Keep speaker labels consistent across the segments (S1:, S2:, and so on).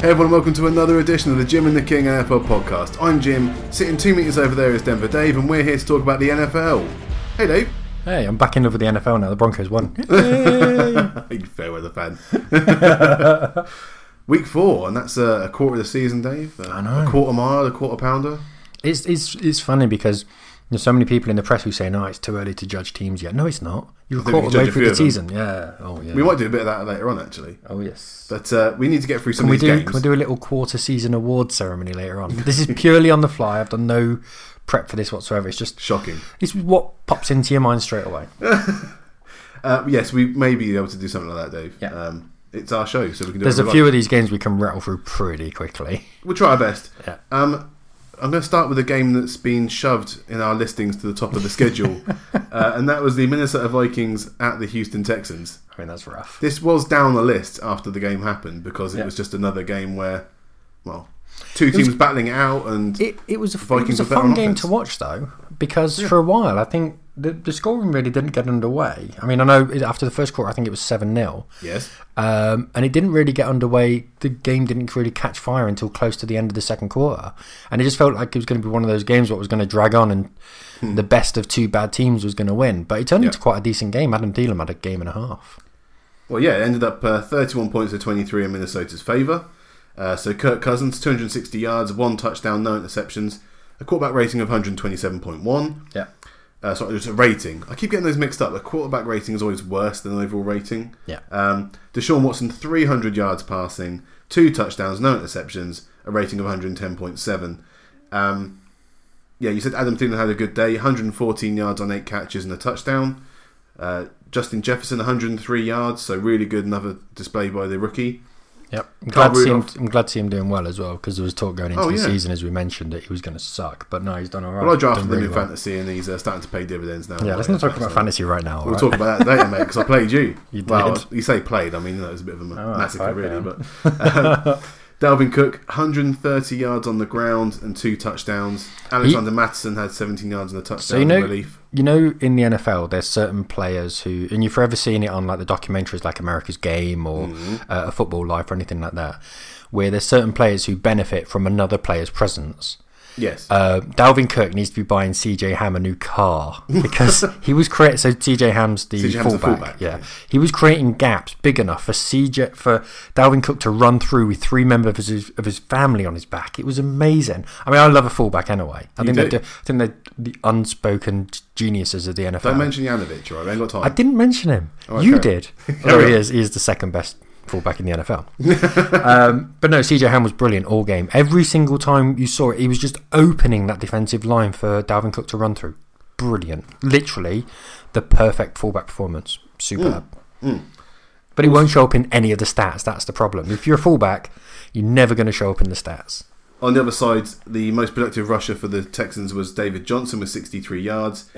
S1: Hey everyone, welcome to another edition of the Jim and the King NFL podcast. I'm Jim, sitting two metres over there is Denver Dave, and we're here to talk about the NFL. Hey Dave.
S2: Hey, I'm back in love with the NFL now. The Broncos won.
S1: you fair weather fan. Week four, and that's uh, a quarter of the season, Dave. Uh,
S2: I know.
S1: A quarter mile, a quarter pounder.
S2: it's, it's it's funny because there's so many people in the press who say, "No, it's too early to judge teams yet." No, it's not. You're a
S1: think we
S2: quarter
S1: judge
S2: way
S1: a
S2: through
S1: few
S2: the
S1: of them.
S2: season. Yeah. Oh yeah.
S1: We might do a bit of that later on, actually.
S2: Oh yes.
S1: But uh, we need to get through some
S2: Can we
S1: of
S2: do
S1: these
S2: can we
S1: games.
S2: do a little quarter season award ceremony later on? This is purely on the fly. I've done no prep for this whatsoever. It's just
S1: Shocking.
S2: it's what pops into your mind straight away.
S1: Uh, yes, we may be able to do something like that, Dave.
S2: Yeah.
S1: Um, it's our show, so we can do
S2: There's
S1: it.
S2: a few of these games we can rattle through pretty quickly.
S1: We'll try our best.
S2: Yeah.
S1: Um, I'm going to start with a game that's been shoved in our listings to the top of the schedule, uh, and that was the Minnesota Vikings at the Houston Texans.
S2: I mean, that's rough.
S1: This was down the list after the game happened because it
S2: Yeah.
S1: was just another game where, well, two teams battling it out, and
S2: It, it was a, it
S1: Vikings
S2: was a
S1: were better on
S2: fun game
S1: offense.
S2: to watch though, because for a while I think the, the scoring really didn't get underway. I mean, I know it- after the first quarter I think it was seven 0
S1: yes,
S2: um, and it didn't really get underway. The game didn't really catch fire until close to the end of the second quarter, and it just felt like it was going to be one of those games what was going to drag on, and the best of two bad teams was going to win. But it turned
S1: Hmm. Yeah.
S2: into quite a decent game. Adam Thielen had a game and a half.
S1: Well, yeah, it ended up uh, 31 points to 23 in Minnesota's favour. Uh, so Kirk Cousins, 260 yards, one touchdown, no interceptions, a quarterback rating of 127.1.
S2: Yeah,
S1: Uh, sorry, just a rating. I keep getting those mixed up. The quarterback rating is always worse than an overall rating.
S2: Yeah.
S1: Um, Deshaun Watson, 300 yards passing, two touchdowns, no interceptions, a rating of 110.7. Um, yeah, you said Adam Thielen had a good day, 114 yards on eight catches and a touchdown. Uh, Justin Jefferson, 103 yards, so really good. Another display by the rookie.
S2: yep. I'm glad, to see him,
S1: Rudolph.
S2: I'm glad to see him doing well as well because there was talk going into
S1: Oh,
S2: the
S1: yeah.
S2: season as we mentioned that he was going to suck, but no, he's done all right.
S1: Well, I drafted him
S2: Done really
S1: in
S2: well.
S1: fantasy, and he's uh, starting to pay dividends now.
S2: Yeah, let's not talk about
S1: So-
S2: fantasy right now.
S1: We'll
S2: alright?
S1: talk about that later, mate, because I played you.
S2: You
S1: Well,
S2: did.
S1: you say played, I mean, you know, it was a bit of a
S2: Oh,
S1: massacre,
S2: fuck,
S1: really.
S2: yeah.
S1: But um, Dalvin Cook, 130 yards on the ground and two touchdowns. Alexander Mattison had 17 yards and a touchdown
S2: So you
S1: in
S2: know,
S1: relief.
S2: you know, in the NFL, there's certain players who, and you've forever seen it on like the documentaries, like America's Game or
S1: Mm-hmm.
S2: uh, a Football Life or anything like that, where there's certain players who benefit from another player's presence.
S1: Yes.
S2: Uh, Dalvin Cook needs to be buying CJ Ham a new car because he was creating. So CJ Ham's the
S1: C.J. Hamm's the
S2: fullback.
S1: fullback,
S2: Yeah, he was creating gaps big enough for CJ for Dalvin Cook to run through with three members of his, of his family on his back. It was amazing. I mean, I love a fullback anyway. I think
S1: do.
S2: they're I think they're the unspoken geniuses of the NFL.
S1: Don't mention Yanovich, all right? We ain't got time.
S2: I didn't mention him.
S1: right,
S2: you
S1: carry
S2: did. Oh,
S1: on.
S2: he is. He is the second best fullback in the NFL. um, but no, CJ Ham was brilliant all game. Every single time you saw it, he was just opening that defensive line for Dalvin Cook to run through. Brilliant. Literally the perfect fullback performance. Superb. But it won't show up in any of the stats. That's the problem. If you're a fullback, you're never going to show up in the stats.
S1: On the other side, the most productive rusher for the Texans was David Johnson with 63 yards.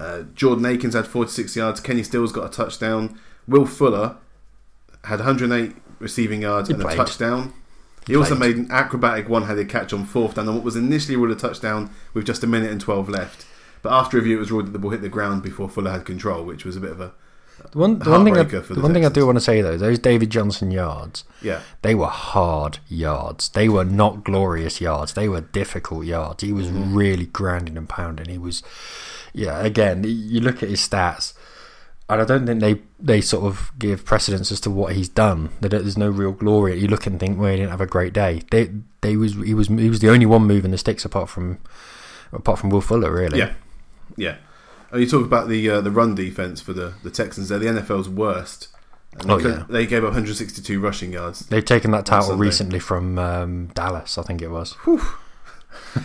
S1: Uh, Jordan Akins had 46 yards. Kenny Stills got a touchdown. Will Fuller had 108 receiving yards
S2: He
S1: and a
S2: played.
S1: touchdown. He, also
S2: played.
S1: made an acrobatic one-handed catch on fourth down on what was initially ruled a touchdown with just a minute and 12 left. But after review, it was ruled that the ball hit the ground before Fuller had control, which was a bit of a
S2: The one, the one, thing, I,
S1: Heartbreaker for
S2: the
S1: the
S2: one thing I do
S1: Texans.
S2: want to say, though, those David Johnson yards.
S1: yeah.
S2: They were hard yards. They were not glorious yards. They were difficult yards. He was really grinding and pounding. He was, yeah. Again, y- you look at his stats, and I don't think they they sort of give precedence as to what he's done. That there's no real glory. You look and think, well, he didn't have a great day. They they was he was he was the only one moving the sticks apart from apart from Will Fuller, really.
S1: Yeah, yeah. And you talk about the uh, the run defense for the, the Texans. They're the NFL's worst. And they,
S2: Oh,
S1: could-
S2: yeah.
S1: they gave up 162 rushing yards.
S2: They've taken that title
S1: Sunday.
S2: recently from um, Dallas, I think it was.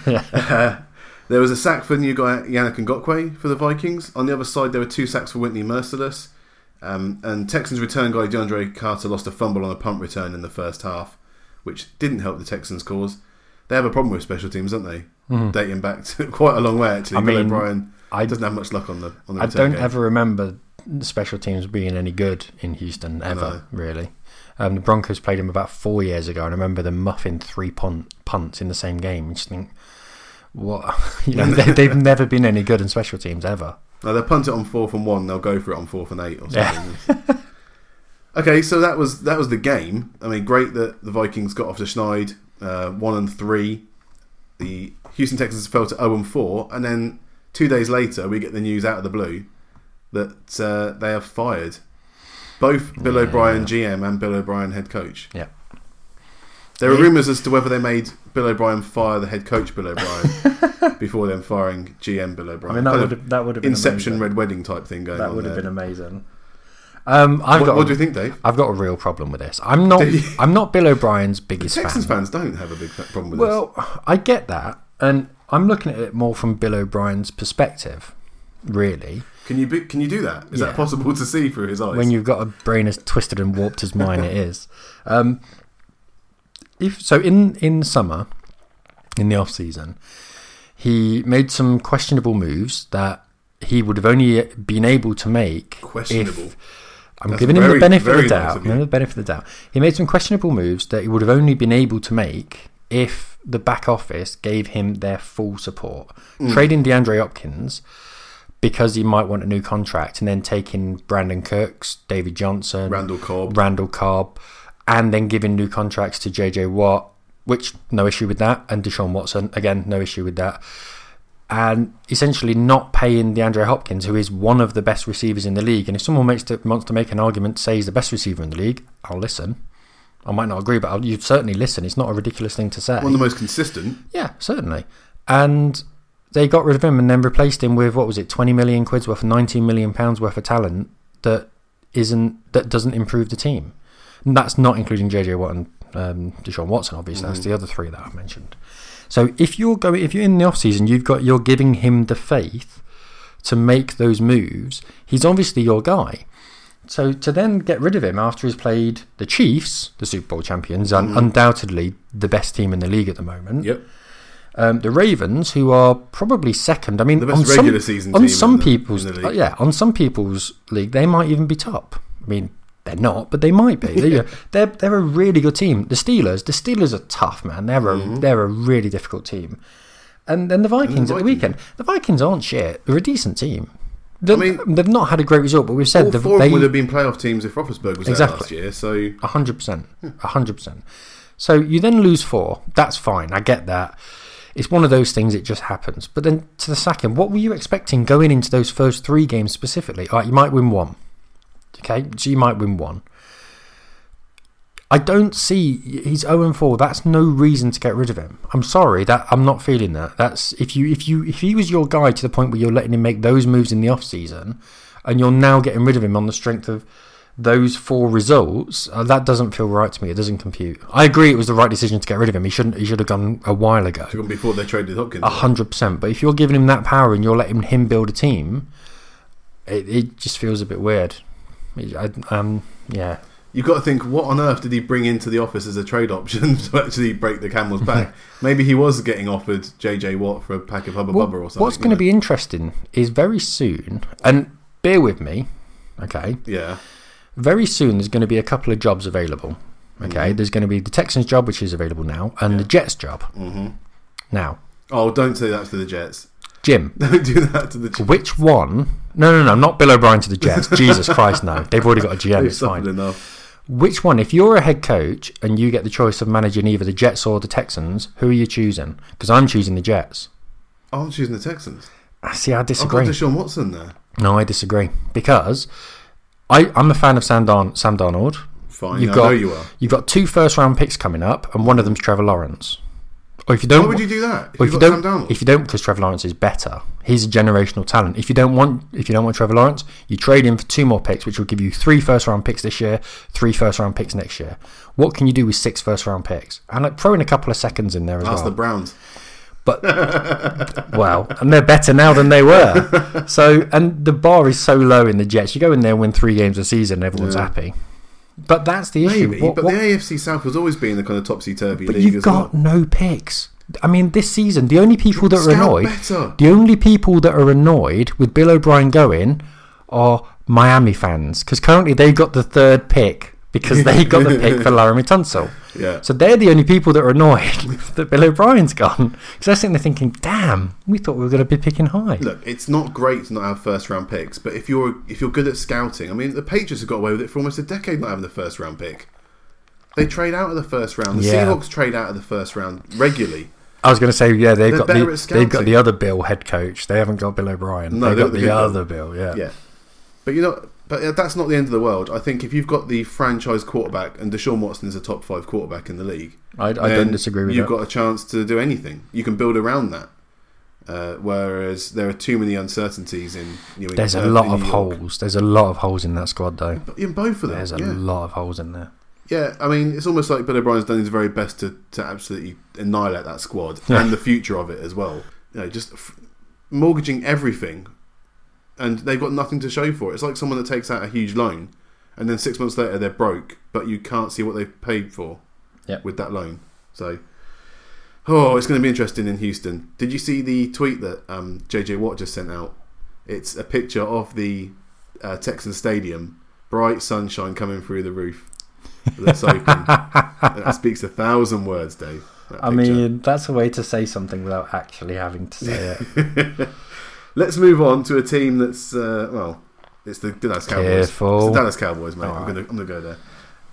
S1: There was a sack for new guy Yannick Ngakwe for the Vikings. On the other side, there were two sacks for Whitney Merciless. Um, and Texans return guy DeAndre Carter lost a fumble on a punt return in the first half, which didn't help the Texans' cause. They have a problem with special teams, don't they? Dating back to quite a long way, actually.
S2: Mm-hmm. I
S1: Bill
S2: mean,
S1: O'Brien
S2: I
S1: doesn't have much luck on the on the
S2: I
S1: return
S2: don't
S1: game.
S2: ever remember the special teams being any good in Houston ever, really. Um, the Broncos played them about four years ago, and I remember them muffing three punt, punts in the same game. You just think, what? You know, they, they've never been any good in special teams ever.
S1: No, they'll punt it on fourth and one. They'll go for it on fourth and eight or something. Okay, so that was that was the game. I mean, great that the Vikings got off to Schneid uh, one and three. The Houston Texans fell to zero and four, and then two days later we get the news out of the blue that uh, they have fired both Bill
S2: Yeah.
S1: O'Brien GM and Bill O'Brien head coach.
S2: Yeah.
S1: There are
S2: Yeah.
S1: rumours as to whether they made Bill O'Brien fire the head coach Bill O'Brien before then firing GM Bill O'Brien.
S2: I mean, that
S1: Kind
S2: would
S1: of
S2: have that would have been
S1: Inception
S2: Amazing.
S1: Red Wedding type thing going
S2: That
S1: on.
S2: would have
S1: there.
S2: been amazing. Um, I've
S1: what,
S2: got
S1: what
S2: a-
S1: do you think, Dave?
S2: I've got a real problem with this. I'm not.
S1: Do you?
S2: I'm not Bill O'Brien's biggest
S1: Texans
S2: fan.
S1: fans don't have a big problem with this.
S2: Well, I get that, and I'm looking at it more from Bill O'Brien's perspective, really.
S1: Can you be, can you do that? Is
S2: Yeah.
S1: that possible to see through his eyes?
S2: When you've got a brain as twisted and warped as mine, it is. Um, if so, in in summer, in the off season, he made some questionable moves that he would have only been able to make if-
S1: Questionable.
S2: I'm
S1: That's
S2: giving him the
S1: very-
S2: benefit of
S1: very
S2: the
S1: nice
S2: doubt.
S1: of
S2: I'm giving him the benefit of the doubt. He made some questionable moves that he would have only been able to make if the back office gave him their full support.
S1: Hmm.
S2: Trading DeAndre Hopkins because he might want a new contract, and then taking Brandon Cooks, David Johnson,
S1: Randall Cobb.
S2: Randall Cobb, and then giving new contracts to JJ Watt, which no issue with that, and Deshaun Watson, again, no issue with that. And essentially not paying DeAndre Hopkins, who is one of the best receivers in the league. And if someone makes to, wants to make an argument, to say he's the best receiver in the league, I'll listen. I might not agree, but I'll, you'd certainly listen. It's not a ridiculous thing to say.
S1: One of the most consistent.
S2: Yeah, certainly. And they got rid of him and then replaced him with what was it, twenty million quid's worth, nineteen million pounds worth of talent that isn't that doesn't improve the team. And that's not including JJ Watt and um, Deshaun Watson. Obviously, that's the other three that I mentioned. So if you're going, if you're in the off season, you've got you're giving him the faith to make those moves. He's obviously your guy. So to then get rid of him after he's played the Chiefs, the Super Bowl champions, and undoubtedly the best team in the league at the moment.
S1: Yep.
S2: Um, the Ravens, who are probably second. I mean,
S1: The best
S2: on some-
S1: regular season
S2: on
S1: team
S2: some
S1: in the-
S2: people's,
S1: in the league.
S2: uh, yeah, on some people's league, they might even be top. I mean, they're not, but they might be. They, uh, They're they're a really good team. The Steelers, the Steelers are tough, man. They're a
S1: Mm-hmm.
S2: they're a really difficult team. And then the Vikings, at
S1: Vikings.
S2: the weekend. The Vikings aren't shit. They're a decent team. They-
S1: mean,
S2: they've not had a great result, but we've said
S1: All
S2: they've,
S1: four of
S2: they
S1: them would have been playoff teams if Roethlisberger was
S2: Exactly.
S1: there last year. So
S2: a hundred percent, a hundred percent. So you then lose four. That's fine. I get that. It's one of those things. It just happens. But then to the second, what were you expecting going into those first three games specifically? All right, you might win one. Okay, so you might win one. I don't see he's 0 and 4. That's no reason to get rid of him. I'm sorry that I'm not feeling that. That's if you if you if he was your guy to the point where you're letting him make those moves in the off season, and you're now getting rid of him on the strength of those four results, uh, that doesn't feel right to me. It doesn't compute. I agree it was the right decision to get rid of him. He shouldn't he should have gone a while ago.
S1: gone before they traded Hopkins.
S2: A hundred percent. But if you're giving him that power and you're letting him build a team, it, it just feels a bit weird. It- I, um, yeah,
S1: You've got to think, what on earth did he bring into the office as a trade option to actually break the camel's back? Maybe he was getting offered JJ Watt for a pack of Hubba
S2: What-
S1: Bubba or something.
S2: What's going to
S1: you
S2: be interesting is very soon, and bear with me, okay?
S1: know? Yeah.
S2: Very soon, there's going to be a couple of jobs available, okay?
S1: Mm-hmm.
S2: There's going to be the Texans job, which is available now, and the Jets job. Mm-hmm. Now,
S1: Oh, don't say that to the Jets.
S2: Jim,
S1: Don't do that to the Jets.
S2: which one? No, no, no, not Bill O'Brien to the Jets. Jesus Christ, no. They've already got a GM.
S1: They've
S2: It's fine.
S1: suffered enough.
S2: Which one? If you're a head coach and you get the choice of managing either the Jets or the Texans, who are you choosing? Because I'm choosing the Jets.
S1: Oh, I'm choosing the Texans.
S2: Ah, See, I
S1: I've
S2: disagree.
S1: got Deshaun Watson there.
S2: No, I disagree because I, I'm a fan of Sam, Darn- Sam Darnold.
S1: Fine.
S2: You've
S1: I
S2: got
S1: know you are.
S2: have got two first round picks coming up, and one of them's Trevor Lawrence. Or if you don't,
S1: Why would you do that?
S2: or if you
S1: you've got
S2: don't,
S1: Sam Darnold?
S2: if you don't, because Trevor Lawrence is better. He's a generational talent. If you don't want, if you don't want Trevor Lawrence, you trade him for two more picks, which will give you three first round picks this year, three first round picks next year. What can you do with six first round picks? And like throw in a couple of seconds in there as
S1: That's
S2: well.
S1: the Browns.
S2: Well, and they're better now than they were. So, and the bar is so low in the Jets. You go in there and win three games a season, everyone's happy. But that's the issue.
S1: Maybe,
S2: What-
S1: but
S2: what-
S1: the AFC South has always been the kind of topsy turvy
S2: but
S1: league
S2: you've
S1: as
S2: got
S1: well.
S2: no picks. I mean, this season, the only people that are
S1: Scout
S2: annoyed,
S1: better.
S2: the only people that are annoyed with Bill O'Brien going, are Miami fans because currently they've got the third pick. because they got the pick for Laramie Tunsil.
S1: Yeah.
S2: So they're the only people that are annoyed that Bill O'Brien's gone. Because I think they're thinking, damn, we thought we were going to be picking high.
S1: Look, it's not great to not have first round picks, but if you're if you're good at scouting, I mean, the Patriots have got away with it for almost a decade not having the first round pick. They trade out of the first round. The
S2: Yeah.
S1: Seahawks trade out of the first round regularly.
S2: I was going to say, yeah, they've
S1: They're
S2: got
S1: better
S2: the
S1: at
S2: they've got
S1: scouting.
S2: the other Bill head coach. They haven't got Bill O'Brien.
S1: No,
S2: they've
S1: they've
S2: got
S1: got
S2: the
S1: the
S2: other Bill. Yeah.
S1: Yeah, but you know, but that's not the end of the world. I think if you've got the franchise quarterback and Deshaun Watson is a top five quarterback in the league,
S2: I, I don't
S1: then
S2: disagree with
S1: You've
S2: that.
S1: got a chance to do anything. You can build around that. Uh, whereas there are too many uncertainties in New England.
S2: There's a
S1: uh,
S2: lot
S1: in
S2: of
S1: New York.
S2: holes. There's a lot of holes in that squad, though.
S1: in both of them.
S2: There's a
S1: yeah.
S2: lot of holes in there.
S1: Yeah, I mean, it's almost like Bill O'Brien's done his very best to, to absolutely annihilate that squad and the future of it as well. You know, just f- mortgaging everything, and they've got nothing to show for it. It's like someone that takes out a huge loan, and then six months later they're broke, but you can't see what they've paid for
S2: Yeah.
S1: with that loan. So, oh, it's going to be interesting in Houston. Did you see the tweet that um, JJ Watt just sent out? It's a picture of the uh, Texan Stadium, bright sunshine coming through the roof. That's open. that speaks a thousand words, Dave. that
S2: I
S1: picture.
S2: mean, that's a way to say something without actually having to say it.
S1: let's move on to a team that's uh, well, it's the Dallas Cowboys. It's the
S2: Careful.
S1: Dallas Cowboys, mate. I'm
S2: Alright.
S1: gonna I'm gonna go there.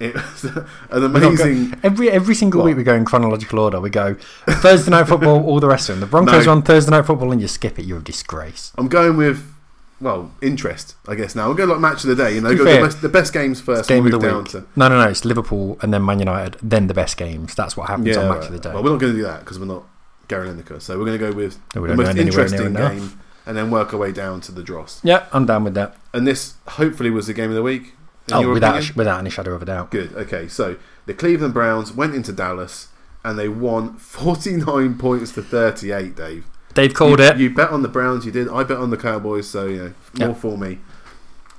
S1: It was an
S2: We're not go-
S1: amazing.
S2: every every single
S1: What?
S2: week we go in chronological order. We go Thursday night football, all the rest of them. The Broncos
S1: No.
S2: are on Thursday night football, and you skip it. You're a disgrace.
S1: I'm going with well interest, I guess. Now we'll go like match of the day. You know,
S2: To be
S1: go
S2: fair,
S1: the best, the best games first.
S2: Game
S1: and
S2: of the
S1: move down
S2: week.
S1: to
S2: No, no, no. It's Liverpool and then Man United, then the best games. That's what happens on match
S1: right.
S2: of the day.
S1: Well, we're not going to do that because we're not Gary Lineker. So we're going to go with
S2: No, we
S1: the
S2: don't
S1: most
S2: go anywhere near
S1: interesting
S2: enough.
S1: game, and then work our way down to the dross.
S2: yeah, I'm down with that.
S1: And this hopefully was the game of the week. in
S2: oh,
S1: your
S2: without
S1: opinion?
S2: a sh- without any shadow of a doubt.
S1: Good. Okay, so the Cleveland Browns went into Dallas and they won 49 points to 38, Dave.
S2: They've called
S1: you,
S2: it.
S1: You bet on the Browns, you did. I bet on the Cowboys, so, you know, more
S2: Yeah.
S1: for me.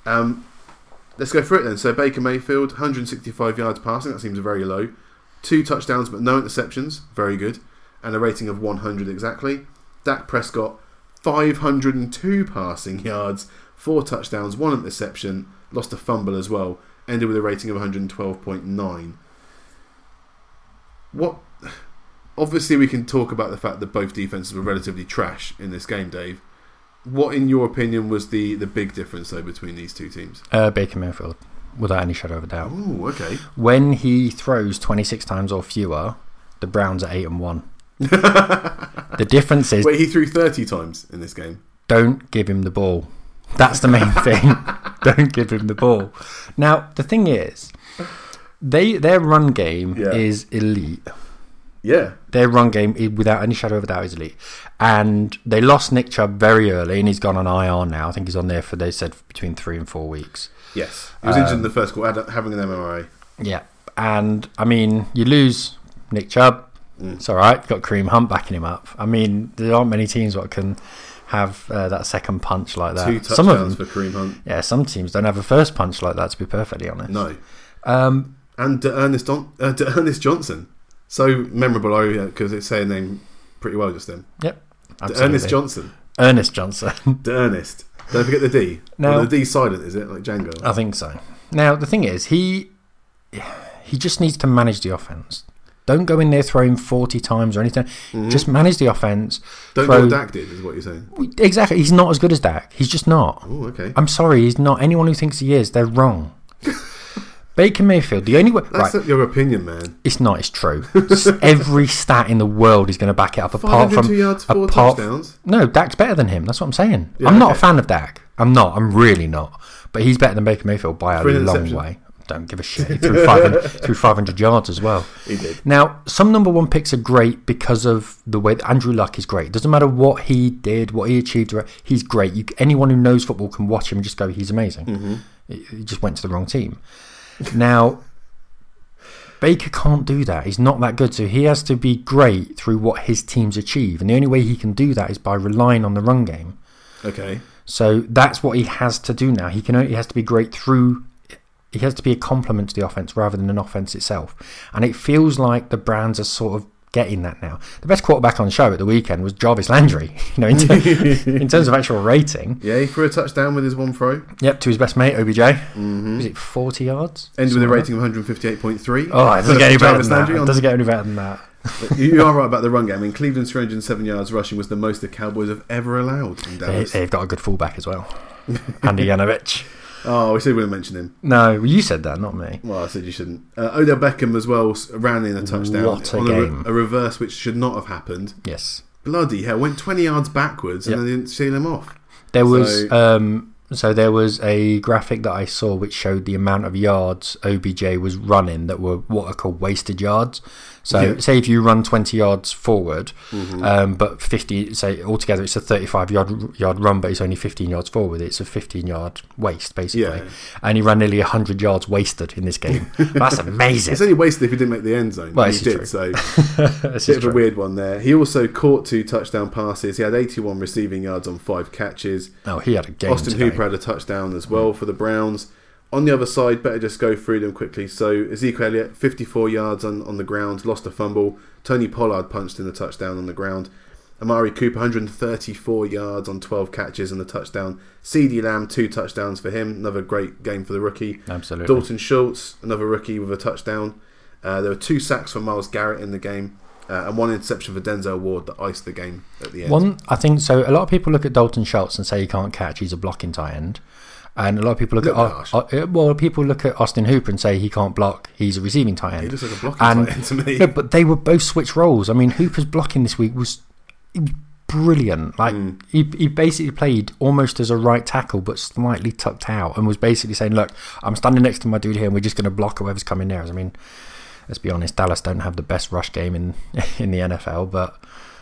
S1: Um, let's go through it then. So Baker Mayfield, 165 yards passing. That seems very low. Two touchdowns but no interceptions. Very good. And a rating of 100 exactly. Dak Prescott, 502 passing yards, four touchdowns, one interception, lost a fumble as well, ended with a rating of 112.9. What? Obviously, we can talk about the fact that both defenses were relatively trash in this game, Dave. What, in your opinion, was the, the big difference though between these two teams?
S2: Uh, Baker Mayfield, without any shadow of a doubt.
S1: Oh, okay.
S2: When he throws 26 times or fewer, the Browns are eight and one. the difference is
S1: Wait, he threw thirty times in this game.
S2: don't give him the ball. That's the main thing. don't give him the ball. Now the thing is, they their run game
S1: Yeah.
S2: is elite.
S1: Yeah,
S2: Their run game, i- without any shadow of a doubt, is elite. And they lost Nick Chubb very early, and he's gone on IR now. I think he's on there for they said between three and four weeks.
S1: yes. He was
S2: Um,
S1: injured in the first quarter, had- having an MRI.
S2: Yeah, and I mean, you lose Nick Chubb.
S1: Mm.
S2: It's all right. Got Kareem Hunt backing him up. I mean, there aren't many teams that can have uh, that second punch like that.
S1: Two
S2: Some of them
S1: touchdowns for Kareem Hunt.
S2: Yeah, some teams don't have a first punch like that. To be perfectly honest,
S1: No,
S2: um,
S1: and to Ernest, Don- uh, to Ernest Johnson, so memorable because it's saying name pretty well just then.
S2: yep,
S1: To
S2: absolutely.
S1: Ernest Johnson,
S2: Ernest Johnson.
S1: to Ernest. Don't forget the D.
S2: No.
S1: Well, the D silent is it like Django?
S2: I think so. Now the thing is, he he just needs to manage the offense. Don't go in there throwing forty times or anything.
S1: Mm-hmm.
S2: Just manage the offense.
S1: Don't know
S2: throw-
S1: what Dak did is what you're saying.
S2: Exactly. He's not as good as Dak. He's just not.
S1: Oh, okay.
S2: I'm sorry. He's not. Anyone who thinks he is, they're wrong. Baker Mayfield. The only way.
S1: That's
S2: right.
S1: not your opinion, man.
S2: It's not. It's true. S- Every stat in the world is going to back it up. Apart from
S1: 502 yards, four
S2: apart
S1: touchdowns.
S2: no, Dak's better than him. That's what I'm saying. I'm not a
S1: okay.
S2: fan of Dak. I'm not. I'm really not. But he's better than Baker Mayfield by a
S1: an
S2: long
S1: interception.
S2: way. Don't give a shit. He threw 500, threw 500 yards as well.
S1: He did.
S2: Now, some number one picks are great because of the way that Andrew Luck is great. Doesn't matter what he did, what he achieved, he's great. You, anyone who knows football can watch him and just go, he's amazing. He- He just went to the wrong team. Now, Baker can't do that. He's not that good. So he has to be great through what his teams achieve. And the only way he can do that is by relying on the run game.
S1: Okay.
S2: So that's what he has to do now. He can only, he has to be great through. He has to be a complement to the offense rather than an offense itself. And it feels like the Browns are sort of getting that now. The best quarterback on show at the weekend was Jarvis Landry. You know, in, ter- in terms of actual rating.
S1: Yeah, he threw a touchdown with his one throw.
S2: Yep, to his best mate OBJ. Was it forty yards?
S1: Mm-hmm. Ended with a
S2: Somewhere.
S1: rating of 158.3.
S2: Oh, it doesn't
S1: First
S2: get any better
S1: Jarvis
S2: than that.
S1: Landry
S2: It
S1: on-
S2: doesn't get any better than that.
S1: you are right about the run game. I mean, Cleveland's 307 yards rushing was the most the Cowboys have ever allowed in
S2: They,
S1: Dallas.
S2: they've got a good fullback as well, Andy Yanovich.
S1: Oh, we said we wouldn't mention him.
S2: No, you said that, not me.
S1: Well, I said you shouldn't. Uh, Odell Beckham as well s- ran in a touchdown
S2: What a
S1: on re-
S2: game.
S1: A, reverse which should not have happened.
S2: Yes,
S1: Bloody hell! Went 20 yards backwards
S2: Yep.
S1: and they didn't seal him off.
S2: there was.
S1: So-
S2: um, so there was a graphic that I saw which showed the amount of yards OBJ was running that were what are called wasted yards. So
S1: Yeah. Mm-hmm.
S2: say if you run twenty yards forward, um, but fifty. Say altogether it's a thirty-five yard yard run, but it's only fifteen yards forward. It's a fifteen yard waste basically,
S1: Yeah.
S2: and he ran nearly hundred yards wasted in this game. That's amazing.
S1: It's only wasted if he didn't make the end zone.
S2: Well,
S1: but he
S2: this
S1: did,
S2: is
S1: so
S2: This is
S1: bit of a
S2: true.
S1: weird one there. He also caught two touchdown passes. He had 81 receiving yards on five catches.
S2: Oh, he had a game.
S1: Austin
S2: today.
S1: Hooper had a touchdown as well for the Browns. On the other side, better just go through them quickly. So Ezekiel Elliott, 54 yards on, on the ground, lost a fumble. Tony Pollard punched in the touchdown on the ground. Amari Cooper, 134 yards on 12 catches and the touchdown. CD Lamb, two touchdowns for him. Another great game for the rookie.
S2: Absolutely.
S1: Dalton Schultz, another rookie with a touchdown. Uh, there were two sacks for Miles Garrett in the game, uh, and one interception for Denzel Ward that iced the game at the end.
S2: One, I think so. A lot of people look at Dalton Schultz and say he can't catch. He's a blocking tight end, and a lot of people look
S1: Little bit
S2: at uh, well, people look at Austin Hooper and say he can't block. He's a receiving tight end.
S1: He looks like a blocking
S2: And-
S1: tight end to me.
S2: No, but they were both switch roles. I mean, Hooper's blocking this week was, he was brilliant. Like he, he basically played almost as a right tackle, but slightly tucked out, and was basically saying, "Look, I'm standing next to my dude here, and we're just going to block whoever's coming near us." I mean, let's be honest, Dallas don't have the best rush game in in the NFL, but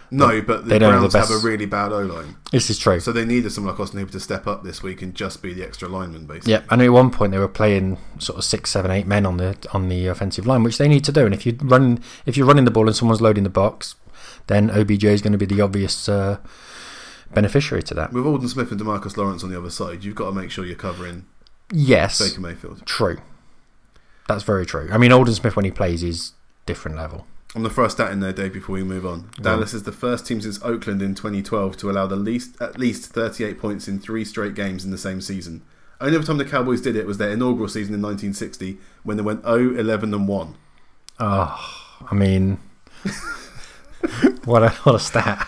S1: No, but the
S2: They don't have the
S1: Browns have,
S2: best-
S1: a really bad O line,
S2: this is true.
S1: so they needed someone like Austin Hooper to step up this week and just be the extra lineman, basically.
S2: Yeah, I know at one point they were playing sort of six, seven, eight men on the on the offensive line, which they need to do. And if you run, if you're running the ball and someone's loading the box, then OBJ is going to be the obvious uh, beneficiary to that.
S1: With Alden Smith and Demarcus Lawrence on the other side, you've got to make sure you're covering
S2: Yes,
S1: Baker Mayfield.
S2: true. That's very true. I mean, Alden Smith when he plays is different level.
S1: I'm the first stat in there, Dave. Before we move on, Dallas is the first team since Oakland in 2012 to allow the least at least 38 points in three straight games in the same season. Only other time the Cowboys did it was their inaugural season in 1960 when they went 0, 11, and 1.
S2: Oh, I mean, what a what a stat.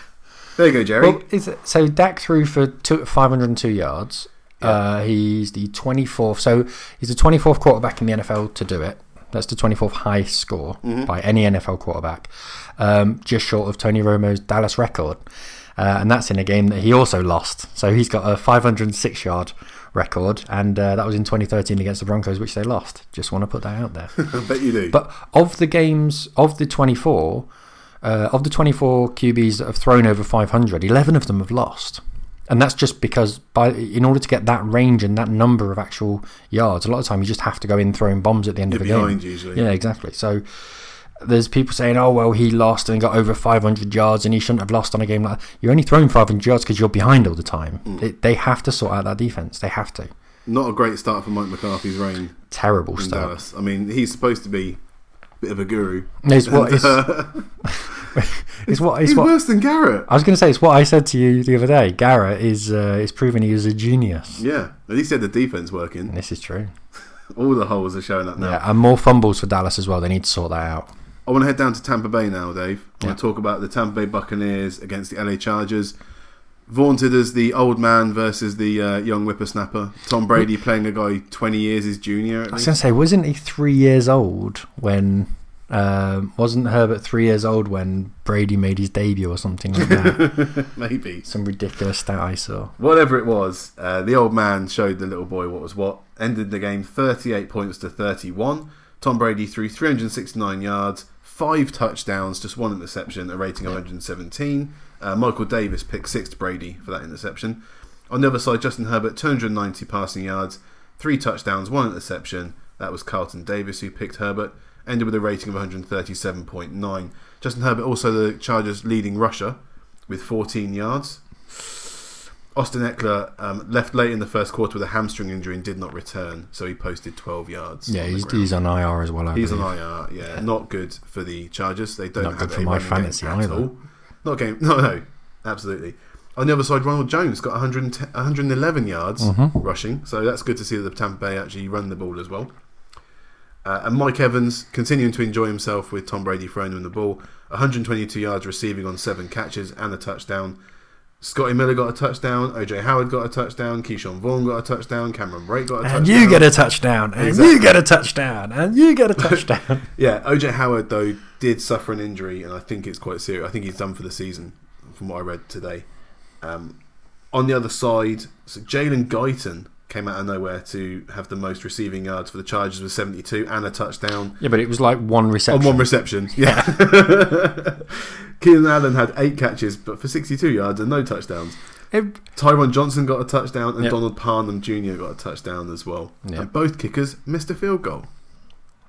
S1: There you go, Jerry.
S2: Well, is it, so Dak threw for two, 502 yards. Uh, he's the 24th. So he's the 24th quarterback in the NFL to do it. That's the 24th high score by any NFL quarterback, um, just short of Tony Romo's Dallas record. Uh, and that's in a game that he also lost. So he's got a 506 yard record, and uh, that was in 2013 against the Broncos, which they lost. Just want to put that out there.
S1: I bet you do.
S2: But of the games of the 24, uh, of the 24 QBs that have thrown over 500, 11 of them have lost. And that's just because by in order to get that range and that number of actual yards, a lot of time you just have to go in throwing bombs at the end
S1: you're
S2: of the game.
S1: behind usually.
S2: Yeah, exactly. So there's people saying, "Oh well, he lost and got over 500 yards, and he shouldn't have lost on a game like that." You're only throwing 500 yards because you're behind all the time. It, they have to sort out that defense. They have to.
S1: Not a great start for Mike McCarthy's reign.
S2: Terrible
S1: in
S2: stuff.
S1: Dallas. I mean, he's supposed to be a bit of a guru.
S2: It's what it's,
S1: Uh,
S2: it's what it's
S1: he's
S2: what
S1: worse than Garrett.
S2: I was going to say it's what I said to you the other day. Garrett is uh, is proving he is a genius.
S1: Yeah, at least he had the defense working.
S2: And this is true.
S1: All the holes are showing up now.
S2: Yeah, and more fumbles for Dallas as well. They need to sort that out.
S1: I want to head down to Tampa Bay now, Dave. I
S2: Yeah.
S1: want to talk about the Tampa Bay Buccaneers against the LA Chargers. Vaunted as the old man versus the uh, young whippersnapper. Tom Brady playing a guy 20 years his junior. At
S2: I was
S1: least.
S2: going to say, wasn't he three years old when? Um, wasn't Herbert three years old when Brady made his debut or something like that?
S1: Maybe.
S2: Some ridiculous stat I saw.
S1: Whatever it was, uh, the old man showed the little boy what was what. Ended the game 38 points to 31. Tom Brady threw 369 yards, five touchdowns, just one interception, a rating of 117. Uh, Michael Davis picked six to Brady for that interception. On the other side, Justin Herbert, 290 passing yards, three touchdowns, one interception. That was Carlton Davis who picked Herbert. Ended with a rating of 137.9. Justin Herbert also the Chargers' leading rusher with 14 yards. Austin Eckler um, left late in the first quarter with a hamstring injury and did not return, so he posted 12 yards.
S2: Yeah,
S1: on the
S2: he's,
S1: ground.
S2: he's on IR as well. I
S1: He's an
S2: believe.
S1: IR. Yeah, not good for the Chargers. They don't
S2: Not
S1: have
S2: good
S1: a
S2: for my
S1: running game
S2: fantasy
S1: at
S2: either.
S1: all. Not game. No, no, absolutely. On the other side, Ronald Jones got 110 111 yards
S2: Mm-hmm.
S1: rushing, so that's good to see that the Tampa Bay actually run the ball as well. Uh, and Mike Evans continuing to enjoy himself with Tom Brady throwing him the ball, 122 yards receiving on seven catches and a touchdown. Scotty Miller got a touchdown. OJ Howard got a touchdown. Keyshawn Vaughn got a touchdown. Cameron Brake got a touchdown.
S2: And you get a touchdown, and
S1: Exactly.
S2: you get a touchdown, and you get a touchdown.
S1: Yeah, OJ Howard though did suffer an injury, and I think it's quite serious. I think he's done for the season, from what I read today. Um, on the other side, so Jalen Guyton came out of nowhere to have the most receiving yards for the Chargers with 72 and a touchdown
S2: yeah, but it was like one reception.
S1: on one reception. Yeah. Keenan Allen had eight catches, but for 62 yards and no touchdowns.
S2: It-
S1: Tyron Johnson got a touchdown, and
S2: Yep.
S1: Donald Parnham Jr. got a touchdown as well.
S2: Yep.
S1: And both kickers missed a field goal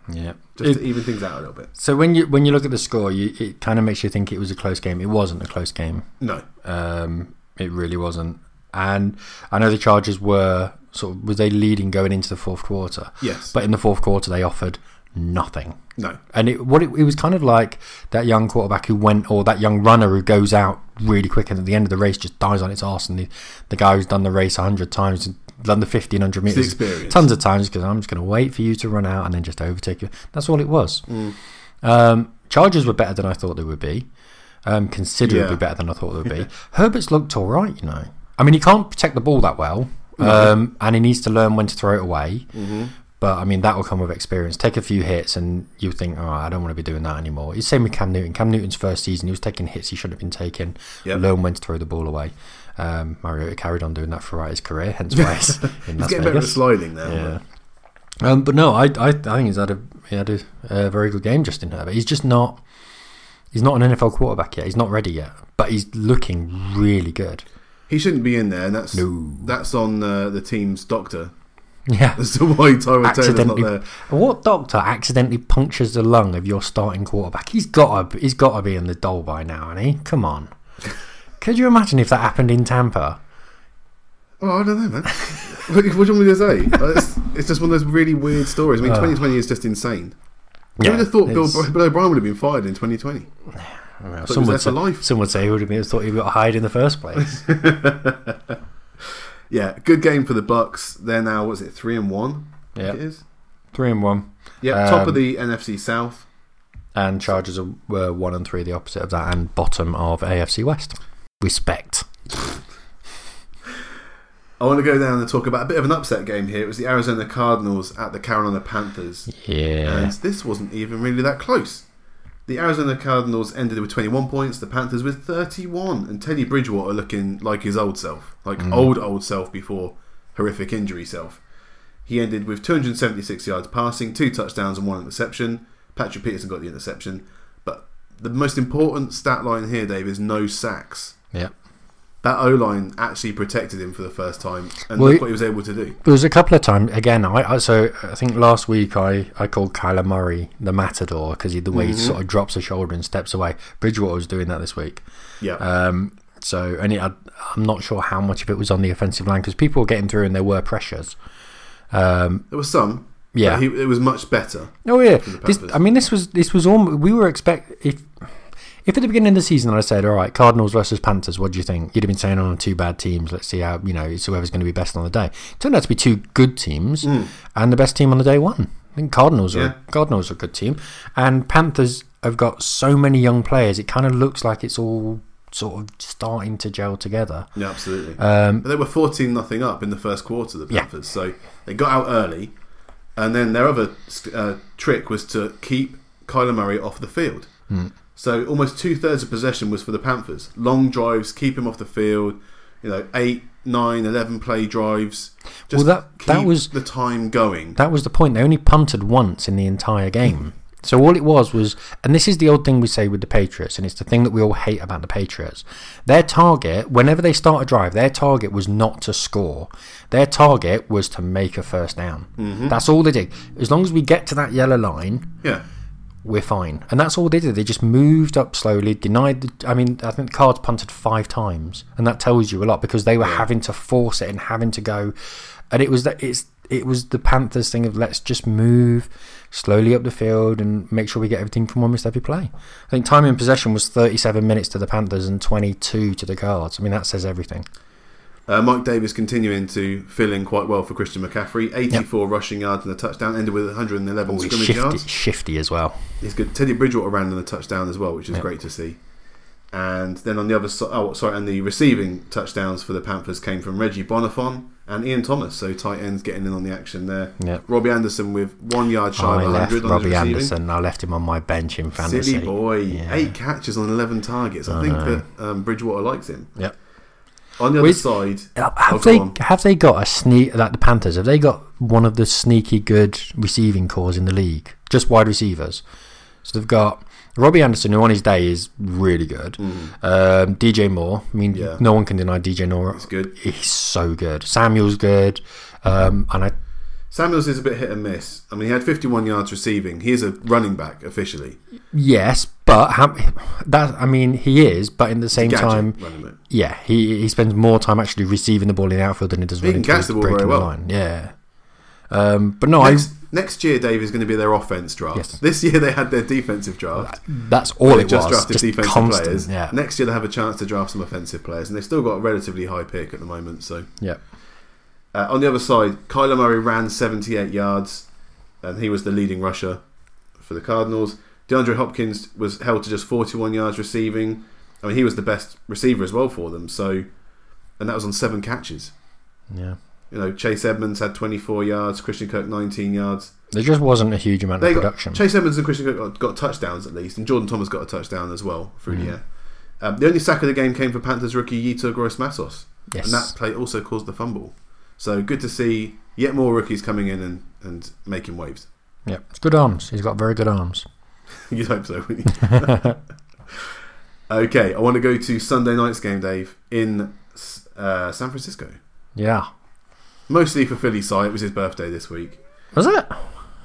S2: yeah.
S1: just
S2: It-
S1: to even things out a little bit.
S2: so when you when you look at the score, you, it kind of makes you think it was a close game. It wasn't a close game.
S1: No,
S2: Um, it really wasn't. And I know the Chargers were sort of were they leading going into the fourth quarter,
S1: yes,
S2: but in the fourth quarter they offered nothing.
S1: no.
S2: And it what it, it was kind of like that young quarterback who went or that young runner who goes out really quick and at the end of the race just dies on its arse. And the, the guy who's done the race hundred times, done the fifteen hundred
S1: It's the
S2: meters,
S1: experience.
S2: tons of times because I'm just going to wait for you to run out and then just overtake you. That's all it was.
S1: Mm.
S2: Um, Chargers were better than I thought they would be, um, considerably
S1: Yeah.
S2: better than I thought they would be. Herbert's looked all right, you know. I mean, he can't protect the ball that well, um, and he needs to learn when to throw it away.
S1: Mm-hmm.
S2: But I mean, that will come with experience. Take a few hits, and you think, "Oh, I don't want to be doing that anymore." It's same with Cam Newton. Cam Newton's first season, he was taking hits he shouldn't have been taking.
S1: Yep.
S2: Learn when to throw the ball away. Um, Mariota carried on doing that throughout his career, hence why he's in
S1: He's
S2: Las
S1: getting better at
S2: Vegas.
S1: sliding now.
S2: Yeah. Um, but no, I, I I think he's had a he had a, a very good game, Justin Herbert. He's just not he's not an NFL quarterback yet. He's not ready yet, but he's looking really good.
S1: He shouldn't be in there, and that's
S2: No.
S1: that's on uh, the team's doctor
S2: Yeah.
S1: as to why Tyrod Taylor's not
S2: Accidentally,
S1: there.
S2: what doctor accidentally punctures the lung of your starting quarterback? He's got to he's got to be in the doll by now, and he come on. Could you imagine if that happened in Tampa?
S1: Oh, I don't know, man. what, what do you want me to say? Like, It's, it's just one of those really weird stories. I mean, 2020 is just insane. Who would have thought Bill,
S2: Ah. it's-
S1: Bill O'Brien would have been fired in 2020?
S2: well,
S1: he
S2: some
S1: was
S2: would
S1: there
S2: say,
S1: for life.
S2: some would say he would have been, thought he got hired in the first place.
S1: Yeah, good game for the Bucks. They're now what's it three and one? I think
S2: Yeah.
S1: it is.
S2: Three and one.
S1: Yeah, top
S2: Um,
S1: of the NFC South.
S2: and Chargers are, were one and three, the opposite of that, and bottom of AFC West. Respect.
S1: I want to go down and talk about a bit of an upset game here. It was the Arizona Cardinals at the Carolina Panthers.
S2: Yeah.
S1: And this wasn't even really that close. The Arizona Cardinals ended with 21 points, the Panthers with 31, and Teddy Bridgewater looking like his old self, like
S2: Mm.
S1: old, old self before horrific injury self. He ended with 276 yards passing, two touchdowns, and one interception. Patrick Peterson got the interception. But the most important stat line here, Dave, is no sacks.
S2: Yeah.
S1: That O line actually protected him for the first time, and
S2: Well,
S1: look
S2: he-
S1: what he was able to do.
S2: There was a couple of times again. I, I so I think last week I, I called Kyler Murray the Matador because he the way he sort of drops a shoulder and steps away. Bridgewater was doing that this week.
S1: Yeah.
S2: Um, so and it, I, I'm not sure how much of it was on the offensive line because people were getting through and there were pressures. Um,
S1: there were some. but
S2: yeah.
S1: he, it was much better.
S2: Oh yeah, this,
S1: Panthers.
S2: I mean this was this was all we were expect if if at the beginning of the season I said all right Cardinals versus Panthers what do you think you'd have been saying on two bad teams let's see how you know it's whoever's going to be best on the day it turned out to be two good teams and the best team on the day won I think Cardinals are
S1: Hmm. Yeah.
S2: Cardinals are a good team and Panthers have got so many young players it kind of looks like it's all sort of starting to gel together
S1: Yeah, absolutely. but they were fourteen nothing up in the first quarter, the
S2: Um, Yeah.
S1: Panthers. So they got out early, and then their other uh, trick was to keep Kyler Murray off the field.
S2: Hmm.
S1: So almost two thirds of possession was for the Panthers. Long drives, keep him off the field. You know, eight, nine, eleven play drives. Just
S2: Well, that-
S1: keep
S2: that was-
S1: the time going.
S2: That was the point. They only punted once in the entire game. So all it was was, and this is the old thing we say with the Patriots, and it's the thing that we all hate about the Patriots. Their target, whenever they start a drive, their target was not to score. Their target was to make a first down. That's all they did. As long as we get to that yellow line,
S1: yeah,
S2: we're fine. And that's all they did. They just moved up slowly, denied. The, I mean, I think the Cards punted five times, and that tells you a lot because they were having to force it and having to go. And it was that it's it was the Panthers thing of let's just move slowly up the field and make sure we get everything from almost every play. I think time in possession was 37 minutes to the Panthers and 22 to the Cards. I mean, that says everything.
S1: Uh, Mike Davis continuing to fill in quite well for Christian McCaffrey. 84 rushing yards and a touchdown, ended with 111
S2: He's
S1: scrimmage
S2: shifty,
S1: yards.
S2: shifty as well.
S1: He's good. Teddy Bridgewater ran in the touchdown as well, which is
S2: Yep.
S1: great to see. And then on the other side, oh sorry, and the receiving touchdowns for the Panthers came from Reggie Bonifon and Ian Thomas. So tight ends getting in on the action there.
S2: Yep.
S1: Robbie Anderson with one yard shy
S2: I
S1: of
S2: left
S1: 100 on
S2: Robbie
S1: his receiving.
S2: Anderson. I left him on my bench in fantasy.
S1: Silly boy,
S2: Yeah.
S1: eight catches on 11 targets. I,
S2: I
S1: think
S2: know.
S1: that um, Bridgewater likes him.
S2: Yep.
S1: On the other
S2: With-
S1: side,
S2: Have
S1: Oh, go
S2: they
S1: on.
S2: have they got a sneak like the Panthers? Have they got one of the sneaky good receiving cores in the league? Just wide receivers. So they've got Robbie Anderson, who on his day is really good. Um, DJ Moore. I mean,
S1: Hmm. Yeah.
S2: no one can deny DJ Moore.
S1: it's good.
S2: He's so good. Samuel's good. Um, and I
S1: Samuels is a bit hit and miss. I mean, he had 51 yards receiving. He is a running back officially.
S2: yes, but how, that I mean he is. But in the same
S1: Gadget
S2: time,
S1: running back.
S2: yeah, he he spends more time actually receiving the ball in the outfield than he does
S1: He can
S2: running towards
S1: catch the ball very
S2: breaking
S1: well.
S2: line. Yeah. Um, but no, I
S1: Next, next year, Dave is going to be their offense draft.
S2: Yes.
S1: This year they had their defensive draft.
S2: That's all
S1: They
S2: it
S1: just
S2: was.
S1: drafted
S2: Just
S1: defensive
S2: constant.
S1: players.
S2: Yeah.
S1: Next year they have a chance to draft some offensive players, and they've still got a relatively high pick at the moment. So
S2: yeah.
S1: uh, on the other side, Kyler Murray ran 78 yards, and he was the leading rusher for the Cardinals. DeAndre Hopkins was held to just 41 yards receiving. I mean, he was the best receiver as well for them. So, and that was on seven catches.
S2: Yeah.
S1: You know, Chase Edmonds had 24 yards, Christian Kirk 19 yards.
S2: There just wasn't a huge amount
S1: They
S2: of
S1: got-
S2: production.
S1: Chase Edmonds and Christian Kirk got, got touchdowns at least, and Jordan Thomas got a touchdown as well through
S2: Mm.
S1: the air. Um, the only sack of the game came for Panthers rookie Yito Gross Massos, and that
S2: yes.
S1: play also caused the fumble. So good to see yet more rookies coming in and, and making waves.
S2: Yeah. It's good arms. He's got very good arms.
S1: You'd hope so, wouldn't you? okay, I want to go to Sunday night's game, Dave, in uh, San Francisco.
S2: Yeah.
S1: Mostly for Philly side. It was his birthday this week.
S2: Was it?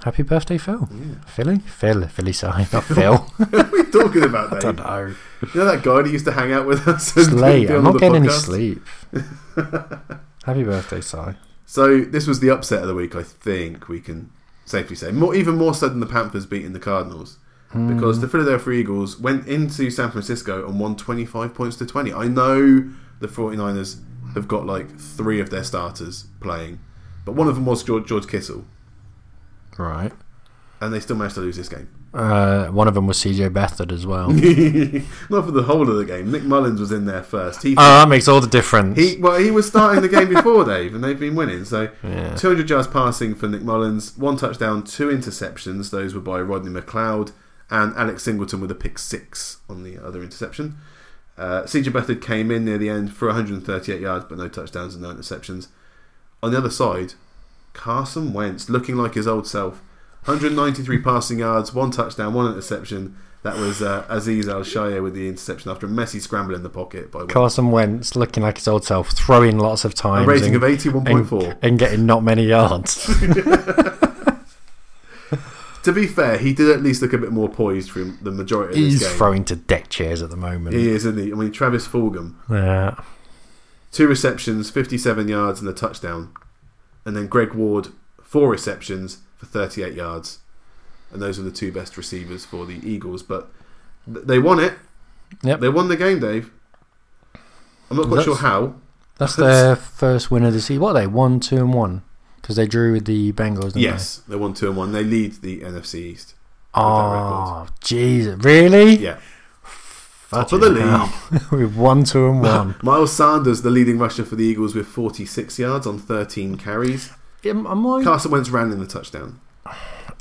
S2: Happy birthday, Phil.
S1: Yeah.
S2: Philly? Phil. Philly side. Not Phil.
S1: what are you talking about, Dave?
S2: I don't know.
S1: You know that guy that used to hang out with us?
S2: It's
S1: and
S2: late.
S1: be on
S2: I'm
S1: all
S2: not
S1: the
S2: getting any
S1: podcasts?
S2: sleep. Happy birthday, Si.
S1: So this was the upset of the week, I think we can safely say. More, even more so than the Panthers beating the Cardinals, because the Philadelphia Eagles went into San Francisco and won 25 points to 20. I know the 49ers have got like three of their starters playing, but one of them was George, George Kittle,
S2: Right.
S1: and they still managed to lose this game.
S2: Uh, one of them was CJ Beathard as well. oh,
S1: Not for the whole of the game. Nick Mullins was in there first. He
S2: Oh, that makes all the difference.
S1: He well, he was starting the game before Dave, and they've been winning. So,
S2: Yeah.
S1: 200 yards passing for Nick Mullins, one touchdown, two interceptions. Those were by Rodney McLeod and Alex Singleton with a pick six on the other interception. Uh, CJ Beathard came in near the end for 138 yards, but no touchdowns and no interceptions. On the other side, Carson Wentz looking like his old self. 193 passing yards, one touchdown, one interception. That was uh, Aziz Al Shire with the interception after a messy scramble in the pocket by Wentz.
S2: Carson Wentz looking like his old self, throwing lots of
S1: a
S2: times.
S1: rating
S2: and-
S1: of 81.4.
S2: and, and getting not many yards.
S1: To be fair, he did at least look a bit more poised from the majority of this
S2: He's
S1: game.
S2: throwing to deck chairs at the moment.
S1: he is, isn't he? I mean, Travis Fulgham,
S2: Yeah.
S1: two receptions, 57 yards, and a touchdown. And then Greg Ward, four receptions for 38 yards. And those are the two best receivers for the Eagles. But th- they won it.
S2: Yep.
S1: They won the game, Dave. I'm not quite
S2: That's-
S1: sure how.
S2: That's their first win of the season. What are they? One, two, and one. Because they drew with the Bengals. Didn't
S1: Yes, they won 2 and 1. They lead the NFC East.
S2: They? Oh,
S1: record.
S2: Jesus. Really?
S1: Yeah.
S2: Fucking
S1: Top of the league.
S2: hell. with one, two, and one.
S1: Miles Sanders, the leading rusher for the Eagles, with 46 yards on 13 carries.
S2: Am, am I,
S1: Carson Wentz ran in the touchdown.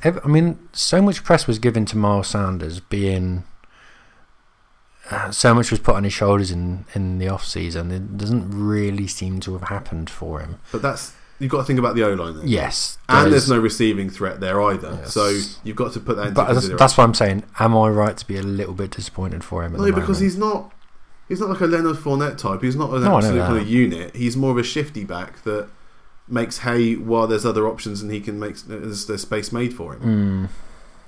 S2: ev- I mean, so much press was given to Miles Sanders being. Uh, so much was put on his shoulders in, in the off season. It doesn't really seem to have happened for him.
S1: But that's you've got to think about the O line there.
S2: Yes,
S1: And
S2: there
S1: there's
S2: is-
S1: no receiving threat there either.
S2: Yes.
S1: So you've got to put that into
S2: But that's,
S1: consideration.
S2: that's what I'm saying. Am I right to be a little bit disappointed for him? At
S1: no,
S2: the
S1: because
S2: moment?
S1: he's not he's not like a Leonard Fournette type. He's not an
S2: No, I know
S1: absolute
S2: that.
S1: kind of unit. He's more of a shifty back that makes hay while there's other options and he can make there's, there's space made for him.
S2: Mm.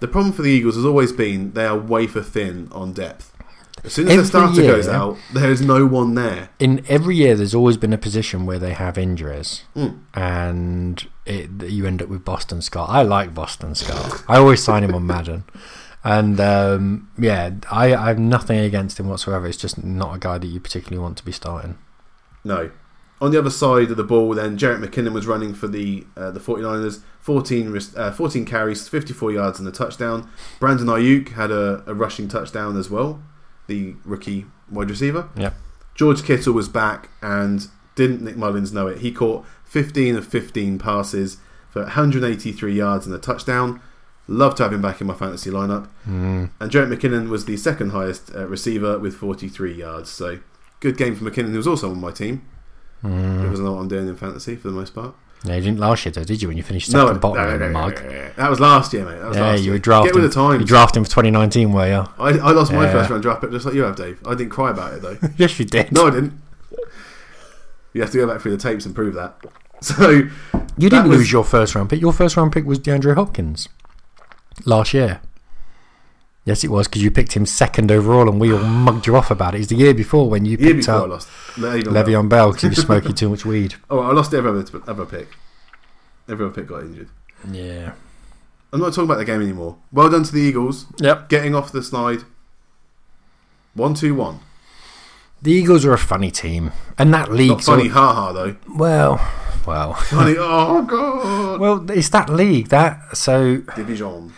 S1: The problem for the Eagles has always been they are wafer thin on depth. As soon as
S2: Every
S1: the starter
S2: year-
S1: goes out, there is no one there.
S2: in every year there's always been a position where they have injuries
S1: Mm.
S2: and it, you end up with Boston Scott. I like Boston Scott. I always sign him on Madden. And um, yeah, I, I have nothing against him whatsoever. It's just not a guy that you particularly want to be starting.
S1: No. On the other side of the ball, then Jarrett McKinnon was running for the uh, the 49ers, 14, res- uh, 14 carries, 54 yards, and a touchdown. Brandon Ayuk had a, a rushing touchdown as well, the rookie wide receiver.
S2: Yep.
S1: George Kittle was back, and didn't Nick Mullins know it? He caught 15 of 15 passes for 183 yards and a touchdown. Love to have him back in my fantasy lineup.
S2: Mm.
S1: And Jarrett McKinnon was the second highest uh, receiver with 43 yards. So good game for McKinnon, who was also on my team.
S2: Mm.
S1: Because I know what I'm doing in fantasy for the most part.
S2: No, you didn't last year, though, did you? When you finished second bottom in the mug.
S1: That was last year, mate. That was
S2: Yeah,
S1: last
S2: you
S1: year.
S2: were drafting.
S1: Get with the
S2: You
S1: times.
S2: drafted him for 2019, were you?
S1: I, I lost my
S2: Yeah.
S1: first round draft pick just like you have, Dave. I didn't cry about it though.
S2: yes, you did.
S1: No, I didn't. You have to go back through the tapes and prove that. So
S2: you
S1: that
S2: didn't
S1: was-
S2: lose your first round pick. Your first round pick was DeAndre Hopkins last year. Yes, it was because you picked him second overall, and we all mugged you off about it. It's the year before when you
S1: year
S2: picked
S1: before I
S2: up
S1: lost, Le'Veon Bell.
S2: Le'Veon Bell because you were smoking too much weed.
S1: Oh, I lost every other, other pick. Every other pick got injured.
S2: Yeah.
S1: I'm not talking about the game anymore. Well done to the Eagles
S2: Yep.
S1: getting off the slide. One two one.
S2: The Eagles are a funny team, and that league.
S1: Not
S2: sort
S1: funny, ha ha though.
S2: of- well, well,
S1: Funny. oh god.
S2: well. It's that league that so
S1: Division.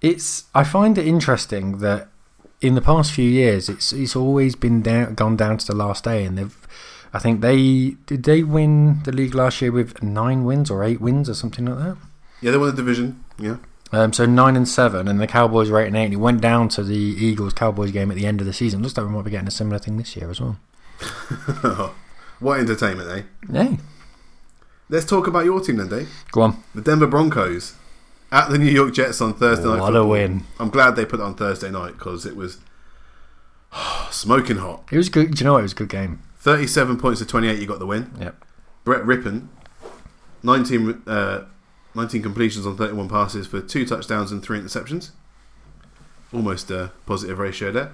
S2: It's I find it interesting that in the past few years it's it's always been down gone down to the last day and they've I think they did they win the league last year with nine wins or eight wins or something like that.
S1: Yeah, they won the division. Yeah.
S2: Um, so nine and seven, and the Cowboys were eight and eight. And it went down to the Eagles Cowboys game at the end of the season. Looks like we might be getting a similar thing this year as well.
S1: what entertainment, eh?
S2: Yeah,
S1: Let's talk about your team then, Dave.
S2: go on.
S1: The Denver Broncos at the New York Jets on Thursday night.
S2: What a
S1: Football.
S2: win!
S1: I'm glad they put it on Thursday night because it was smoking hot.
S2: It was good. Do you know what? it was a good game?
S1: 37 points to 28, you got the win.
S2: Yep.
S1: Brett Rippon, 19, uh, 19 completions on 31 passes for two touchdowns and three interceptions. Almost a positive ratio there.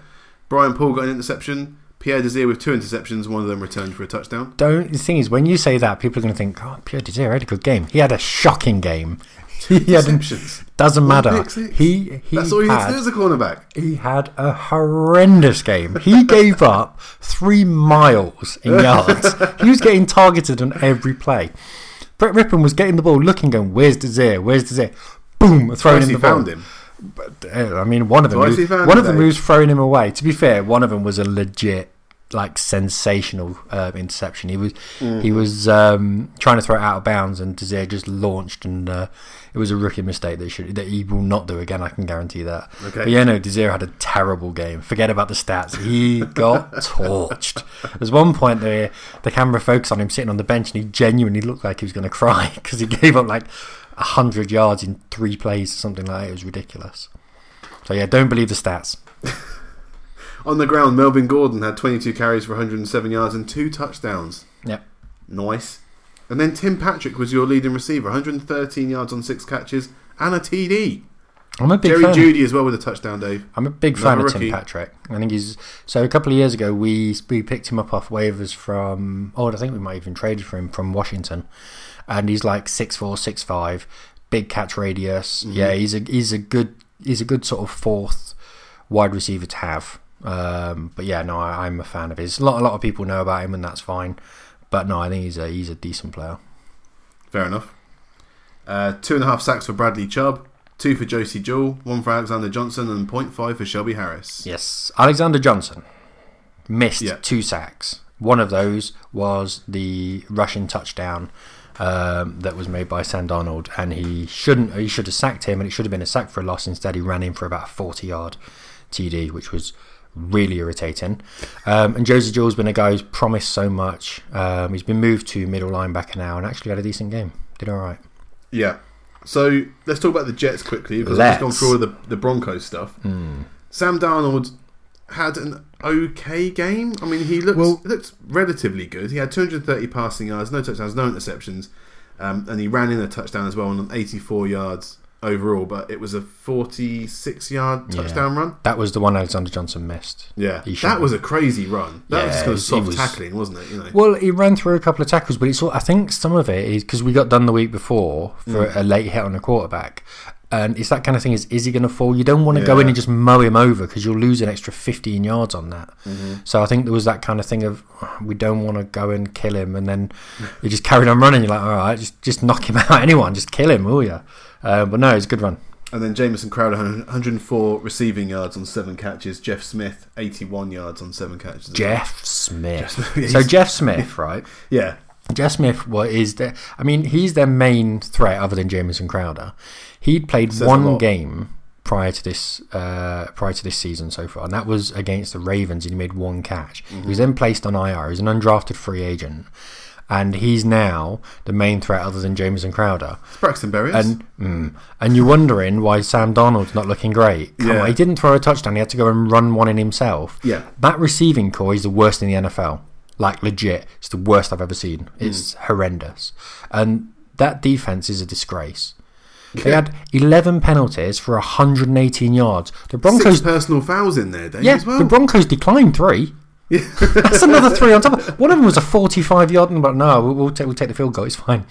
S1: Brian Paul got an interception. Pierre Desir with two interceptions, one of them returned for a touchdown.
S2: Don't the thing is when you say that people are going to think, "Oh, Pierre Desir had a good game. He had a shocking game. he had an
S1: Interceptions.
S2: Doesn't
S1: One
S2: matter.
S1: pick six.
S2: He he
S1: That's all you need
S2: had,
S1: to do as a cornerback.
S2: he had a horrendous game. He gave up three miles in yards. he was getting targeted on every play. Brett Rippon was getting the ball, looking, going, "Where's Desir? Where's Desir?" Boom,
S1: Twice
S2: throwing him
S1: he
S2: the
S1: found
S2: ball.
S1: him.
S2: But, uh, I mean, one of them,
S1: Twice
S2: was,
S1: he found
S2: one of
S1: him,
S2: them
S1: Dave.
S2: was throwing him away. To be fair, one of them was a legit, like, sensational uh, interception. He was he was um, trying to throw it out of bounds, and Desir just launched, and uh, it was a rookie mistake that should that he will not do again. I can guarantee that.
S1: Okay.
S2: But yeah, no, Desir had a terrible game. Forget about the stats. He got torched. There's one point there, the camera focused on him sitting on the bench, and he genuinely looked like he was going to cry because he gave up like hundred yards in three plays or something like that. It was ridiculous. So yeah, don't believe the stats.
S1: On the ground, Melvin Gordon had 22 carries for 107 yards and two touchdowns.
S2: Yep.
S1: Nice. And then Tim Patrick was your leading receiver, 113 yards on six catches and a TD.
S2: I'm a big
S1: Jerry
S2: fan.
S1: Judy as well with a touchdown, Dave.
S2: I'm a big
S1: Another
S2: fan of
S1: rookie.
S2: Tim Patrick. I think he's so. A couple of years ago, we we picked him up off waivers from. Oh, I think we might have even traded for him from Washington, and he's like six four, six five, big catch
S1: Mm-hmm.
S2: radius. Yeah, he's a he's a good he's a good sort of fourth wide receiver to have. Um, but yeah, no, I, I'm a fan of his. A lot a lot of people know about him, and that's fine. But no, I think he's a he's a decent player.
S1: Fair enough. Uh, two and a half sacks for Bradley Chubb, two for Josie Jewell, one for Alexander Johnson, and 0.5 for Shelby Harris.
S2: Yes, Alexander Johnson missed
S1: Yeah.
S2: two sacks. One of those was the rushing touchdown um, that was made by Sam Donald, and he shouldn't. He should have sacked him, and it should have been a sack for a loss. Instead, he ran in for about a forty-yard TD, which was really irritating. Um, and Josie Jewell's been a guy who's promised so much. Um, he's been moved to middle linebacker now, and actually had a decent game. Did all right.
S1: Yeah. So let's talk about the Jets quickly because I've just gone
S2: Let's. Hmm.
S1: through all the, the Broncos stuff. Sam Darnold had an okay game. I mean, he looked
S2: Well-
S1: looked relatively good. He had 230 passing yards, no touchdowns, no interceptions, um, and he ran in a touchdown as well on 84 yards, overall, but it was a 46 yard
S2: Yeah.
S1: touchdown run.
S2: That was the one Alexander Johnson missed.
S1: Yeah,
S2: He shot
S1: that was a crazy run. That was
S2: Yeah,
S1: kind of
S2: he
S1: soft
S2: was-
S1: tackling, wasn't it? You know,
S2: Well, he ran through a couple of tackles, but it's all, I think some of it is because we got done the week before for
S1: Mm.
S2: a late hit on a quarterback. And it's that kind of thing is, is he going to fall? You don't want to go in
S1: Yeah.
S2: and just mow him over because you'll lose an extra 15 yards on that.
S1: Mm-hmm.
S2: So I think there was that kind of thing of "Oh, we don't want to go and kill him. And then he just carried on running. You're like, all right, just, just knock him out. Anyone, just kill him, will you? Uh, but no, it's a good run.
S1: and then Jameson Crowder, 104 receiving yards on seven catches. Jeff Smith, 81 yards on seven catches.
S2: Jeff Smith.
S1: Smith.
S2: so Jeff Smith, right?
S1: Yeah,
S2: Jeff Smith wa- is their, I mean, he's their main threat other than Jameson Crowder. He'd played
S1: Says a
S2: one
S1: lot.
S2: game prior to this uh, prior to this season so far, and that was against the Ravens, and he made one catch.
S1: Mm-hmm.
S2: He was then placed on IR. He's an undrafted free agent, and he's now the main threat other than Jameson Crowder.
S1: it's Braxton Berrios.
S2: And mm, and you're wondering why Sam Donald's not looking great. Come
S1: Yeah.
S2: on, he didn't throw a touchdown. He had to go and run one in himself.
S1: Yeah.
S2: that receiving core is the worst in the NFL. Like legit, it's the worst I've ever seen.
S1: Hmm.
S2: It's horrendous, and that defense is a disgrace. They had 11 penalties for 118 yards. The
S1: Six
S2: Broncos,
S1: personal fouls in there, Dave,
S2: yeah,
S1: as well.
S2: the Broncos declined three. That's another three on top. of One of them was a 45 yard, and but no, we'll, we'll, take, we'll take the field goal. It's fine.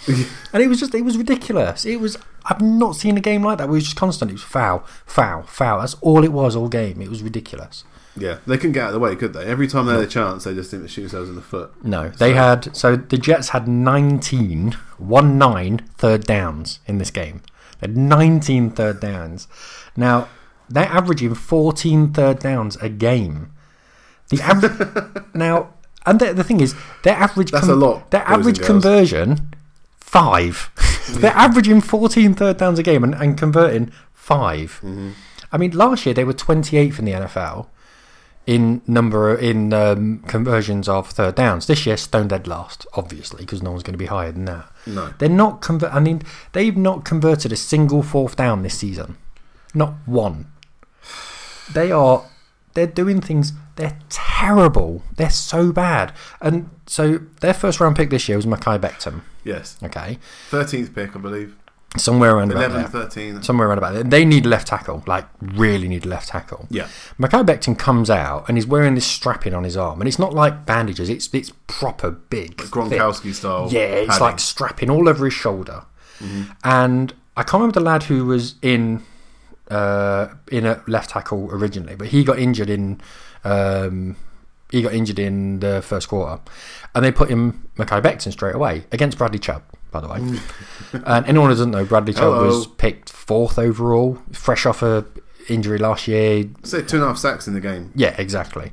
S2: and it was just, it was ridiculous. It was, I've not seen a game like that. where It was just constant. It was foul, foul, foul. That's all it was all game. It was ridiculous.
S1: yeah, they couldn't get out of the way, could they? Every time they had a chance, they just seemed to shoot themselves in the foot.
S2: No, they had, so the Jets had 19, 1 9 third downs in this game. They had 19 third downs. Now, they're averaging 14 third downs a game. The average, now, and the, the thing is, their average
S1: That's a lot,
S2: Their
S1: boys and
S2: average
S1: girls.
S2: conversion five. They're averaging 14 third downs a game and, and converting 5
S1: Mm-hmm.
S2: I mean, last year they were 28th in the NFL in number in um, conversions of third downs. This year, stone dead last, obviously, because no one's going to be higher than that.
S1: No.
S2: they're not convert. I mean, they've not converted a single fourth down this season, not one. They are they're doing things. They're terrible. They're so bad. And so their first round pick this year was Mackay Becton.
S1: Yes,
S2: Okay,
S1: 13th pick, I believe.
S2: somewhere around about
S1: 11,
S2: there.
S1: 13.
S2: Somewhere around about there. They need a left tackle. Like really need a left tackle.
S1: Yeah,
S2: Mackay Becton comes out and he's wearing this strapping on his arm, and it's not like bandages; it's it's proper big, thick.
S1: Gronkowski style.
S2: Yeah, it's
S1: padding.
S2: like strapping all over his shoulder. And I can't remember the lad who was in uh, in a left tackle originally, but he got injured in um, he got injured in the first quarter, and they put him Mackay Becton straight away against Bradley Chubb. By the way, and anyone who doesn't know, Bradley Chubb
S1: Hello.
S2: was picked fourth overall, fresh off a injury last year.
S1: So two and a half sacks in the game.
S2: Yeah, exactly.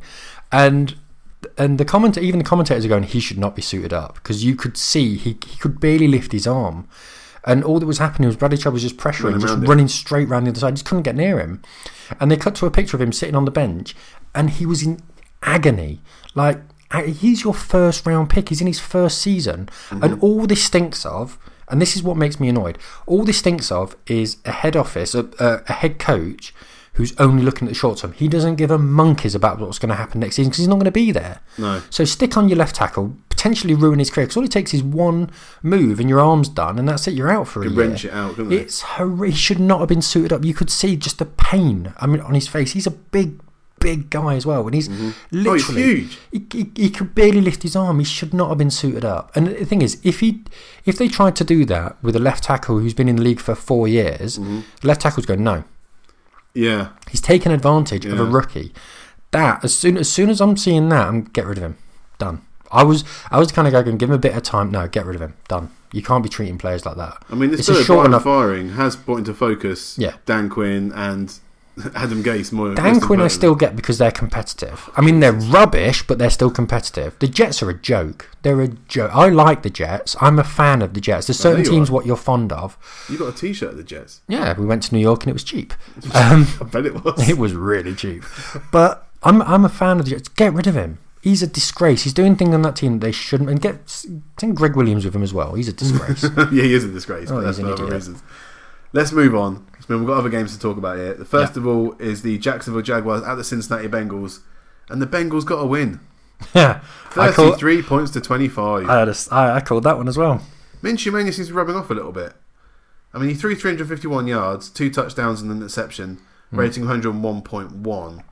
S2: And and the comment even the commentators are going, he should not be suited up because you could see he he could barely lift his arm. And all that was happening was Bradley Chubb was just pressuring,
S1: Running
S2: just
S1: around him.
S2: running straight round the other side. Just couldn't get near him. And they cut to a picture of him sitting on the bench, and he was in agony. Like a- he's your first round pick. He's in his first season, and all this stinks of. And this is what makes me annoyed. All this stinks of is a head office, a, a, a head coach who's only looking at the short term. He doesn't give a monkeys about what's going to happen next season because he's not going to be there.
S1: No.
S2: So stick on your left tackle, potentially ruin his career because all it takes is one move and your arm's done, and that's it. You're out for a
S1: They
S2: year.
S1: wrench it out, couldn't they?
S2: It's horrific. He should not have been suited up. You could see just the pain. I mean, on his face. He's a big, big guy as well, and he's
S1: Oh, it's
S2: literally
S1: huge.
S2: He, he, he could barely lift his arm. He should not have been suited up. And the thing is, if he, if they tried to do that with a left tackle who's been in the league for four years,
S1: Mm-hmm.
S2: the left tackle's going no.
S1: Yeah.
S2: He's taken advantage of a
S1: Yeah.
S2: rookie. That as soon as soon as I'm seeing that, I'm get rid of him. Done. I was I was kind of going give him a bit of time. No, get rid of him. Done. You can't be treating players like that.
S1: I mean, this
S2: It's a
S1: sort of
S2: short
S1: Brian
S2: enough-
S1: firing has brought into focus
S2: Yeah.
S1: Dan Quinn and Adam Gase more. most
S2: Dan Quinn I
S1: importantly.
S2: still get because they're competitive. I mean they're rubbish, but they're still competitive. The Jets are a joke. They're a joke. I like the Jets. I'm a fan of the Jets. There's certain
S1: you
S2: teams
S1: are.
S2: what you're fond of.
S1: You got a T-shirt of the Jets.
S2: Yeah, we went to New York and it was cheap. Um,
S1: I bet it was.
S2: It was really cheap. But I'm I'm a fan of the Jets. Get rid of him. He's a disgrace. He's doing things on that team that they shouldn't. And get send Greg Williams with him as well. He's a disgrace.
S1: yeah, he is a disgrace,
S2: Oh,
S1: but that's
S2: he's
S1: for
S2: an
S1: other
S2: idiot.
S1: reasons. Let's move on. It's been- We've got other games to talk about here. The first of all is the Jacksonville Jaguars at the Cincinnati Bengals, and the Bengals got a win,
S2: yeah, I call,
S1: thirty-three points to twenty-five.
S2: I, had a s I I called that one as well.
S1: Minshew mania seems to be rubbing off a little bit. I mean, he threw 351 yards, two touchdowns, and an interception, rating 101.1.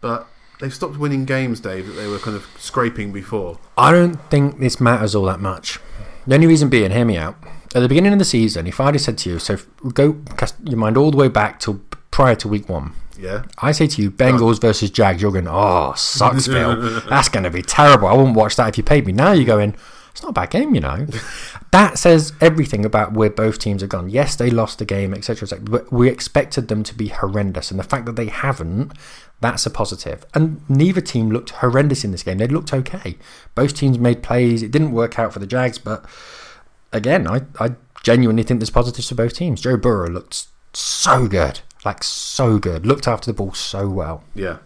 S1: But they've stopped winning games, Dave, that they were kind of scraping before.
S2: I don't think this matters all that much. The only reason being, hear me out. At the beginning of the season, if I had said to you, so if- go cast your mind all the way back till prior to week one,
S1: Yeah.
S2: I say to you, Bengals versus Jags, you're going, oh, sucks, Bill. That's going to be terrible. I wouldn't watch that if you paid me. Now you're going, it's not a bad game, you know. that says everything about where both teams have gone. Yes, they lost the game, etc., etc. But we expected them to be horrendous, and the fact that they haven't, that's a positive. And neither team looked horrendous in this game. They looked okay. Both teams made plays. It didn't work out for the Jags, but again, I, I genuinely think there's positives for both teams. Joe Burrow looked so good, like so good, looked after the ball so well.
S1: Yeah.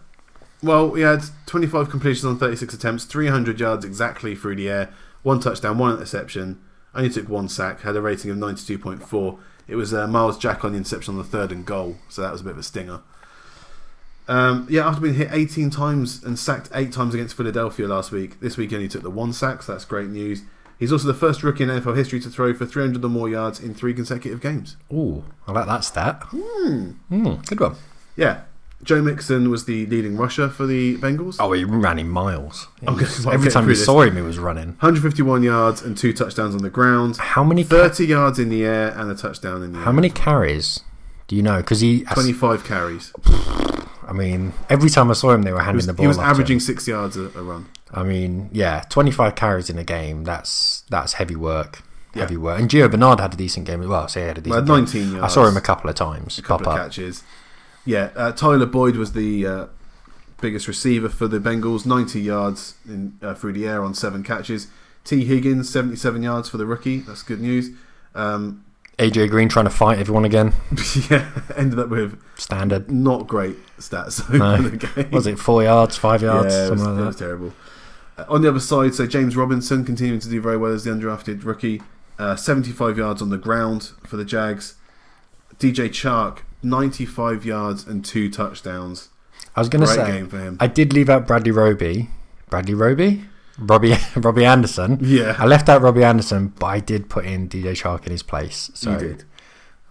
S1: Well, he had 25 completions on 36 attempts, 300 yards exactly through the air, one touchdown, one interception. Only took one sack, had a rating of 92.4. It was uh, Miles Jack on the interception on the third and goal, so that was a bit of a stinger. Um, yeah, after being hit 18 times and sacked eight times against Philadelphia last week, this week he only took the one sack, so that's great news. He's also the first rookie in NFL history to throw for 300 or more yards in three consecutive games.
S2: Ooh, I like that stat.
S1: Hmm.
S2: Mm, good one.
S1: Yeah, Joe Mixon was the leading rusher for the Bengals.
S2: Oh, he ran in miles. He
S1: Okay,
S2: was-
S1: well,
S2: every
S1: get
S2: time
S1: through
S2: we
S1: this.
S2: saw him, he was running.
S1: 151 yards and two touchdowns on the ground.
S2: How many? Ca-
S1: 30 yards in the air and a touchdown in the
S2: how
S1: air.
S2: many carries? Do you know? Because he,
S1: 25 carries.
S2: I mean, every time I saw him, they were handing the ball.
S1: He was
S2: off to him.
S1: averaging six yards a, a run.
S2: I mean, yeah, 25 carries in a game. That's that's heavy work. Heavy work. And Gio Bernard had a decent game as well. So he had a
S1: Well,
S2: decent. game.
S1: 19 yards.
S2: I saw him a couple of times
S1: couple of
S2: pop up.
S1: catches. Yeah, uh, Tyler Boyd was the uh, biggest receiver for the Bengals, 90 yards in, uh, through the air on seven catches. T. Higgins, 77 yards for the rookie. That's good news. Um,
S2: AJ Green trying to fight everyone again.
S1: yeah, ended up with
S2: Standard.
S1: not great stats over
S2: No.
S1: the game.
S2: Was it four yards, five yards,
S1: yeah, it was,
S2: something
S1: it
S2: like
S1: was
S2: that?
S1: terrible. Uh, on the other side, so James Robinson continuing to do very well as the undrafted rookie, uh, 75 yards on the ground for the Jags. DJ Chark, 95 yards and two touchdowns.
S2: I was going
S1: Great
S2: to say,
S1: game for him.
S2: I did leave out Bradley Roby. Bradley Roby? Robbie, Robbie Anderson.
S1: Yeah.
S2: I left out Robbie Anderson, but I did put in DJ Shark in his place. So
S1: You did.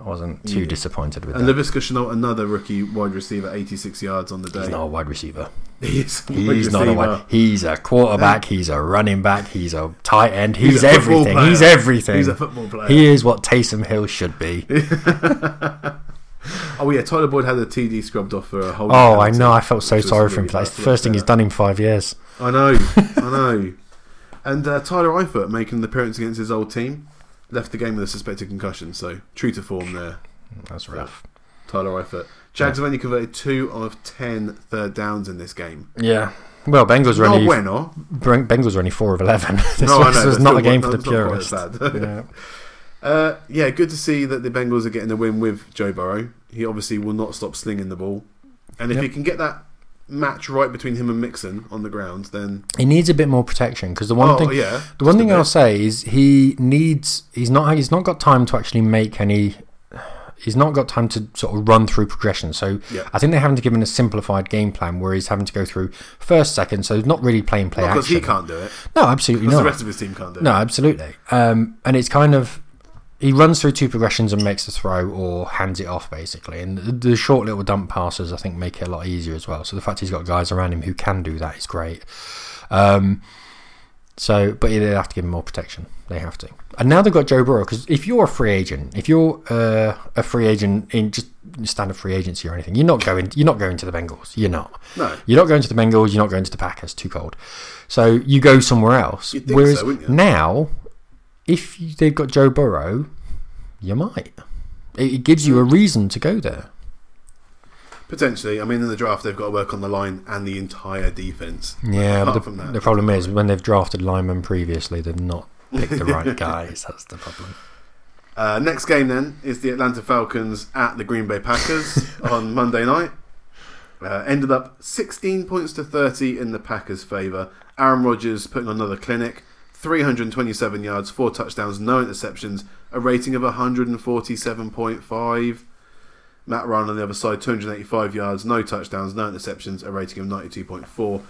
S2: I wasn't too disappointed with
S1: and
S2: that.
S1: LaVisca Chenault, another rookie wide receiver, 86 yards on the day.
S2: He's not a wide receiver.
S1: He's, a wide
S2: He's not a wide.
S1: receiver.
S2: He's a quarterback. He's a running back. He's a tight end. He's,
S1: a football
S2: everything.
S1: player.
S2: He's everything.
S1: He's a football player.
S2: He is what Taysom Hill should be.
S1: Oh, yeah, Tyler Boyd had a TD scrubbed off for a whole
S2: Oh, I know. I felt so
S1: which was
S2: sorry for him.
S1: really
S2: for that. It's the
S1: bad.
S2: first thing he's done in five years.
S1: I know, I know. And uh, Tyler Eifert making an appearance against his old team left the game with a suspected concussion. So true to form there,
S2: That's rough.
S1: Tyler Eifert. Jags have only converted two of ten third downs in this game.
S2: Yeah. Well, Bengals were
S1: No
S2: only
S1: bueno.
S2: Bren- Bengals were only four of eleven. this
S1: No, I
S2: was,
S1: know,
S2: this was
S1: but
S2: not
S1: still,
S2: a game
S1: well,
S2: for the
S1: that's not quite as bad.
S2: purists. yeah.
S1: Uh, yeah, good to see that the Bengals are getting a win with Joe Burrow. He obviously will not stop slinging the ball, and if
S2: Yep.
S1: he can get that match right between him and Mixon on the ground, then
S2: He needs a bit more protection because the one
S1: oh
S2: thing
S1: yeah,
S2: The one thing
S1: Just a
S2: I'll say is he needs he's not he's not got time to actually make any he's not got time to sort of run through progression. So
S1: Yeah.
S2: I think they're having to give him a simplified game plan where he's having to go through first, second, so he's not really playing play
S1: bit. because
S2: action.
S1: he can't do it.
S2: No, absolutely
S1: Because
S2: not.
S1: the rest of his team can't do it.
S2: No, absolutely. Um, and it's kind of he runs through two progressions and makes the throw or hands it off basically. And the, the short little dump passes I think make it a lot easier as well. So the fact he's got guys around him who can do that is great. Um, so, but they have to give him more protection. They have to. And now they've got Joe Burrow because if you're a free agent, if you're uh, a free agent in just standard free agency or anything, you're not going. You're not going to the Bengals. You're not.
S1: No.
S2: You're not going to the Bengals. You're not going to the Packers. Too cold. So you go somewhere else.
S1: You'd think
S2: Whereas
S1: so, wouldn't you?
S2: now, if you- they've got Joe Burrow, you might. It, it gives you a reason to go there.
S1: Potentially, I mean, in the draft they've got to work on the line and the entire defense.
S2: Yeah,
S1: apart
S2: but the,
S1: from that,
S2: the problem is when they've drafted linemen previously, they've not picked the right guys. That's the problem.
S1: Uh, next game then is the Atlanta Falcons at the Green Bay Packers on Monday night. Uh, ended up 16 points to 30 in the Packers' favour. Aaron Rodgers putting on another clinic, 327 yards, four touchdowns, no interceptions, a rating of 147.5. Matt Ryan on the other side, 285 yards, no touchdowns, no interceptions, a rating of 92.4.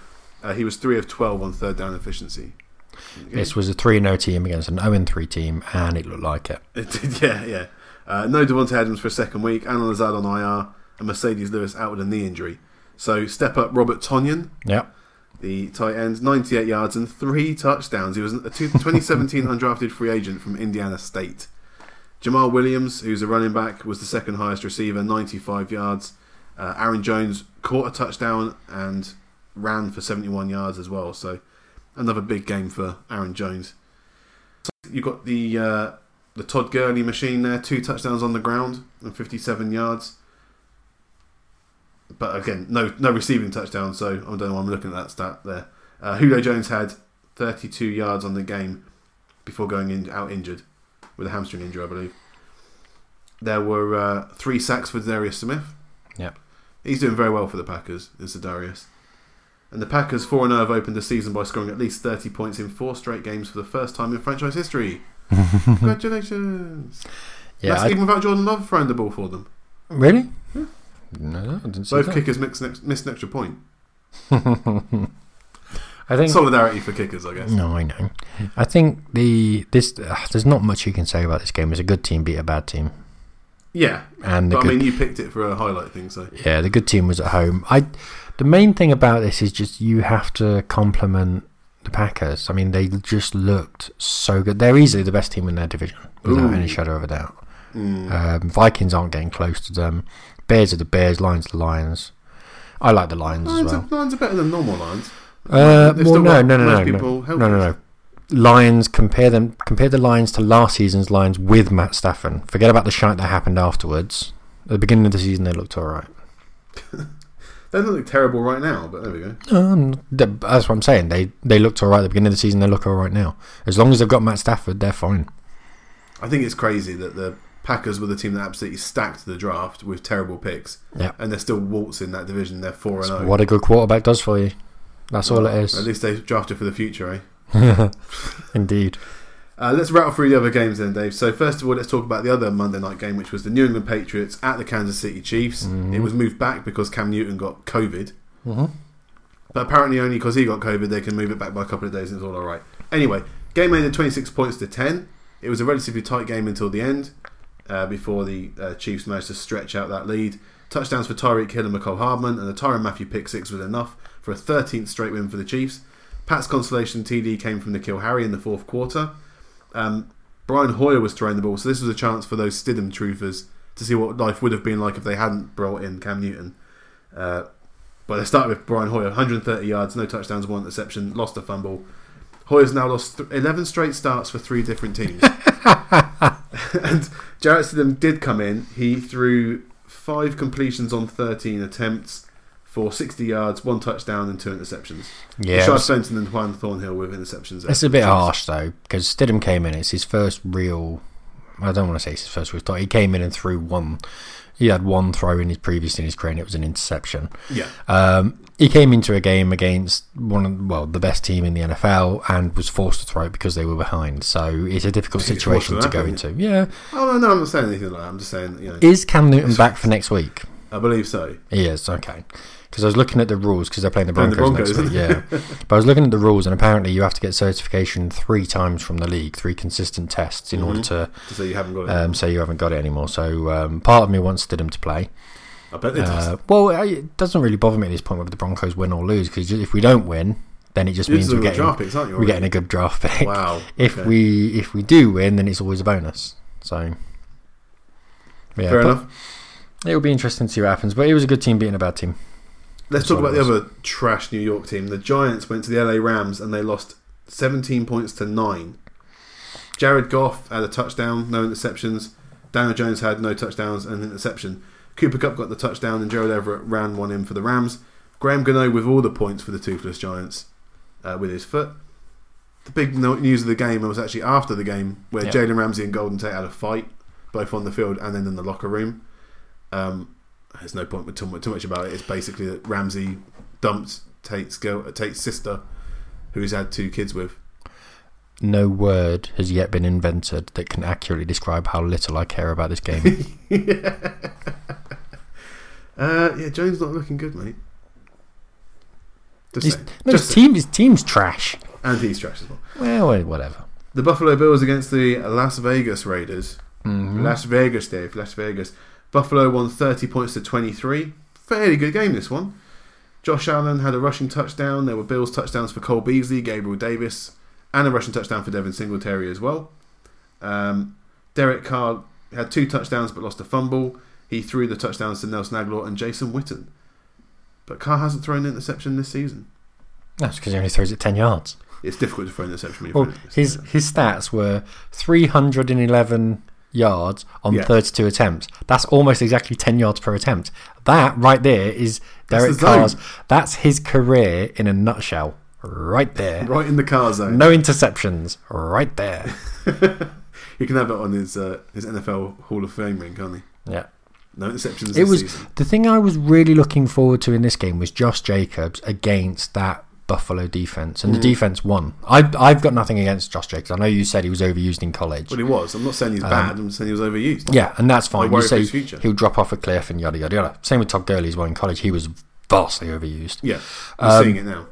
S1: Uh, he was 3 of 12 on third down efficiency.
S2: oh This was a 3 0 team against an 0 3 team, and it looked like it.
S1: It did, yeah, yeah. Uh, no Devontae Adams for a second week. Alan Lazard on IR. And Mercedes Lewis out with a knee injury. So step up Robert Tonyan,
S2: Yeah.
S1: the tight end, 98 yards and three touchdowns. He was a two- 2017 undrafted free agent from Indiana State. Jamal Williams, who's a running back, was the second highest receiver, 95 yards. Uh, Aaron Jones caught a touchdown and ran for 71 yards as well. So another big game for Aaron Jones. So you've got the uh, the Todd Gurley machine there, two touchdowns on the ground and 57 yards. But again, no no receiving touchdown, so I don't know why I'm looking at that stat there. Uh, Julio Jones had 32 yards on the game before going in, out injured with a hamstring injury, I believe. There were uh, three sacks for Darius Smith.
S2: Yep.
S1: He's doing very well for the Packers, is Darius. And the Packers 4 0 have opened the season by scoring at least 30 points in four straight games for the first time in franchise history. Congratulations!
S2: Yeah.
S1: That's
S2: I-
S1: even without Jordan Love throwing the ball for them.
S2: really? No, I didn't see
S1: Both
S2: that.
S1: kickers mixed next, missed an extra point.
S2: I think.
S1: Solidarity for kickers, I guess.
S2: No, I know. I think the this uh, there's not much you can say about this game. It's a good team beat a bad team,
S1: Yeah,
S2: and the
S1: but I
S2: good,
S1: mean, you picked it for a highlight thing, so
S2: yeah, the good team was at home. I the main thing about this is just you have to compliment the Packers. I mean, they just looked so good. They're easily the best team in their division without
S1: Ooh.
S2: any shadow of a doubt.
S1: mm,
S2: Um, Vikings aren't getting close to them. Bears are the Bears. Lions are the Lions. I like the Lions,
S1: Lions,
S2: as well.
S1: are, Lions are better than normal Lions.
S2: Uh,
S1: They've
S2: well,
S1: still
S2: no,
S1: got
S2: no, no,
S1: most
S2: no,
S1: people
S2: no,
S1: healthy.
S2: no, no, no. Lions compare them compare the Lions to last season's Lions with Matt Stafford. Forget about the shite that happened afterwards. At the beginning of the season, they looked all right.
S1: They don't look terrible right now, but there we go.
S2: Um, th- that's what I'm saying. They they looked all right at the beginning of the season. They look all right now. As long as they've got Matt Stafford, they're fine.
S1: I think it's crazy that the Packers were the team that absolutely stacked the draft with terrible picks,
S2: Yeah.
S1: and they're still waltzing that division. They're four and zero.
S2: What a good quarterback does for you. That's all it
S1: At
S2: is.
S1: least they drafted for the future, eh?
S2: Indeed.
S1: Uh, let's rattle through the other games then, Dave. So first of all, let's talk about the other Monday night game, which was the New England Patriots at the Kansas City Chiefs. It was moved back because Cam Newton got COVID,
S2: Mhm.
S1: but apparently only because he got COVID, they can move it back by a couple of days, and it's all all right. Anyway, game ended twenty six points to ten. It was a relatively tight game until the end, uh, before the uh, Chiefs managed to stretch out that lead. Touchdowns for Tyreek Hill and McCole Hardman, and the Tyron Matthew pick six was enough for a 13th straight win for the Chiefs. Pat's consolation TD came from the kill Harry in the fourth quarter. Um, Brian Hoyer was throwing the ball, so this was a chance for those Stidham truthers to see what life would have been like if they hadn't brought in Cam Newton. Uh, but they started with Brian Hoyer, 130 yards, no touchdowns, one interception, lost a fumble. Hoyer's now lost th- 11 straight starts for three different teams. and Jarrett Stidham did come in. He threw five completions on 13 attempts for 60 yards, one touchdown, and two interceptions.
S2: Yeah.
S1: Rashad
S2: it's-
S1: Benson and Juan Thornhill with interceptions. there.
S2: It's a bit harsh though, because Stidham came in. It's his first real. I don't want to say it's his first real throw. He came in and threw one. He had one throw in his previous in his career, and it was an interception.
S1: Yeah.
S2: Um, he came into a game against one of well the best team in the NFL and was forced to throw it because they were behind. So it's a difficult
S1: He's forced
S2: situation
S1: to
S2: to
S1: that,
S2: go
S1: hasn't
S2: into. Yeah,
S1: Oh no, no, I'm not saying anything like that. I'm just saying, you know,
S2: is Cam Newton back for next week?
S1: I believe so.
S2: He is okay. Because I was looking at the rules because they're playing the
S1: Playing
S2: Broncos,
S1: the
S2: next week. Yeah, but I was looking at the rules and apparently you have to get certification three times from the league, three consistent tests in order to
S1: To say you haven't got it.
S2: um, say you haven't got it anymore. So um, part of me wants Stidham to play.
S1: I bet it does.
S2: Uh, well, I- it doesn't really bother me at this point whether the Broncos win or lose because if we don't win, then it just
S1: You're
S2: means
S1: just
S2: we're
S1: a
S2: getting
S1: draft picks, aren't you?
S2: we're
S1: already?
S2: getting a good draft pick.
S1: wow.
S2: If
S1: okay.
S2: we if we do win, then it's always a bonus. So yeah,
S1: fair
S2: uh, but
S1: enough.
S2: It will be interesting to see what happens. But it was a good team beating a bad team.
S1: Let's talk
S2: what
S1: about
S2: it
S1: the other trash New York team. The Giants went to the LA Rams and they lost 17 points to nine. Jared Goff had a touchdown, no interceptions. Daniel Jones had no touchdowns and an interception. Cooper Cup got the touchdown and Gerald Everett ran one in for the Rams. Graham Gano with all the points for the toothless Giants uh, with his foot. The big no- news of the game was actually after the game where
S2: Yeah.
S1: Jalen Ramsey and Golden Tate had a fight, both on the field and then in the locker room. Um, there's no point with too, mu- too much about it. It's basically that Ramsey dumped Tate's girl, uh, Tate's sister, who he's had two kids with.
S2: No word has yet been invented that can accurately describe how little I care about this game.
S1: Uh, yeah, Jones not looking good, mate. Just
S2: His-
S1: saying.
S2: no,
S1: Just
S2: his team his team's trash.
S1: saying. and he's trash as well.
S2: Well, whatever.
S1: The Buffalo Bills against the Las Vegas Raiders. Mm-hmm. Las Vegas, Dave. Las Vegas. Buffalo won 30 points to 23. Fairly good game, this one. Josh Allen had a rushing touchdown. There were Bills touchdowns for Cole Beasley, Gabriel Davis, and a rushing touchdown for Devin Singletary as well. Um, Derek Carr had two touchdowns but lost a fumble. He threw the touchdowns to Nelson Aguilar and Jason Witten. But Carr hasn't thrown an interception this season.
S2: That's because he only throws it 10 yards.
S1: It's difficult to throw an interception. when you're
S2: Well,
S1: throwing it.
S2: his his stats were 311 yards on
S1: Yeah.
S2: 32 attempts. That's almost exactly 10 yards per attempt. That right there is
S1: That's
S2: Derek
S1: the zone.
S2: Carr's. That's his career in a nutshell, right there.
S1: right in the car zone.
S2: No interceptions, right there.
S1: He can have it on his uh, his NFL Hall of Fame ring, can't he?
S2: Yeah.
S1: No interceptions.
S2: It
S1: this
S2: was
S1: season.
S2: the thing I was really looking forward to in this game was Josh Jacobs against that Buffalo defense, and
S1: Mm.
S2: the defense won. I I've got nothing against Josh Jacobs. I know you said he was overused in college.
S1: Well, he was. I'm not saying he's bad. I'm saying he was overused.
S2: Um, Yeah, and that's fine. You
S1: worry for
S2: say
S1: his future.
S2: he'll drop off a cliff and yada yada yada. Same with Todd Gurley as well in college. He was vastly overused. Mm,
S1: Yeah, I'm
S2: Um,
S1: seeing it now.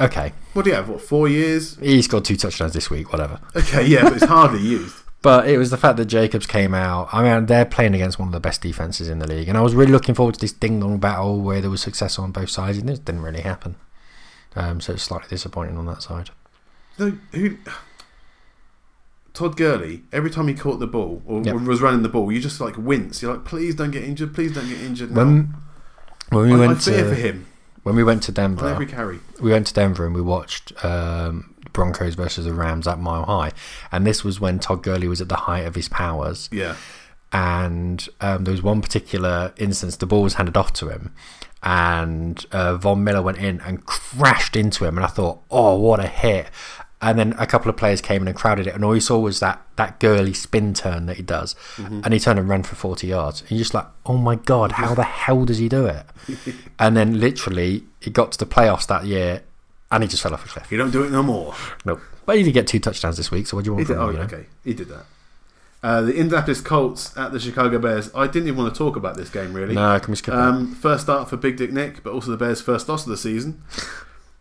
S2: Okay,
S1: What do you have? What four years?
S2: he scored two touchdowns this week. Whatever.
S1: Okay, yeah, but it's hardly used.
S2: But it was the fact that Jacobs came out. I mean, they're playing against one of the best defenses in the league, and I was really looking forward to this ding dong battle where there was success on both sides, and this didn't really happen. Um, so it's slightly disappointing on that side.
S1: No, who? Todd Gurley. Every time he caught the ball or
S2: Yeah.
S1: was running the ball, you just like wince. You're like, please don't get injured. Please don't get injured. No.
S2: When when we
S1: I, I
S2: went
S1: fear for
S2: to
S1: him
S2: when we went to
S1: on
S2: Denver,
S1: every carry.
S2: we went to Denver and we watched um, Broncos versus the Rams at Mile High, and this was when Todd Gurley was at the height of his powers.
S1: Yeah,
S2: And um, there was one particular instance the ball was handed off to him, and uh, Von Miller went in and crashed into him, and I thought, oh, what a hit! And then a couple of players came in and crowded it, and all you saw was that that girly spin turn that he does,
S1: Mm-hmm.
S2: and he turned and ran for forty yards. And you're just like, oh my god, how the hell does he do it? and then literally, it got to the playoffs that year, and he just fell off a cliff.
S1: he don't do it no more.
S2: Nope. But he did get two touchdowns this week, so what do
S1: He
S2: you want
S1: did,
S2: from
S1: oh,
S2: him? you know?
S1: okay, he did that. Uh, the Indianapolis Colts at the Chicago Bears. I didn't even want to talk about this game really.
S2: No, can we skip that?
S1: Um, first start for Big Dick Nick, but also the Bears' first loss of the season.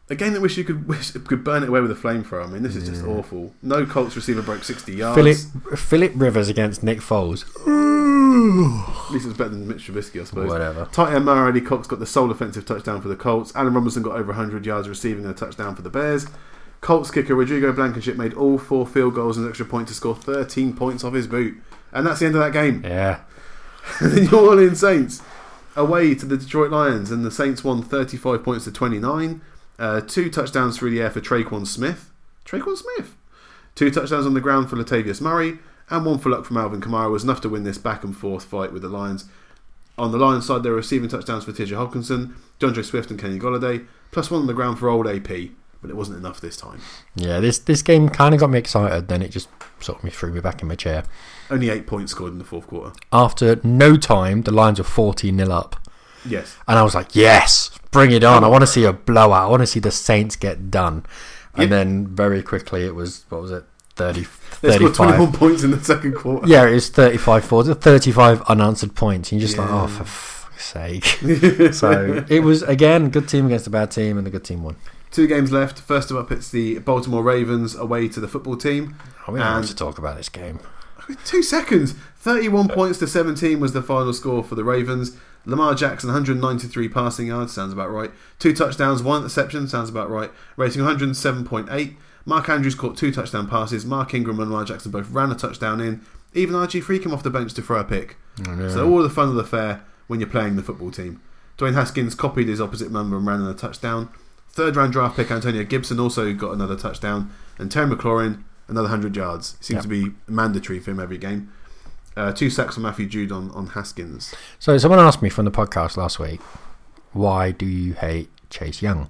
S1: A game that wish you could wish could burn it away with a flamethrower. I mean, this is just awful. No Colts receiver broke sixty yards.
S2: Philip Philip Rivers against Nick Foles.
S1: At least it's better than Mitch Trubisky, I suppose.
S2: Whatever.
S1: Tight end Mara Ali Cox got the sole offensive touchdown for the Colts. Alan Robinson got over 100 yards receiving and a touchdown for the Bears. Colts kicker Rodrigo Blankenship made all four field goals and an extra point to score 13 points off his boot. And that's the end of that game.
S2: Yeah.
S1: And the New Orleans Saints away to the Detroit Lions, and the Saints won 35 points to 29. Uh, two touchdowns through the air for Traquan Smith. Traquan Smith. Two touchdowns on the ground for Latavius Murray, and one for luck from Alvin Kamara was enough to win this back and forth fight with the Lions. On the Lions side, they're receiving touchdowns for Tisha Hawkinson, DeAndre Swift, and Kenny Golladay, plus one on the ground for old AP, but it wasn't enough this time.
S2: Yeah, this this game kind of got me excited, then it just sort of me threw me back in my chair.
S1: Only eight points scored in the fourth quarter.
S2: After no time, the Lions were 14 nil up.
S1: Yes.
S2: And I was like, yes, bring it on. I want to see a blowout. I want to see the Saints get done. And
S1: Yeah.
S2: then very quickly, it was, what was it, 30,
S1: They scored
S2: 35.
S1: 21 points in the second quarter.
S2: Yeah, it was 35 4, 35 unanswered points. And you're just like,
S1: Yeah.
S2: oh, for fuck's sake. so it was, again, good team against a bad team, and the good team won.
S1: Two games left. First up, it's the Baltimore Ravens away to the football team.
S2: Are Oh, we allowed
S1: And-
S2: to talk about this game?
S1: Two seconds. 31 points to 17 was the final score for the Ravens. Lamar Jackson, 193 passing yards, sounds about right. Two touchdowns, one interception, sounds about right. Rating 107.8. Mark Andrews caught two touchdown passes. Mark Ingram and Lamar Jackson both ran a touchdown in. Even RG Free came off the bench to throw a pick. So all the fun of the fair when you're playing the football team. Dwayne Haskins copied his opposite number and ran in a touchdown. Third round draft pick Antonio Gibson also got another touchdown, and Terry McLaurin another hundred yards. Seems
S2: Yeah.
S1: to be mandatory for him every game. Uh, two sacks for Matthew Jude on, on Haskins.
S2: So someone asked me from the podcast last week, why do you hate Chase Young?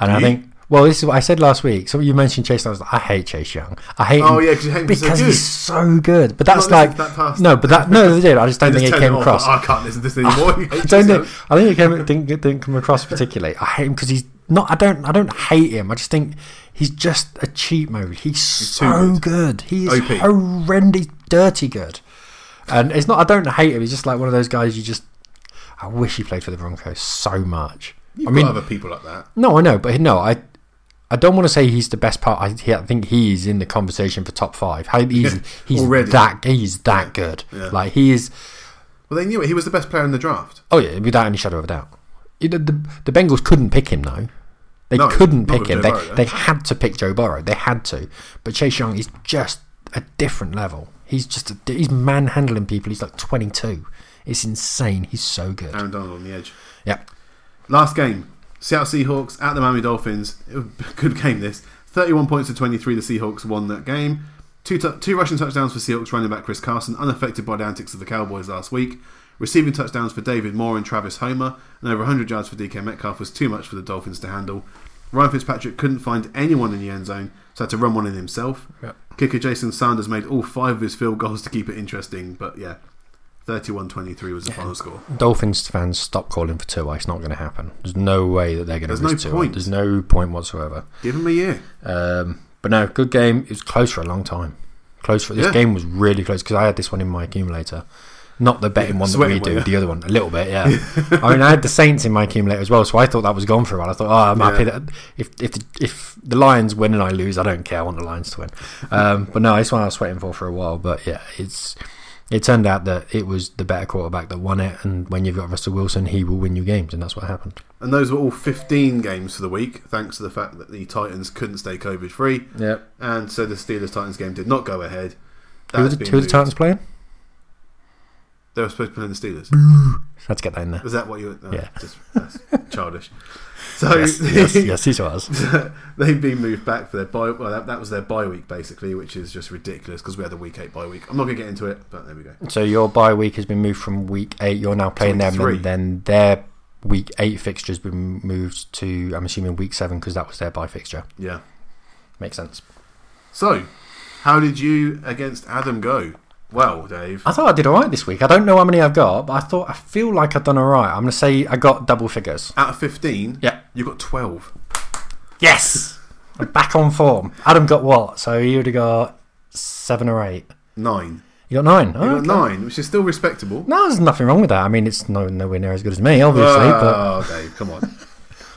S2: And I
S1: You?
S2: think, well, this is what I said last week. So you mentioned Chase, and I was like, I hate Chase Young. I hate
S1: Oh
S2: him
S1: yeah, because you hate him
S2: because
S1: so
S2: he's
S1: good.
S2: so good. But that's
S1: not listening
S2: like
S1: to that past.
S2: no, but that no, they did. I just don't think it came across.
S1: I can't listen to this anymore. You hate
S2: I don't
S1: yourself.
S2: think I think it came didn't, didn't come across particularly. I hate him because he's not. I don't. I don't hate him. I just think he's just a cheat mode. He's,
S1: too
S2: so good. He is
S1: OP.
S2: horrendous, dirty good. And it's not. I don't hate him. He's just like one of those guys. You just. I wish he played for the Broncos so much.
S1: You've
S2: I mean,
S1: got other people like that.
S2: no, I know, but no, I. I I don't want to say he's the best part. I, he- I think he's in the conversation for top five. How he's he's
S1: Already.
S2: that he's that good.
S1: Yeah.
S2: Like he is.
S1: Well, they knew it. He was the best player in the draft.
S2: Oh yeah, without any shadow of a doubt. You know, the, the Bengals couldn't pick him though. They
S1: No,
S2: couldn't
S1: not
S2: pick
S1: with Joe
S2: him. They
S1: Burrow, though.
S2: they had to pick Joe Burrow. They had to. But Chase Young is just a different level. He's just a, he's manhandling people. He's like 22. It's insane. He's so good.
S1: Aaron Donald on the edge.
S2: Yep.
S1: Last game. Seattle Seahawks at the Miami Dolphins. It was a Good game this. 31 points to 23. The Seahawks won that game. Two, tou- two rushing touchdowns for Seahawks running back Chris Carson, unaffected by the antics of the Cowboys last week. Receiving touchdowns for David Moore and Travis Homer, and over 100 yards for DK Metcalf was too much for the Dolphins to handle. Ryan Fitzpatrick couldn't find anyone in the end zone, so had to run one in himself.
S2: Yep.
S1: Kicker Jason Sanders made all five of his field goals to keep it interesting, but yeah, 31 23 was the final score.
S2: Dolphins fans stop calling for Tua. It's not going to happen. There's no way that they're going to
S1: There's no
S2: lose Tua.
S1: point.
S2: There's no point whatsoever.
S1: Give him a year.
S2: Um, but no, good game. It was close for a long time. Close for this
S1: Yeah.
S2: game was really close because I had this one in my accumulator. Not the betting
S1: Yeah,
S2: one that
S1: sweating
S2: we do,
S1: one, yeah.
S2: the other one, a little bit, yeah. I mean, I had the Saints in my accumulator as well, so I thought that was gone for a while. I thought, oh, I'm happy that if if the, if the Lions win and I lose, I don't care. I want the Lions to win. Um, but no, this one I was sweating for for a while. But yeah, it's it turned out that it was the better quarterback that won it, and when you've got Russell Wilson, he will win you games, and that's what happened.
S1: And those were all 15 games for the week, thanks to the fact that the Titans couldn't stay COVID free.
S2: Yeah.
S1: And so the Steelers Titans game did not go ahead. That
S2: Who were
S1: has
S2: the,
S1: been
S2: who were the
S1: moved.
S2: Titans playing?
S1: They were supposed to play in the Steelers.
S2: Let's get that in there.
S1: Was that what you were.
S2: Mm. Yeah.
S1: Just, that's childish. So
S2: Yes, yes, yes, he was.
S1: they've been moved back for their bye. Well, that, that was their bye week, basically, which is just ridiculous because we had the week eight bye week. I'm not going to get into it, but there we go.
S2: So your bye week has been moved from week eight. You're now playing
S1: week
S2: them,
S1: three.
S2: and then their week eight fixture has been moved to, I'm assuming, week seven because that was their bye fixture.
S1: Yeah.
S2: Makes sense.
S1: So, how did you against Adam go? Well, Dave.
S2: I thought I did all right this week. I don't know how many I've got, but I thought I feel like I've done all right. I'm going to say I got double figures.
S1: Out of 15,
S2: Yeah.
S1: you got 12.
S2: Yes. I'm back on form. Adam got what? So he would have got seven or eight.
S1: Nine.
S2: You got nine. Oh,
S1: You
S2: okay.
S1: got nine, which is still respectable.
S2: No, there's nothing wrong with that. I mean, it's no nowhere near as good as me, obviously.
S1: Oh, Dave, come on.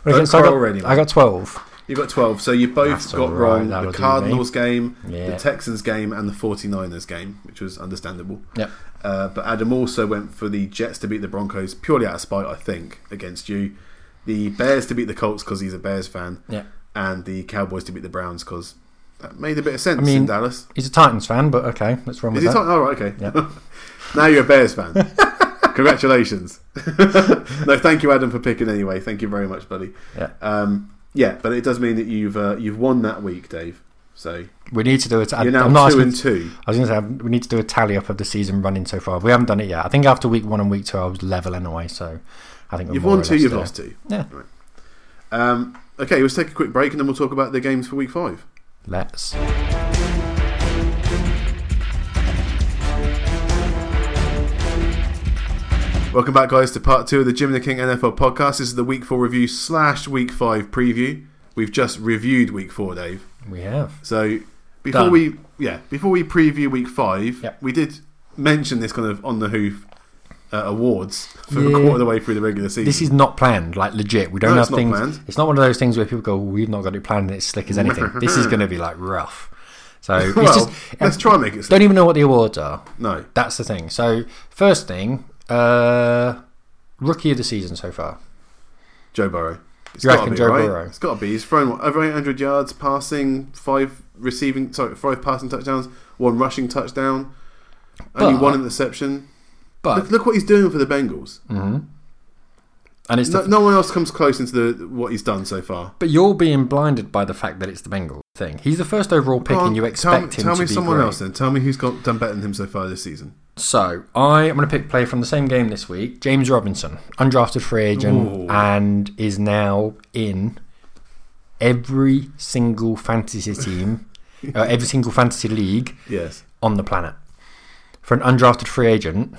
S2: but
S1: don't
S2: so I,
S1: quarrel
S2: got,
S1: anyway.
S2: I got twelve.
S1: You got 12, so you both
S2: That's
S1: got
S2: all right,
S1: wrong
S2: that'll
S1: the
S2: do
S1: Cardinals game,
S2: Yeah.
S1: the Texans game, and the 49ers game, which was understandable.
S2: Yep.
S1: Uh, but Adam also went for the Jets to beat the Broncos purely out of spite, I think, against you. The Bears to beat the Colts because he's a Bears fan,
S2: Yeah.
S1: and the Cowboys to beat the Browns because that made a bit of sense
S2: I mean,
S1: in Dallas.
S2: He's a Titans fan, but okay, let's run
S1: Is
S2: with
S1: he
S2: that.
S1: talking? Oh, right, okay.
S2: Yeah.
S1: now you're a Bears fan. Congratulations. no, thank you, Adam, for picking anyway. Thank you very much, buddy.
S2: Yeah.
S1: Um, yeah, but it does mean that you've uh, you've won that week, Dave. So
S2: We need to do it. I,
S1: you're now
S2: I'm not
S1: two
S2: asking-
S1: and two.
S2: I was going to say we need to do a tally up of the season running so far. We haven't done it yet. I think after week one and week two, I was level anyway. So I think we're
S1: You've
S2: more
S1: won
S2: or
S1: two,
S2: less
S1: you've
S2: there.
S1: lost two.
S2: Yeah.
S1: Right. Um, okay, let's take a quick break and then we'll talk about the games for week five.
S2: Let's.
S1: Welcome back, guys, to part two of the Jim and the King NFL podcast. This is the week four review slash week five preview. We've just reviewed week four, Dave.
S2: We have.
S1: So before
S2: Done.
S1: we yeah before we preview week five,
S2: Yep.
S1: we did mention this kind of on the hoof uh, awards for a
S2: Yeah.
S1: quarter of the way through the regular season.
S2: This is not planned. Like legit, we don't
S1: No,
S2: have
S1: it's not
S2: things.
S1: planned.
S2: It's not one of those things where people go, "We've not got it planned," and it's slick as anything. this is going to be like rough. So it's
S1: well,
S2: just.
S1: let's try and make it.
S2: don't even know what the awards are.
S1: No,
S2: That's the thing. So first thing, uh, rookie of the season so far.
S1: Joe Burrow. It's
S2: You
S1: gotta
S2: reckon
S1: be,
S2: Joe
S1: right?
S2: Burrow?
S1: It's got to be. He's thrown what, over 800 yards, passing five receiving, sorry, five passing touchdowns, one rushing touchdown, only
S2: But-
S1: one interception.
S2: But
S1: Look, look what he's doing for the Bengals.
S2: and it's the
S1: No, no one else comes close into the, what he's done so far.
S2: But you're being blinded by the fact that it's the Bengals thing. He's the first overall pick,
S1: Go on,
S2: and you
S1: tell me,
S2: expect him
S1: tell
S2: to
S1: me
S2: be
S1: someone
S2: great.
S1: else then. Tell me who's got done better than him so far this season.
S2: So I am going to pick play from the same game this week. James Robinson, undrafted free agent,
S1: Ooh.
S2: and is now in every single fantasy team, uh, every single fantasy league
S1: Yes.
S2: on the planet. For an undrafted free agent,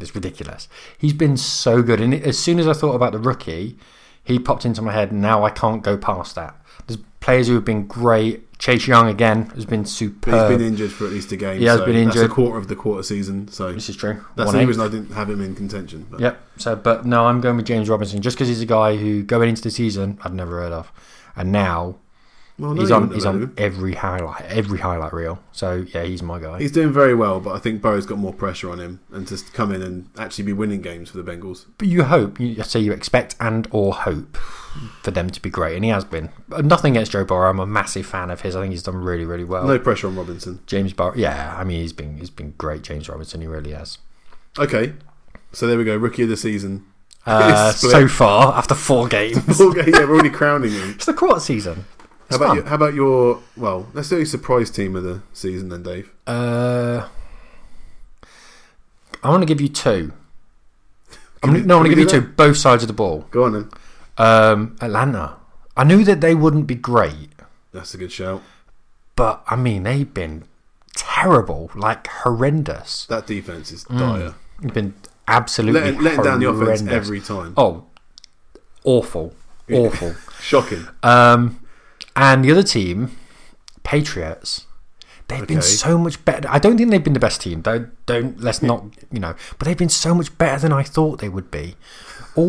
S2: it's ridiculous. He's been so good. And as soon as I thought about the rookie, he popped into my head. And now I can't go past that. There's players who have been great. Chase Young again has been
S1: But
S2: superb.
S1: he's been injured for at least a game.
S2: Uh, He has
S1: so
S2: been
S1: That's
S2: injured.
S1: a quarter of the quarter season. So
S2: this is true.
S1: that's the
S2: One
S1: only
S2: eight.
S1: reason I didn't have him in contention. But
S2: Yep. So, but no, I'm going with James Robinson just because he's a guy who going into the season I'd never heard of, and now
S1: well, Oh, no,
S2: he's
S1: you
S2: on
S1: wouldn't
S2: he's
S1: have
S2: on
S1: had him.
S2: every highlight every highlight reel. So yeah, he's my guy.
S1: He's doing very well, but I think Burrow's got more pressure on him and to come in and actually be winning games for the Bengals.
S2: but you hope, you say you expect and or hope for them to be great, and he has been. But Nothing against Joe Burrow. I'm a massive fan of his. I think he's done really really well.
S1: No pressure on Robinson.
S2: James Burrow. Yeah, I mean he's been he's been great. James Robinson, he really has.
S1: Okay, so there we go. Rookie of the season.
S2: Uh,
S1: Split.
S2: so far after four games,
S1: Okay, yeah, we're already crowning him.
S2: it's the quarter season.
S1: How
S2: It's
S1: about,
S2: fun.
S1: you, how about your, well, let's do your surprise team of the season then, Dave.
S2: Uh, I want to give you two. I'm,
S1: we-
S2: no, I want to
S1: can
S2: give
S1: we do
S2: you two. Both sides of the ball.
S1: Go on then.
S2: Um, Atlanta. I knew that they wouldn't be great,
S1: That's a good shout.
S2: but I mean they've been terrible, like horrendous.
S1: That defense is
S2: Mm.
S1: dire.
S2: They've been absolutely
S1: Letting, letting down the offense
S2: horrendous.
S1: every time.
S2: oh, awful, awful.
S1: Shocking.
S2: Um, and the other team, Patriots, they've been
S1: Okay.
S2: so much better. I don't think they've been the best team. Don't don't let's not you know. But they've been so much better than I thought they would be. All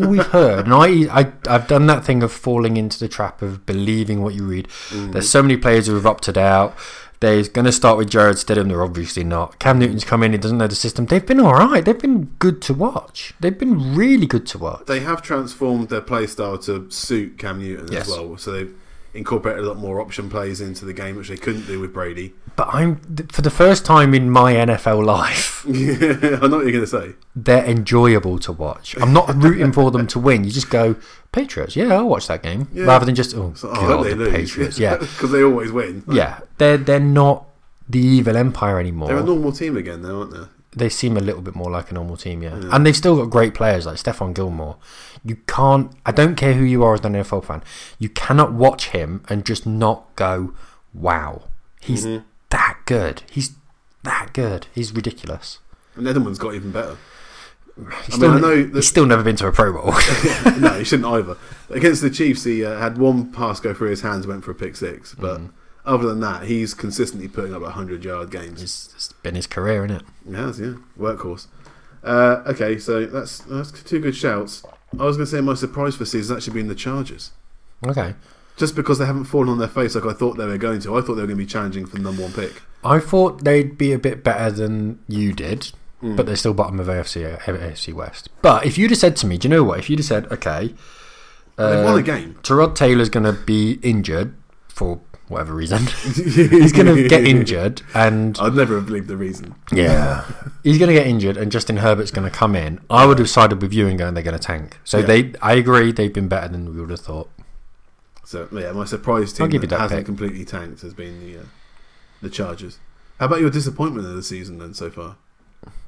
S2: we've heard, and I, I I've done that thing of falling into the trap of believing what you read.
S1: Mm.
S2: There's so many players who have opted out. They're going to start with Jared Stidham. They're obviously not. Cam Newton's come in. He doesn't know the system. They've been all right. They've been good to watch. They've been really good to watch.
S1: They have transformed their play style to suit Cam Newton
S2: Yes.
S1: as well. So they've incorporated a lot more option plays into the game, which they couldn't do with Brady.
S2: But I'm th- for the first time in my NFL life.
S1: I know what you're going to say.
S2: they're enjoyable to watch. I'm not rooting for them to win. You just go Patriots. Yeah, I'll watch that game
S1: Yeah.
S2: rather than just oh,
S1: So, oh,
S2: God,
S1: they
S2: the
S1: lose.
S2: Patriots. Yeah,
S1: Because they always win.
S2: yeah. They're they're not the evil empire anymore.
S1: They're a normal team again, though, aren't they?
S2: they seem a little bit more like a normal team. Yeah, and they've still got great players like Stefan Gilmore. You can't. I don't care who you are as an NFL fan. You cannot watch him and just not go, wow, he's
S1: Mm-hmm.
S2: that good. He's that good. He's ridiculous.
S1: And Edelman's got even better.
S2: He's,
S1: I
S2: still,
S1: mean, I know
S2: he's
S1: that.
S2: still never been to a Pro Bowl.
S1: no, he shouldn't either. Against the Chiefs, he uh, had one pass go through his hands, went for a pick six. But other than that, he's consistently putting up 100 yard games.
S2: it's, it's been his career, isn't it?
S1: He has, yeah. Workhorse. Uh, okay, so that's that's two good shouts. I was going to say my surprise for season has actually been the Chargers.
S2: Okay.
S1: Just because they haven't fallen on their face like I thought they were going to. I thought they were going to be challenging for the number one pick.
S2: I thought they'd be a bit better than you did,
S1: Hmm.
S2: but they're still bottom of AFC, AFC West. But if you'd have said to me, do you know what? If you'd have said, okay,
S1: They've won
S2: uh,
S1: a game.
S2: Terod Taylor's going to be injured for whatever reason, he's going to get injured, and
S1: I'd never have believed the reason.
S2: yeah, he's going to get injured, and Justin Herbert's going to come in. I would have sided with you and going, they're going to tank. So
S1: Yeah.
S2: they, I agree, they've been better than we would have thought.
S1: So yeah, my surprise team
S2: I'll give you
S1: that,
S2: that
S1: hasn't
S2: pick.
S1: completely tanked has been the uh, the Chargers. How about your disappointment of the season then so far?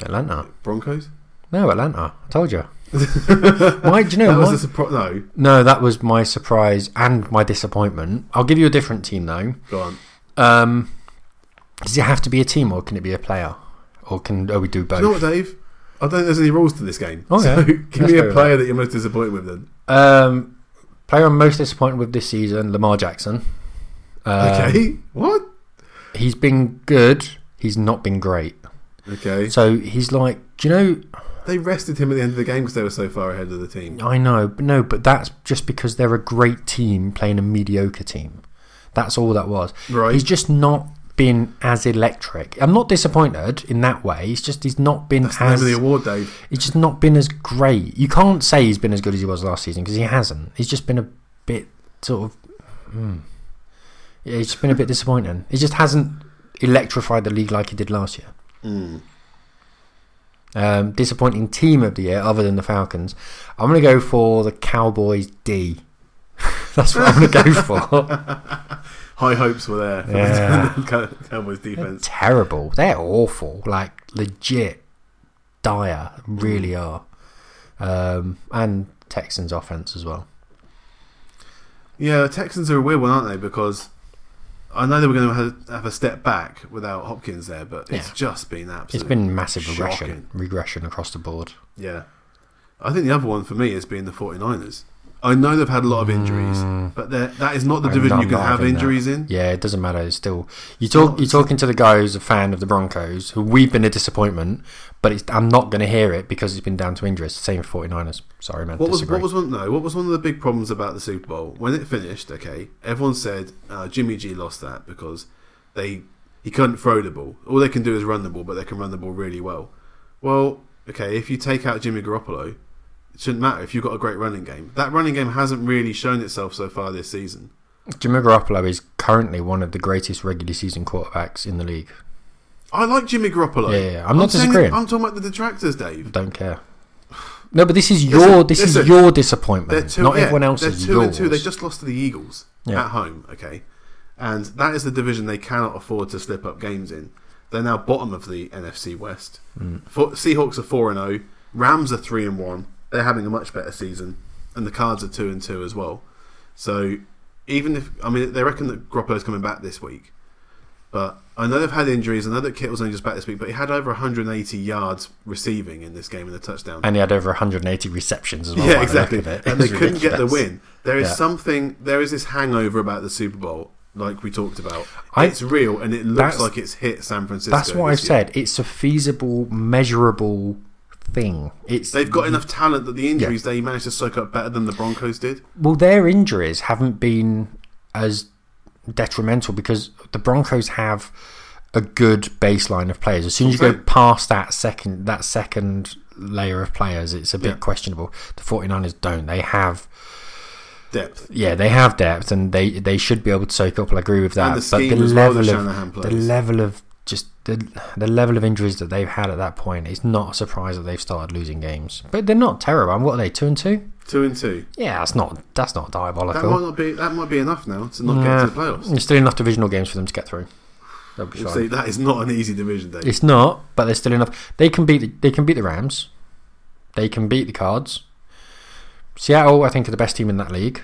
S2: Atlanta,
S1: Broncos?
S2: no Atlanta, I told you. Why do you know?
S1: That was
S2: my-
S1: a surprise. No,
S2: No, that was my surprise and my disappointment. I'll give you a different team though.
S1: go on.
S2: Um, does it have to be a team or can it be a player? Or can oh, we do both?
S1: You know what, Dave? I don't think there's any rules to this game.
S2: Okay.
S1: So give
S2: Let's
S1: me
S2: go
S1: a
S2: with
S1: player that you're most disappointed with then.
S2: Um, player I'm most disappointed with this season, Lamar Jackson. Uh,
S1: Okay. What?
S2: He's been good. He's not been great.
S1: Okay.
S2: So he's like, do you know,
S1: They rested him at the end of the game because they were so far ahead of the team.
S2: I know, but no, but that's just because they're a great team playing a mediocre team. That's all that was.
S1: Right.
S2: He's just not been as electric. I'm not disappointed in that way. He's just he's not been
S1: That's the name
S2: as
S1: of the award, Dave.
S2: he's just not been as great. You can't say he's been as good as he was last season because he hasn't. He's just been a bit sort of mm. yeah, he's just been a bit disappointing. He just hasn't electrified the league like he did last year. Um, disappointing team of the year, other than the Falcons. I'm going to go for the Cowboys D. That's what I'm going to go for.
S1: High hopes were there for
S2: Yeah.
S1: the Cow- Cowboys defense.
S2: Terrible. They're awful. Like legit dire. Really
S1: Hmm.
S2: are. Um, and Texans offense as well.
S1: Yeah, Texans are a weird one, aren't they? Because I know they were going to have, have a step back without Hopkins there, but it's
S2: Yeah.
S1: just been absolutely.
S2: It's been massive
S1: shocking.
S2: regression. Regression across the board.
S1: Yeah. I think the other one for me has been the 49ers. I know they've had a lot of injuries,
S2: Mm.
S1: but they're- that is not the division
S2: I'm
S1: you can
S2: not
S1: have
S2: having that.
S1: injuries in.
S2: Yeah, it doesn't matter. It's still you talk. You're talking to the guy who's a fan of the Broncos, who we've been a disappointment, but it's, I'm not going to hear it because it's been down to injuries. Same with 49ers. Sorry, man.
S1: What was
S2: disagree.
S1: what was one no? What was one of the big problems about the Super Bowl when it finished? Okay, everyone said uh, Jimmy G lost that because they he couldn't throw the ball. All they can do is run the ball, but they can run the ball really well. Well, okay, if you take out Jimmy Garoppolo, it shouldn't matter if you've got a great running game. That running game hasn't really shown itself so far this season.
S2: Jimmy Garoppolo is currently one of the greatest regular season quarterbacks in the league.
S1: I like Jimmy Garoppolo.
S2: Yeah, yeah, yeah. I'm not
S1: saying-
S2: disagreeing.
S1: I'm talking about the detractors, Dave.
S2: Don't care. No, but this is your
S1: Listen,
S2: this
S1: listen.
S2: is your
S1: They're
S2: disappointment,
S1: two,
S2: not
S1: yeah,
S2: everyone
S1: They're
S2: else's.
S1: two and
S2: yours.
S1: two. They just lost to the Eagles
S2: Yeah.
S1: at home. Okay, and that is the division they cannot afford to slip up games in. They're now bottom of the NFC West.
S2: Mm.
S1: Fo- Seahawks are four and zero. Rams are three and one. They're having a much better season, and the Cards are two and two as well. So even if I mean they reckon that Garoppolo's coming back this week, but I know they've had injuries. I know that Kittle's only just back this week, but he had over 180 yards receiving in this game and a touchdown.
S2: and he had over 180 receptions as well. by the
S1: Yeah,
S2: look
S1: exactly.
S2: of it. It
S1: And they
S2: was
S1: couldn't get the
S2: ridiculous.
S1: win. There is
S2: Yeah.
S1: something. There is this hangover about the Super Bowl, like we talked about.
S2: I-
S1: it's real, and it looks
S2: That's-
S1: like it's hit San Francisco.
S2: That's what I've
S1: this year.
S2: said. It's a feasible, measurable thing. It's
S1: They've got enough talent that the injuries they managed to soak up better than the Broncos did.
S2: well, their injuries haven't been as detrimental because the Broncos have a good baseline of players. As soon as you go
S1: Also-
S2: past that second that second layer of players, it's a bit
S1: Yeah.
S2: questionable. The 49ers don't. They have
S1: Depth.
S2: yeah, they have depth and they they should be able to soak up. I agree with that.
S1: And the scheme
S2: but the
S1: as well that
S2: level
S1: Shanahan
S2: of the
S1: plays.
S2: level of just the the level of injuries that they've had at that point, it's not a surprise that they've started losing games. But they're not terrible. And What are they? Two and two?
S1: Two and two.
S2: Yeah, that's not that's not
S1: That
S2: diabolical.
S1: might not be. That might be enough now to not get to the playoffs.
S2: There's still enough divisional games for them to get through. They'll be
S1: You
S2: fine.
S1: See, that is not an easy division, Dave.
S2: It's not, but there's still enough. They can beat the, they can beat the Rams. They can beat the Cards. Seattle, I think, are the best team in that league.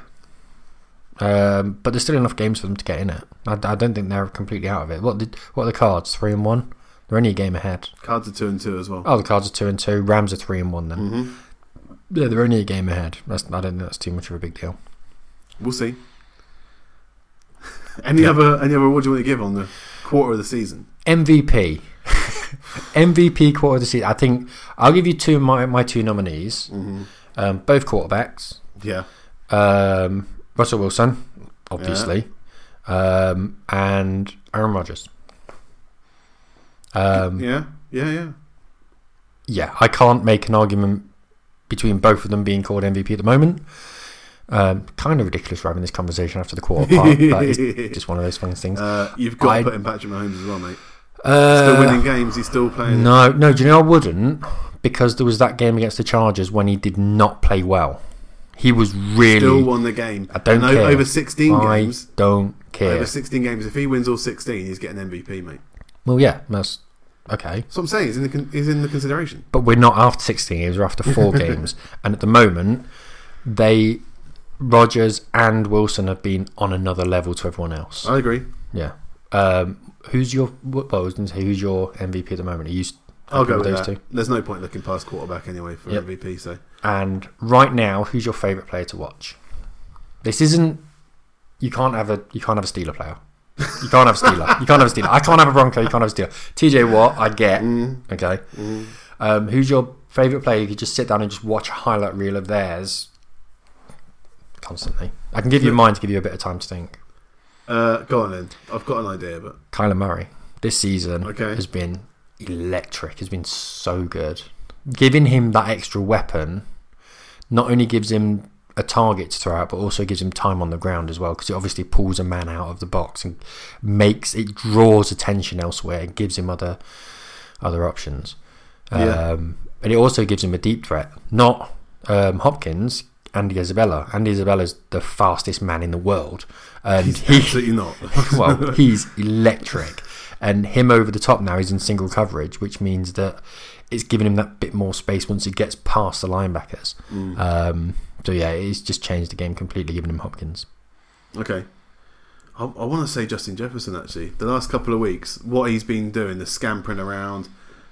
S2: Um, but there's still enough games for them to get in it. I, I don't think they're completely out of it. What did what are the Cards? Three and one. They're only a game ahead.
S1: Cards are two and two as well.
S2: Oh, the Cards are two and two. Rams are three and one. Then
S1: Mhm.
S2: yeah, they're only a game ahead. That's, I don't think that's too much of a big deal.
S1: We'll see. Any other any other award you want to give on the quarter of the season?
S2: MVP. MVP quarter of the season. I think I'll give you two of my, my two nominees.
S1: Mm-hmm.
S2: Um, both quarterbacks.
S1: Yeah,
S2: Um, Russell Wilson, obviously, um, and Aaron Rodgers. Um,
S1: yeah, yeah, yeah.
S2: yeah, I can't make an argument between both of them being called MVP at the moment. Um, kind of ridiculous we're having this conversation after the quarter part, but it's just one of those fun things.
S1: Uh, you've got
S2: I-
S1: to put in Patrick Mahomes as well, mate. Still
S2: Uh,
S1: winning games. He's still playing.
S2: No, no, do you know I wouldn't? Because there was that game against the Chargers when he did not play well. He was really.
S1: Still won the game.
S2: I don't
S1: And o-
S2: care.
S1: Over 16
S2: I
S1: games.
S2: don't care.
S1: Over 16 games. If he wins all 16, he's getting MVP, mate.
S2: Well, yeah, that's okay.
S1: That's what I'm saying. He's in the, con- he's in the consideration.
S2: But we're not after 16 games, we're after four games. And at the moment, they, Rogers and Wilson, have been on another level to everyone else.
S1: I agree.
S2: Yeah. Um, who's your, well, I was going to say, who's your MVP at the moment? Are you s-
S1: I'll
S2: happy
S1: go with that. There's no point looking past quarterback anyway for
S2: Yep.
S1: MVP. So
S2: And right now, who's your favourite player to watch? This isn't. You can't have a you can't have a Steeler player. You can't have a Steeler. you can't have a Steeler. I can't have a Bronco. You can't have a Steeler. TJ Watt, I get. Okay. Um, who's your favourite player? You could just sit down and just watch a highlight reel of theirs constantly. I can give you mine to give you a bit of time to think.
S1: uh, go on then. I've got an idea, but
S2: Kyler Murray this season
S1: Okay.
S2: has been electric. Has been so good. Giving him that extra weapon not only gives him a target to throw out, but also gives him time on the ground as well because it obviously pulls a man out of the box and makes it draws attention elsewhere and gives him other other options.
S1: Yeah.
S2: Um, and it also gives him a deep threat, not um, Hopkins. Andy Isabella. Andy Isabella's the fastest man in the world, and he
S1: absolutely not.
S2: well, he's electric. And him over the top now, he's in single coverage, which means that it's giving him that bit more space once he gets past the linebackers.
S1: Mm.
S2: Um, so, yeah, it's just changed the game completely, giving him Hopkins.
S1: Okay. I, I want to say Justin Jefferson, actually. The last couple of weeks, what he's been doing, the scampering around,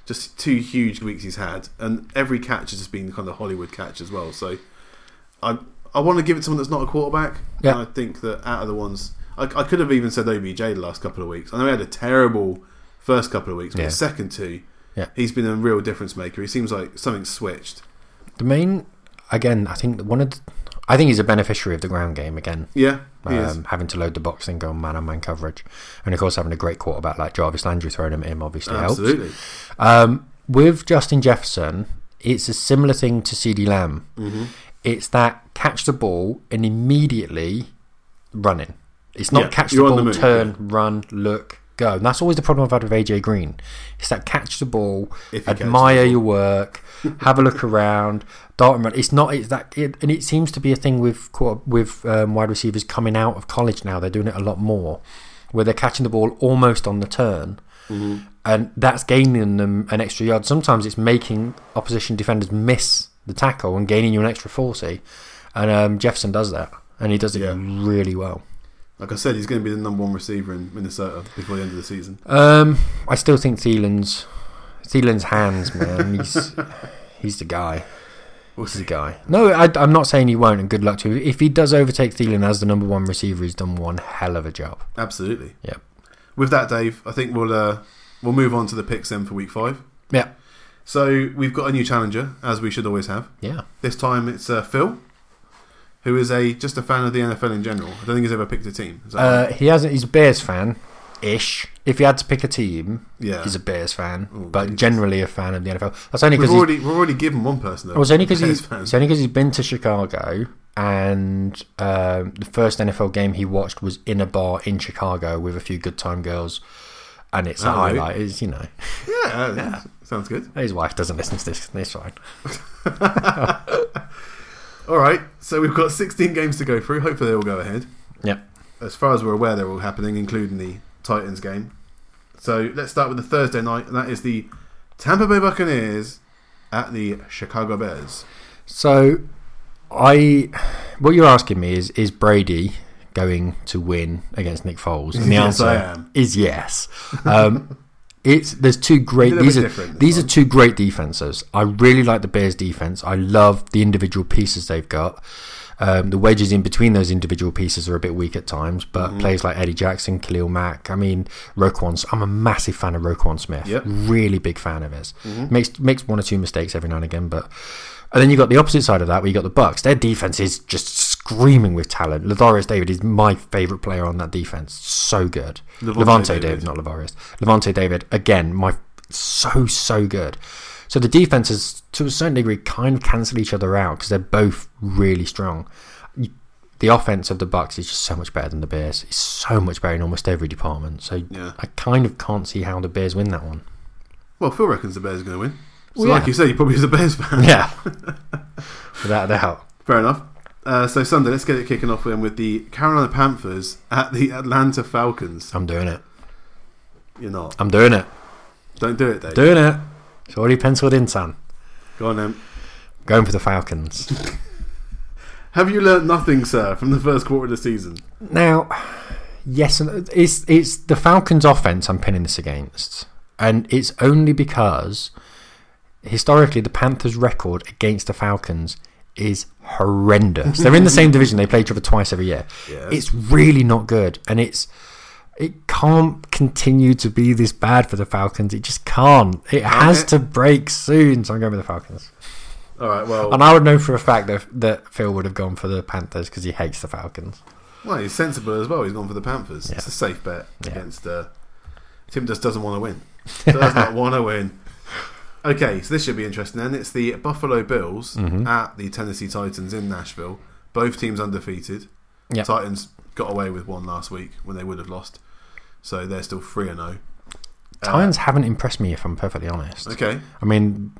S1: just two huge weeks he's had. And every catch has just been kind of Hollywood catch as well. So I, I want to give it to someone that's not a quarterback.
S2: Yeah.
S1: And I think that out of the ones, I, I could have even said OBJ the last couple of weeks. I know he had a terrible first couple of weeks, but
S2: Yeah.
S1: the second two,
S2: Yeah.
S1: he's been a real difference maker. He seems like something switched.
S2: The main, again, I think that one of, the, I think he's a beneficiary of the ground game again.
S1: Yeah, he is.
S2: Um, having to load the box and go man on man coverage, and of course having a great quarterback like Jarvis Landry throwing him at him obviously helps.
S1: Absolutely.
S2: Um, with Justin Jefferson, it's a similar thing to CD Lamb.
S1: Mm-hmm.
S2: It's that catch the ball and immediately running. It's not
S1: Yeah,
S2: catch the
S1: you're on
S2: ball,
S1: the move,
S2: turn, run, look, go. And that's always the problem I've had with AJ Green. It's that catch the ball,
S1: If he catches
S2: admire your work, have a look around, dart and run. It's not it's that, it, and it seems to be a thing with quarter- with um, wide receivers coming out of college now. They're doing it a lot more, where they're catching the ball almost on the turn
S1: Mm-hmm.
S2: and that's gaining them an extra yard. Sometimes it's making opposition defenders miss the tackle and gaining you an extra forty. And um, Jefferson does that, and he does it
S1: Yeah.
S2: really well.
S1: Like I said, he's going to be the number one receiver in Minnesota before the end of the season.
S2: Um, I still think Thielen's Thielen's hands, man. He's he's the guy.
S1: We'll
S2: He's the
S1: see.
S2: guy. No, I, I'm not saying he won't, and good luck to him. If he does overtake Thielen as the number one receiver, he's done one hell of a job.
S1: Absolutely.
S2: Yep.
S1: With that, Dave, I think we'll uh, we'll move on to the picks then for week five.
S2: Yeah.
S1: So we've got a new challenger, as we should always have.
S2: Yeah.
S1: This time it's uh, Phil, who is a just a fan of the NFL in general. I don't think he's ever picked a team. Is that
S2: Uh,
S1: right?
S2: he hasn't. He's a Bears fan, ish. If he had to pick a team,
S1: Yeah.
S2: he's a Bears fan,
S1: Oh,
S2: but
S1: Jesus.
S2: generally a fan of the NFL. That's only
S1: We've
S2: because he's,
S1: already we've already given one person. Though,
S2: well, it's only 'cause
S1: Bears
S2: he-
S1: fan.
S2: it's only 'cause he's been to Chicago, and um the first NFL game he watched was in a bar in Chicago with a few good time girls, and it's a
S1: Oh, really?
S2: highlight. It's, you know,
S1: Yeah, that sounds good.
S2: his wife doesn't listen to this. It's fine.
S1: All right, so we've got 16 games to go through. Hopefully, they all go ahead.
S2: Yep.
S1: As far as we're aware, they're all happening, including the Titans game. So let's start with the Thursday night, and that is the Tampa Bay Buccaneers at the Chicago Bears.
S2: So, I, what you're asking me is, is Brady going to win against Nick Foles? And the
S1: Yes,
S2: answer
S1: I am.
S2: is yes. Um, it's there's two great
S1: Did a
S2: these
S1: bit
S2: are
S1: different this
S2: these are
S1: time.
S2: two great defenses. I really like the Bears defense. I love the individual pieces they've got. Um, the wedges in between those individual pieces are a bit weak at times, but
S1: Mm-hmm.
S2: players like Eddie Jackson, Khalil Mack, I mean, Roquan. I'm a massive fan of Roquan Smith.
S1: Yep. Mm-hmm.
S2: Really big fan of his. Makes makes one or two mistakes every now and again, but and then you've got the opposite side of that where you got the Bucks. Their defense is just screaming with talent. Ladarius David is my favorite player on that defense. So good.
S1: Lavonte
S2: Levante,
S1: David.
S2: David, not Lavarius. Levante David again. My so so good. So the defenses, to a certain degree, kind of cancel each other out because they're both really strong. You- The offense of the Bucks is just so much better than the Bears. It's so much better in almost every department. So
S1: Yeah.
S2: I kind of can't see how the Bears win that one.
S1: Well, Phil reckons the Bears are going to win. So,
S2: Well,
S1: like
S2: yeah.
S1: you said, he probably is a Bears fan.
S2: Yeah, without a doubt.
S1: Fair enough. Uh, so Sunday, let's get it kicking off then with the Carolina Panthers at the Atlanta Falcons.
S2: I'm doing it.
S1: You're not.
S2: I'm doing it.
S1: Don't do it, Dave.
S2: Doing it. It's already penciled in, son.
S1: Go on then.
S2: Going for the Falcons.
S1: Have you learnt nothing, sir, from the first quarter of the season?
S2: Now, yes, and it's it's the Falcons' offense I'm pinning this against, and it's only because historically the Panthers' record against the Falcons is horrendous. They're in the same division; they play each other twice every year.
S1: Yeah.
S2: It's really not good, and it's it can't continue to be this bad for the Falcons. It just can't. It has
S1: it?
S2: to break soon. So I'm going with the Falcons.
S1: All right. Well,
S2: And I would know for a fact that, that Phil would have gone for the Panthers because he hates the Falcons.
S1: well, he's sensible as well. He's gone for the Panthers.
S2: Yeah.
S1: It's a safe bet
S2: Yeah.
S1: against. Uh, Tim just doesn't want to win. Does not want to win. Okay, so this should be interesting. Then it's the Buffalo Bills
S2: Mm-hmm.
S1: at the Tennessee Titans in Nashville. Both teams undefeated.
S2: Yeah.
S1: Titans got away with one last week when they would have lost, so they're still three and oh. zero. Uh,
S2: Titans haven't impressed me, if I'm perfectly honest.
S1: Okay,
S2: I mean,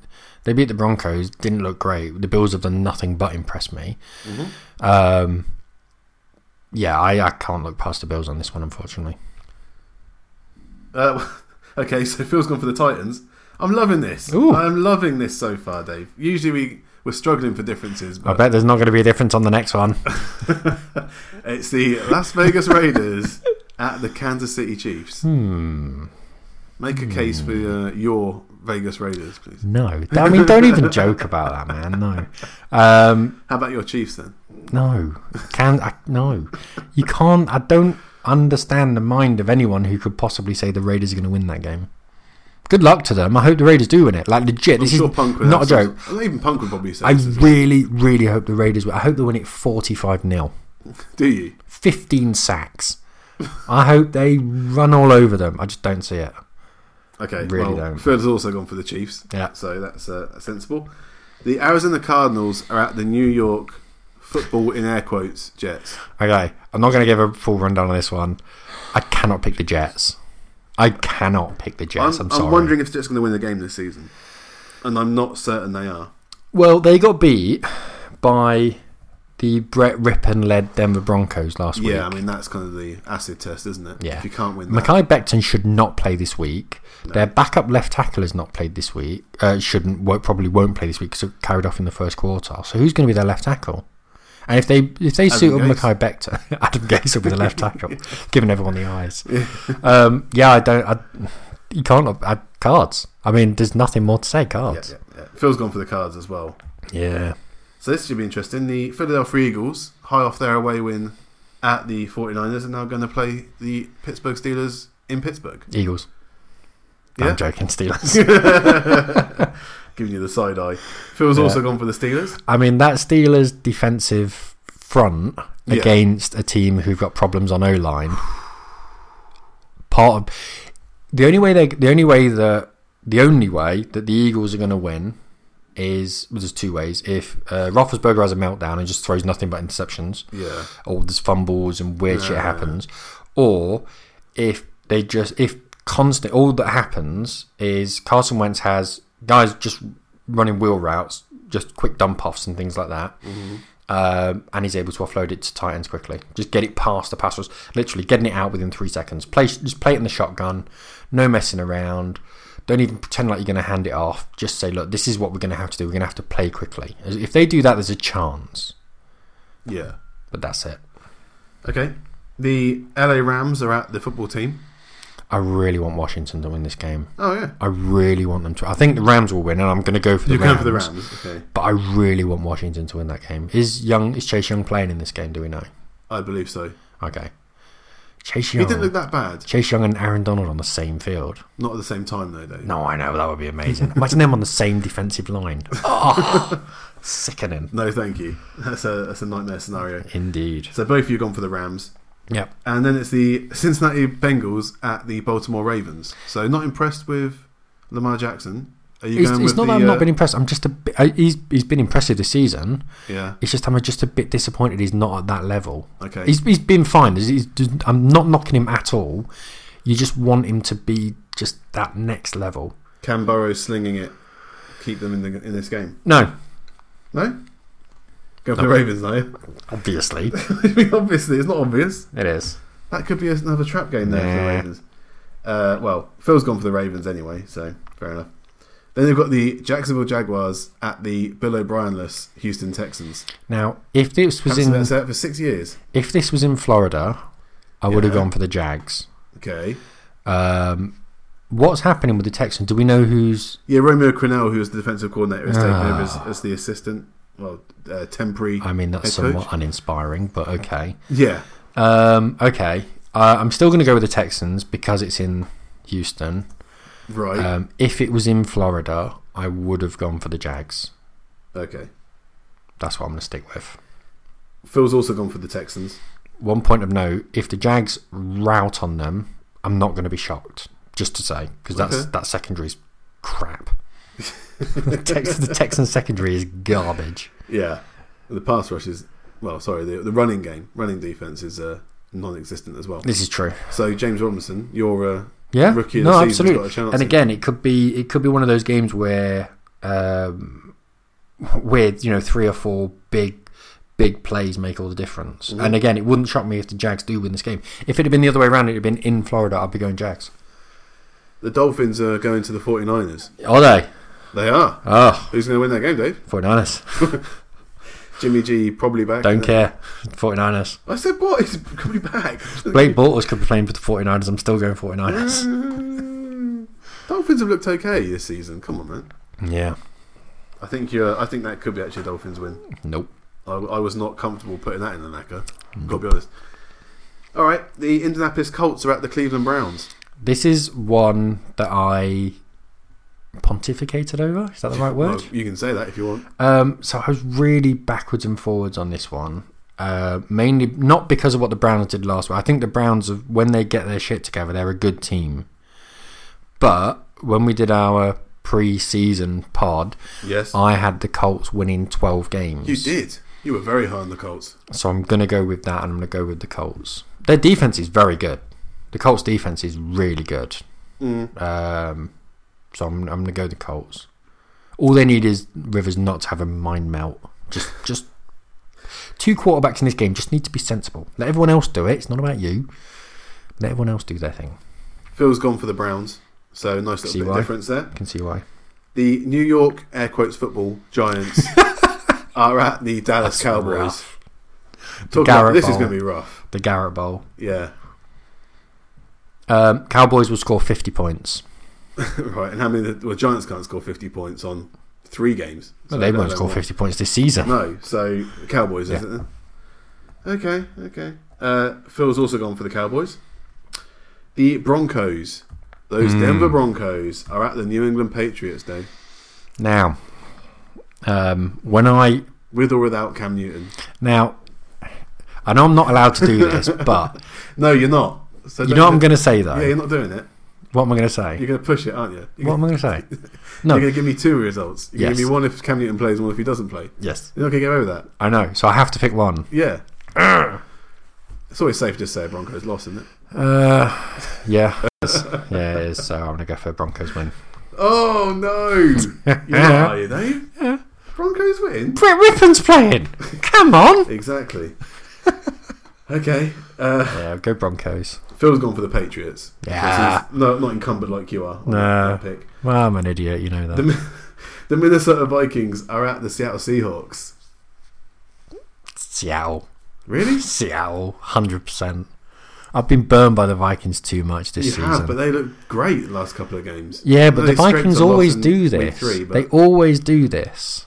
S2: they beat the Broncos, didn't look great. The Bills have done nothing but impress me.
S1: Mm-hmm.
S2: Um, yeah, I, I can't look past the Bills on this one, unfortunately.
S1: Uh, okay, so Phil's gone for the Titans. I'm loving this.
S2: Ooh.
S1: I'm loving this so far, Dave. Usually we we're struggling for differences,
S2: I
S1: but
S2: bet there's not going to be a difference on the next one.
S1: it's the Las Vegas Raiders at the Kansas City Chiefs.
S2: Hmm.
S1: Make a case for uh, your Vegas Raiders, please.
S2: No, I mean, don't even joke about that, man. No. Um,
S1: How about your Chiefs then?
S2: No, can I, no, you can't. I don't understand the mind of anyone who could possibly say the Raiders are going to win that game. Good luck to them. I hope the Raiders do win it. Like legit,
S1: I'm
S2: this
S1: sure
S2: is
S1: Punk would
S2: not a
S1: have
S2: joke.
S1: some- Even Punk would probably say
S2: I
S1: this. as well.
S2: really, really hope the Raiders. Win. I hope they win it forty-five 0
S1: Do you?
S2: 15 sacks. I hope they run all over them. I just don't see it.
S1: Okay.
S2: Really
S1: well,
S2: don't.
S1: Phil has also gone for the Chiefs.
S2: Yeah.
S1: So that's uh, sensible. The Arizona Cardinals are at the New York football in air quotes Jets.
S2: Okay, I'm not going to give a full rundown on this one. I cannot pick the Jets. I cannot pick the Jets. I'm,
S1: I'm,
S2: sorry.
S1: wondering if the Jets are going to win the game this season, and I'm not certain they are.
S2: Well, they got beat by the Brett Rippon led Denver Broncos last week.
S1: Yeah, I mean that's kind of the acid test, isn't it?
S2: Yeah.
S1: If you can't win that,
S2: Mackay Becton should not play this week. Their backup left tackle has not played this week. Uh, shouldn't won't, probably won't play this week because it carried off in the first quarter. So who's going to be their left tackle? And if they if they suit up
S1: Gaze.
S2: Mackay Becton, Adam Gase will be the left tackle, giving everyone the eyes. um, yeah, I don't. I, you can't not- I, cards. I mean, there's nothing more to say.
S1: yeah,
S2: Cards.
S1: yeah, yeah. Phil's gone for the Cards as well.
S2: Yeah.
S1: So this should be interesting. The Philadelphia Eagles, high off their away win at the 49ers, are now going to play the Pittsburgh Steelers in Pittsburgh.
S2: Eagles.
S1: Yeah.
S2: I'm joking. Steelers.
S1: Giving you the side eye. Phil's also gone for the Steelers.
S2: I mean, that Steelers defensive front
S1: Yeah.
S2: against a team who've got problems on O line. Part of the only way they, the only way that, the only way that the Eagles are going to win is well, there's two ways. If uh, Roethlisberger has a meltdown and just throws nothing but interceptions,
S1: Yeah.
S2: or there's fumbles and weird shit
S1: Yeah.
S2: happens, or if they just if constant all that happens is Carson Wentz has guys just running wheel routes, just quick dump offs and things like that, um, and he's able to offload it to tight ends quickly. Just get it past the pass rush, literally getting it out within three seconds. Play just play it in the shotgun, no messing around. Don't even pretend like you're going to hand it off. Just say, look, this is what we're going to have to do. We're going to have to play quickly. If they do that, there's a chance.
S1: Yeah.
S2: But that's it.
S1: Okay. The LA Rams are at the football team.
S2: I really want Washington to win this game.
S1: Oh, yeah.
S2: I really want them to. I think the Rams will win, and I'm going to go for the
S1: You're
S2: Rams.
S1: going for the Rams. Okay.
S2: But I really want Washington to win that game. Is Young is Chase Young playing in this game? Do we know?
S1: I believe so.
S2: Okay. Chase
S1: He
S2: Young.
S1: didn't look that bad.
S2: Chase Young and Aaron Donald on the same field.
S1: Not at the same time, though, though.
S2: No, I know that would be amazing. Imagine them on the same defensive line. Oh, sickening.
S1: No, thank you. That's a, that's a nightmare scenario.
S2: Indeed.
S1: So both of you have gone for the Rams.
S2: Yep.
S1: And then it's the Cincinnati Bengals at the Baltimore Ravens. So not impressed with Lamar Jackson. Are you
S2: It's,
S1: going
S2: it's
S1: with the,
S2: not that I've
S1: uh,
S2: not been impressed. I'm just a bit. I, he's he's been impressive this season.
S1: Yeah.
S2: It's just I'm just a bit disappointed he's not at that level.
S1: Okay.
S2: He's, he's been fine. He's, he's, I'm not knocking him at all. You just want him to be just that next level.
S1: Can Burrow slinging it keep them in the in this game?
S2: No,
S1: No. Go for
S2: No.
S1: the Ravens, though.
S2: obviously
S1: I mean, obviously, it's not obvious.
S2: it is.
S1: That could be another trap game there for the
S2: Nah.
S1: Ravens. Uh, well, Phil's gone for the Ravens anyway, so fair enough. Then they've got the Jacksonville Jaguars at the Bill O'Brienless Houston Texans.
S2: Now, if this was
S1: Haven't been
S2: in
S1: set for six years.
S2: if this was in Florida, I would have
S1: Yeah.
S2: gone for the Jags.
S1: Okay.
S2: Um, what's happening with the Texans? Do we know who's?
S1: Yeah, Romeo Crennel, who was the defensive coordinator, is taking over as,
S2: Ah.
S1: as the assistant. Well, uh, temporary.
S2: I mean, that's
S1: Head
S2: somewhat uninspiring, but okay.
S1: yeah,
S2: Um, okay, uh, I'm still going to go with the Texans because it's in Houston.
S1: right.
S2: Um, if it was in Florida, I would have gone for the Jags.
S1: okay.
S2: That's what I'm going to stick with.
S1: Phil's also gone for the Texans.
S2: One point of note: if the Jags rout on them, I'm not going to be shocked. Just to say, because that's
S1: Okay.
S2: that secondary's crap. the, Tex- the Texan secondary is garbage.
S1: Yeah, the pass rush is well. Sorry, the, the running game, running defense is uh, non-existent as well.
S2: This is true.
S1: So James Robinson, your uh,
S2: Yeah.
S1: rookie of
S2: no,
S1: the season's got
S2: absolutely.
S1: a chance.
S2: And again, it could be it could be one of those games where um, with you know three or four big big plays make all the difference.
S1: Mhm.
S2: And again, it wouldn't shock me if the Jags do win this game. If it had been the other way around, it'd have been in Florida. I'd be going Jags.
S1: the Dolphins are going to the 49ers.
S2: Are they?
S1: They are.
S2: Oh,
S1: Who's going to win that game, Dave?
S2: 49ers.
S1: Jimmy G probably back.
S2: Don't care. 49ers.
S1: I said what? He's coming back.
S2: Blake Bortles could be playing for the 49ers. I'm still going 49ers.
S1: Dolphins have looked okay this season. Come on, man.
S2: Yeah.
S1: I think you're. I think that could be actually a Dolphins win.
S2: Nope.
S1: I, I was not comfortable putting that in the knacker. Got to be honest. All right, the Indianapolis Colts are at the Cleveland Browns.
S2: This is one that I pontificated over. Is that the right word?
S1: Well, you can say that if you want.
S2: Um, so I was really backwards and forwards on this one. Uh, mainly not because of what the Browns did last week. I think the Browns, have- when they get their shit together, they're a good team. But when we did our pre-season pod,
S1: Yes,
S2: I had the Colts winning twelve games.
S1: you did. You were very high on the Colts.
S2: So I'm gonna go with that, and I'm gonna go with the Colts. Their defense is very good. The Colts' defense is really good.
S1: Mm.
S2: Um, so I'm, I'm gonna go with the Colts. All they need is Rivers not to have a mind melt. Just just two quarterbacks in this game just need to be sensible. Let everyone else do it. It's not about you. Let everyone else do their thing.
S1: Phil's gone for the Browns, so nice little
S2: See
S1: bit of
S2: why?
S1: difference there.
S2: I can see why.
S1: The New York air quotes football Giants are at the Dallas Cowboys.
S2: rough.
S1: Talk about-
S2: Garrett
S1: this is
S2: Bowl.
S1: going to be rough.
S2: The Garrett Bowl.
S1: Yeah,
S2: Um, Cowboys will score 50 points.
S1: right. And how many? Well, Giants can't score fifty points on three games.
S2: But
S1: So
S2: they
S1: let
S2: won't
S1: alone
S2: score
S1: more.
S2: 50 points this season.
S1: No, so the Cowboys,
S2: Yeah.
S1: isn't it? Okay, okay. Uh, Phil's also gone for the Cowboys. The Broncos, those
S2: Hmm.
S1: Denver Broncos, are at the New England Patriots, Dave,
S2: Now, um, when I
S1: with or without Cam Newton.
S2: Now, I know I'm not allowed to do this, but
S1: No, you're not. So
S2: you
S1: don't-
S2: know what I'm going to say though.
S1: Yeah, you're not doing it.
S2: What am I going to say?
S1: You're going to push it, aren't you? You're,
S2: What am I
S1: gonna,
S2: going to say?
S1: you're
S2: No.
S1: going to give me two results. You're going
S2: Yes.
S1: to give me one if Cam Newton plays, and one if he doesn't play.
S2: Yes,
S1: You're not going to get away with that.
S2: I know. So I have to pick one.
S1: Yeah. it's always safe to just say a Broncos lost, isn't it?
S2: Uh, yeah, It's- yeah. It is, so I'm going to go for Broncos win.
S1: Oh no! You're not, are you, Dave?
S2: Yeah.
S1: Broncos win.
S2: Brett Rippon's playing. Come on.
S1: Exactly. okay. Uh,
S2: Yeah, go Broncos.
S1: Phil's gone for the Patriots.
S2: Yeah.
S1: Because he's- No, not encumbered like you are. on
S2: No.
S1: that Pick.
S2: Well, I'm an idiot, you know that.
S1: The, the Minnesota Vikings are at the Seattle Seahawks.
S2: Seattle,
S1: Really?
S2: Seattle, hundred percent. I've been burned by the Vikings too much this
S1: You
S2: season.
S1: have, but they look great the last couple of games.
S2: Yeah,
S1: No,
S2: but the
S1: they scraped
S2: Vikings
S1: a loss
S2: always
S1: in
S2: do
S1: week
S2: this.
S1: three, but
S2: they always do this.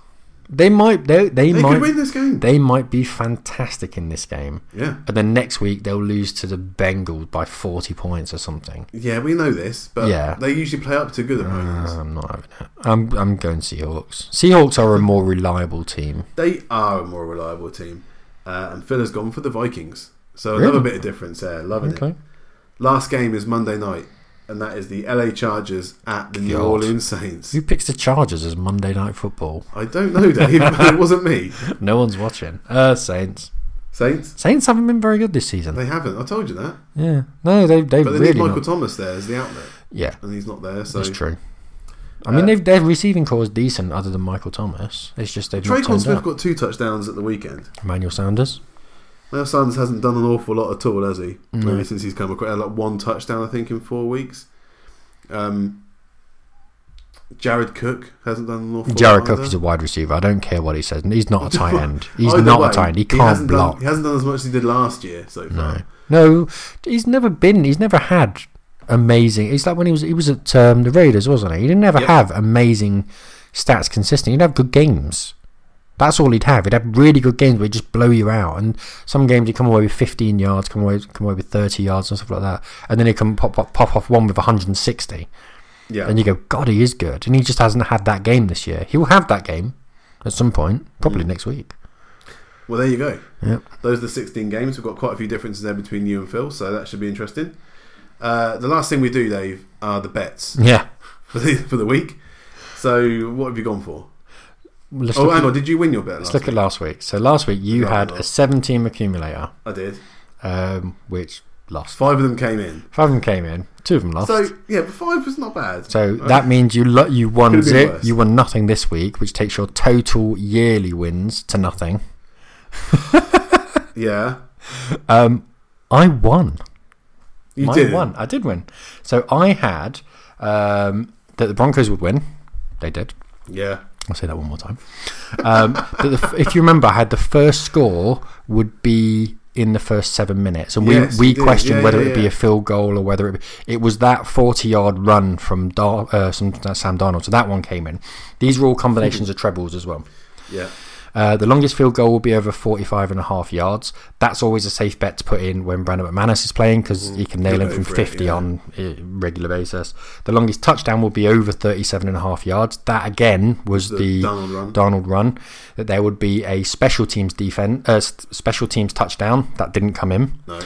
S2: They might they they,
S1: they
S2: might
S1: could win this game.
S2: they might be fantastic in this game.
S1: yeah.
S2: And then next week they'll lose to the Bengals by 40 points or something.
S1: Yeah, we know this, but
S2: Yeah. Uh.
S1: they usually play up to good opponents.
S2: I'm not having it. I'm I'm going Seahawks. Seahawks are a more reliable team.
S1: They are a more reliable team. Uh, and Phil has gone for the Vikings. So
S2: Really?
S1: another bit of difference there. Loving it.
S2: Okay.
S1: Last game is Monday night, and that is the LA Chargers at the New
S2: God.
S1: Orleans Saints.
S2: Who picks the Chargers as Monday night football?
S1: I don't know, Dave, but it wasn't me.
S2: No one's watching. Uh Saints.
S1: Saints?
S2: Saints haven't been very good this season.
S1: They haven't. I told you that.
S2: Yeah. No, they they've
S1: But they
S2: really
S1: need Michael
S2: not.
S1: Thomas there as the outlet,
S2: yeah.
S1: and he's not there. So
S2: That's true. I mean,
S1: Uh,
S2: they've, their receiving core is decent, other than Michael Thomas. It's just they've not
S1: Traquan
S2: turned
S1: Smith
S2: up.
S1: got two touchdowns at the weekend.
S2: Emmanuel Sanders.
S1: Now Sanders hasn't done an awful lot at all, has he?
S2: No.
S1: Really, since he's come across uh, like one touchdown, I think, in four weeks. Um, Jared Cook hasn't done an awful
S2: Jared
S1: lot.
S2: Cook
S1: either.
S2: is a wide receiver. I don't care what he says. He's not a tight end. He's
S1: Either
S2: not
S1: way,
S2: a tight end. He can't
S1: hasn't
S2: block.
S1: Done, he hasn't done as much as he did last year so far.
S2: no. no, he's never been. He's never had amazing. It's like when he was he was at um, the Raiders, wasn't he? He didn't ever
S1: Yep.
S2: have amazing stats consistent. He'd have good games. That's all he'd have. He'd have really good games where he'd just blow you out. And some games he'd come away with 15 yards, come away come away with 30 yards and stuff like that. And then he'd come pop, pop, pop off one with 160.
S1: Yeah,
S2: And you go, God, he is good. And he just hasn't had that game this year. He will have that game at some point, probably
S1: Mm.
S2: next week.
S1: Well, there you go.
S2: Yep.
S1: Those are the 16 games. We've got quite a few differences there between you and Phil, so that should be interesting. Uh, the last thing we do, Dave, are the bets
S2: Yeah.
S1: for the, for the week. So, what have you gone for?
S2: Let's,
S1: Oh,
S2: look,
S1: hang on. Did you win your bet
S2: let's
S1: last
S2: look at last week. So last week you
S1: Yeah,
S2: had
S1: I
S2: a 17 accumulator,
S1: I did.
S2: um, which lost.
S1: Five of them came in.
S2: Five of them came in, two of them lost. So,
S1: So, yeah, but five was not bad.
S2: that means you lo- you won
S1: Could've been
S2: zero,
S1: worse.
S2: you won nothing this week, which takes your total yearly wins to nothing.
S1: Yeah.
S2: Um, I won.
S1: You
S2: I
S1: did.
S2: won. I did win. So I had um, that the Broncos would win. They did.
S1: Yeah.
S2: I'll say that one more time. Um, but the, if you remember, I had the first score would be in the first seven minutes, and we,
S1: Yes,
S2: we
S1: you did.
S2: questioned
S1: Yeah,
S2: whether
S1: yeah,
S2: it would be
S1: yeah.
S2: a field goal or whether it it was that forty yard run from Dar, uh, some, uh, Sam Darnold. So that one came in. These were all combinations of trebles as well.
S1: Yeah.
S2: Uh, the longest field goal will be over 45 and a half yards. That's always a safe bet to put in when Brandon McManus is playing because he can nail
S1: Get
S2: him from
S1: Mm, over it,
S2: 50
S1: yeah.
S2: on a regular basis. The longest touchdown will be over 37 and a half yards. That again was the,
S1: Donald run.
S2: Donald run. That there would be a special teams defense, uh, s- special teams touchdown that didn't come in,
S1: No,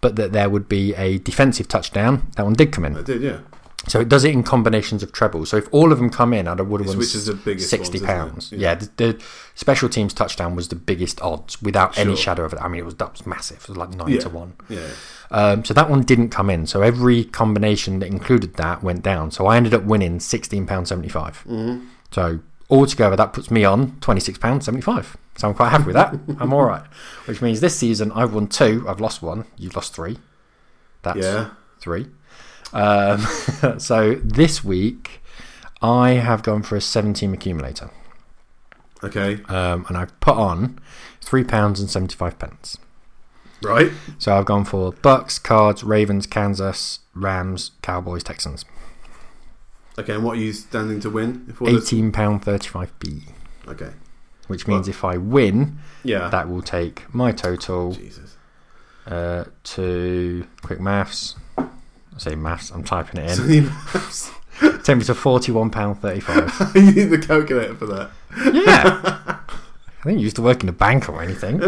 S2: but that there would be a defensive touchdown that one did come in.
S1: I did. Yeah,
S2: So it does it in combinations of trebles. So if all of them come in, I'd have would have won
S1: Which is the biggest
S2: sixty
S1: ones, isn't it?
S2: pounds.
S1: Yeah.
S2: Yeah, the, the special teams touchdown was the biggest odds without any
S1: Sure.
S2: shadow of it. I mean, it was that was massive. It was like nine
S1: yeah.
S2: to one.
S1: Yeah,
S2: Um, so that one didn't come in. So every combination that included that went down. So I ended up winning sixteen pounds seventy So altogether, that puts me on twenty six pounds seventy five. So I'm quite happy with that. I'm all right. Which means this season I've won two. I've lost one. You've lost three. That's
S1: yeah.
S2: three. Um, so this week, I have gone for a 17 accumulator,
S1: Okay,
S2: um, and I've put on three pounds and 75 pence.
S1: right.
S2: So I've gone for Bucks, Cards, Ravens, Kansas, Rams, Cowboys, Texans.
S1: Okay, and what are you standing to win? If all this-
S2: 18 pound 35b,
S1: Okay.
S2: which means if I win,
S1: Yeah.
S2: that will take my total
S1: Jesus.
S2: uh, to quick maths. I say maths. I'm typing it
S1: So
S2: in.
S1: you perhaps-
S2: Take me to 41 pound 35.
S1: you need the calculator for that.
S2: Yeah. I think you used to work in a bank or anything.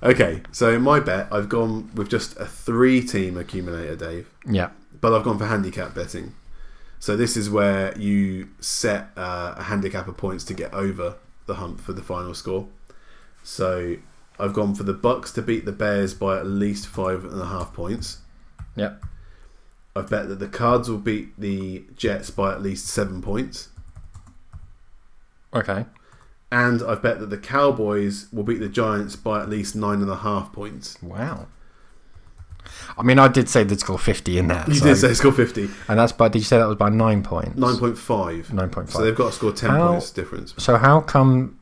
S1: Okay, so my bet, I've gone with just a three-team accumulator, Dave,
S2: Yeah.
S1: but I've gone for handicap betting. So this is where you set uh, a handicap of points to get over the hump for the final score. So I've gone for the Bucks to beat the Bears by at least five and a half points.
S2: Yeah.
S1: I've bet that the Cards will beat the Jets by at least seven points.
S2: Okay.
S1: And I've bet that the Cowboys will beat the Giants by at least nine and a half points.
S2: Wow. I mean, I did say they'd score 50 in that.
S1: You
S2: so-
S1: did say score 50.
S2: And that's by, did you say that was by nine points?
S1: 9.5.
S2: 9.5.
S1: So they've got to score 10
S2: How-
S1: points difference.
S2: So how come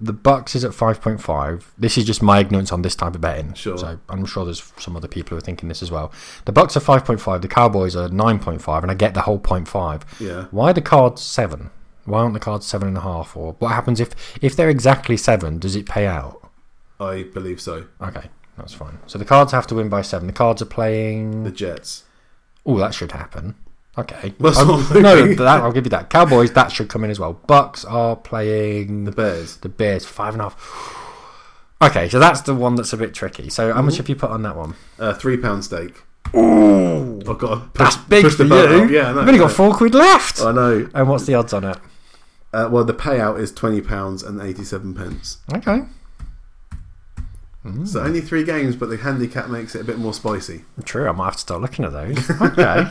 S2: the Bucks is at 5.5? This is just my ignorance on this type of betting.
S1: Sure.
S2: So I'm sure there's some other people who are thinking this as well. The Bucks are 5.5, the Cowboys are 9.5, and I get the whole point five.
S1: Yeah.
S2: Why the cards seven? Why aren't the cards seven and a half? Or what happens if if they're exactly seven? Does it pay out?
S1: I believe so.
S2: Okay, that's fine. So the cards have to win by seven. The cards are
S1: The
S2: playing.
S1: Jets.
S2: Oh, that should happen. Okay.
S1: That's
S2: I'll-
S1: what I'm
S2: no,
S1: thinking.
S2: that, I'll give you that. Cowboys, that should come in as well. Bucks are playing
S1: The
S2: the,
S1: Bears.
S2: Bears, five and a half. Okay, so that's the one that's a bit tricky. So how much have you put on that one?
S1: Uh, £3 pound stake.
S2: Ooh,
S1: I've got to push,
S2: that's big
S1: push
S2: for
S1: the
S2: you.
S1: button up. Yeah, I know.
S2: I've only got four quid left.
S1: I know.
S2: and what's the odds on it?
S1: Uh, well, the payout is £20 and 87 pence.
S2: Okay.
S1: So only three games, but the handicap makes it a bit more spicy.
S2: True, I might have to start looking at those. Okay. I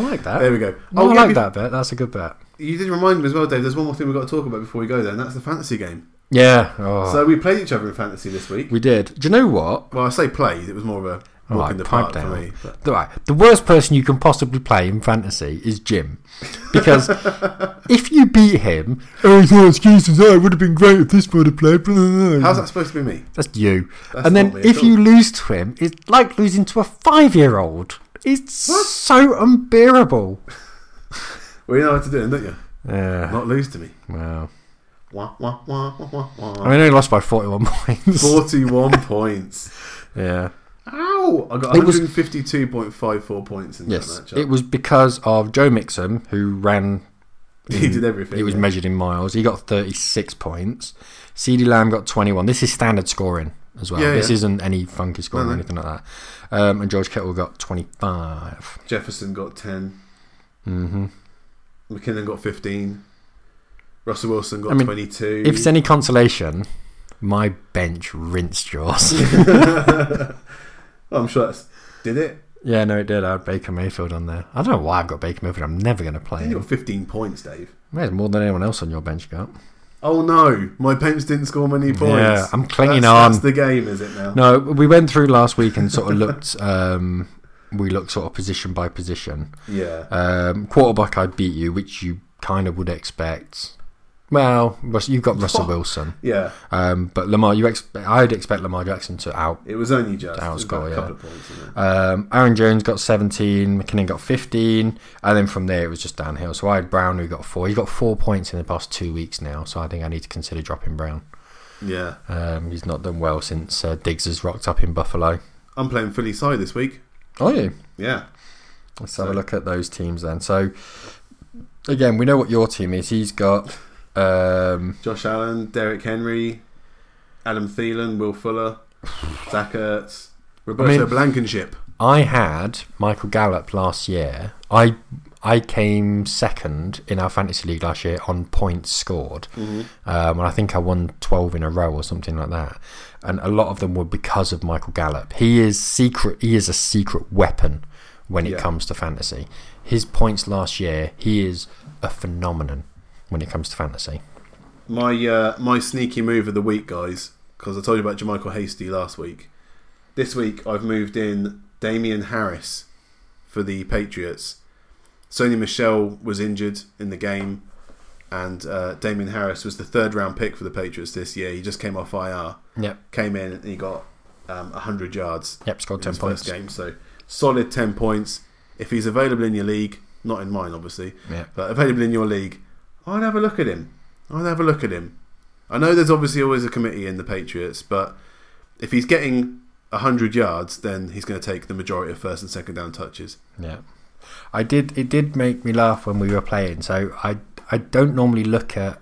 S2: like
S1: There
S2: that.
S1: we go.
S2: Uh,
S1: Oh,
S2: I
S1: yeah,
S2: like
S1: be-
S2: that bet. That's a good bet.
S1: You did remind me as well, Dave. There's one more thing we've got to talk about before we go there, and that's the fantasy game.
S2: Yeah. Oh.
S1: So we played each other in fantasy this week.
S2: we did. Do you know what?
S1: Well, I say played. It was more of a walk
S2: Alright,
S1: in the
S2: pipe
S1: park for
S2: down.
S1: me. But
S2: The- Right. The worst person you can possibly play in fantasy is Jim. Because if you beat him, oh, there's no excuses, oh, it would have been great if this would have played. blah, blah, blah."
S1: how's that supposed to be me?
S2: That's you.
S1: That's not
S2: and then
S1: me at
S2: if
S1: all.
S2: you lose to him, it's like losing to a five year old. It's so unbearable.
S1: Well, you know how to do it, don't you?
S2: Yeah.
S1: Not lose to me.
S2: Wow.
S1: Wah, wah, wah, wah, wah, wah.
S2: I mean, I only lost by 41 points.
S1: 41 points.
S2: Yeah.
S1: Ow! I got
S2: It was-
S1: 152.54 points in
S2: Yes.
S1: that match.
S2: It was because of Joe Mixon, who ran
S1: he did everything.
S2: It was
S1: yeah.
S2: measured in miles. He got 36 points. CD Lamb got 21. This is standard scoring as well.
S1: Yeah,
S2: this
S1: yeah.
S2: isn't any funky scoring
S1: No,
S2: or
S1: no.
S2: anything like that. Um, and George Kittle got 25.
S1: Jefferson got 10. Mm-hmm.
S2: hmm
S1: McKinnon got 15. Russell Wilson got
S2: I mean,
S1: 22.
S2: If it's any consolation, my bench rinsed yours.
S1: Oh, I'm sure that's. Did it?
S2: yeah, no, it did. I had Baker Mayfield on there. I don't know why I've got Baker Mayfield. I'm never going to
S1: I
S2: play
S1: think you got
S2: him.
S1: 15 points, Dave.
S2: There's more than anyone else on your bench got.
S1: Oh no, my bench didn't score many points.
S2: Yeah, I'm clinging
S1: that's,
S2: on.
S1: That's the game, is it now?
S2: No, we went through last week and sort of looked. Um, we looked sort of position by position.
S1: Yeah.
S2: Um, quarterback, I beat you, which you kind of would expect. Well, Rus- you've got Russell Wilson,
S1: Yeah,
S2: um, but Lamar. You expect? I'd expect Lamar Jackson to out.
S1: it was only just
S2: That
S1: it was
S2: was
S1: about
S2: goal,
S1: a
S2: yeah.
S1: couple of points. wasn't it?
S2: Um, Aaron Jones got 17, McKinnon got 15, and then from there it was just downhill. So I had Brown who got four. He got four points in the past two weeks now, so I think I need to consider dropping Brown.
S1: Yeah,
S2: Um, he's not done well since uh, Diggs has rocked up in Buffalo.
S1: I'm playing Philly side this week.
S2: Oh, yeah.
S1: Yeah,
S2: Let's have a
S1: So-
S2: look at those teams then. So, again, we know what your team is. He's got um,
S1: Josh Allen, Derek Henry, Adam Thielen, Will Fuller, Zach Ertz, Roberto
S2: I mean-
S1: Blankenship.
S2: I had Michael Gallup last year. I I came second in our fantasy league last year on points scored, um, and I think I won twelve in a row or something like that. And a lot of them were because of Michael Gallup. He is secret. He is a secret weapon when it
S1: Yeah.
S2: comes to fantasy. His points last year, he is a phenomenon when it comes to fantasy.
S1: My uh, my sneaky move of the week, guys, because I told you about Jermichael Hasty last week. This week I've moved in Damian Harris for the Patriots. Sony Michelle was injured in the game, and uh, Damian Harris was the third round pick for the Patriots this year. He just came off IR,
S2: Yep.
S1: came in and he got um, 100 yards
S2: Yep. Scored
S1: in
S2: ten
S1: his
S2: points.
S1: first game. So solid 10 points. If he's available in your league, not in mine, obviously,
S2: Yeah.
S1: but available in your league, I'd have a look at him. I'd have a look at him. I know there's obviously always a committee in the Patriots, but if he's getting 100 yards, then he's going to take the majority of first and second down touches.
S2: Yeah, I did. It did make me laugh when we were playing. So I I don't normally look at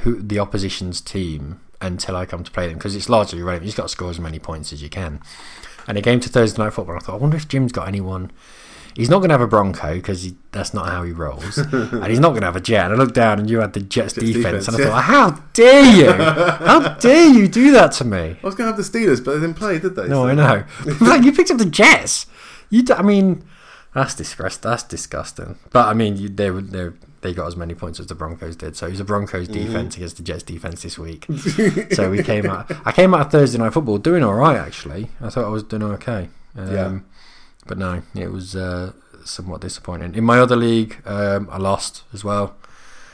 S2: who the opposition's team until I come to play them because it's largely irrelevant. You've got to score as many points as you can. And it came to Thursday night football. And I thought, I wonder if Jim's got anyone. He's not going to have a Bronco because that's not how he rolls, and he's not going to have a Jet. And I looked down, and you had the Jets,
S1: Jets defense,
S2: defense, and I
S1: yeah.
S2: thought, how dare you? how dare you do that to me?
S1: I was going to have the Steelers, but they didn't play, did they?
S2: No,
S1: So-
S2: I know. like you picked up the Jets. You, d- I mean, that's disgust. That's disgusting. But I mean, you, they were they they got as many points as the Broncos did. So it was the Broncos defense against the Jets defense this week. so we came out. I came out of Thursday night football doing all right. Actually, I thought I was doing okay. Um,
S1: Yeah.
S2: But no, it was uh, somewhat disappointing. In my other league, um, I lost as well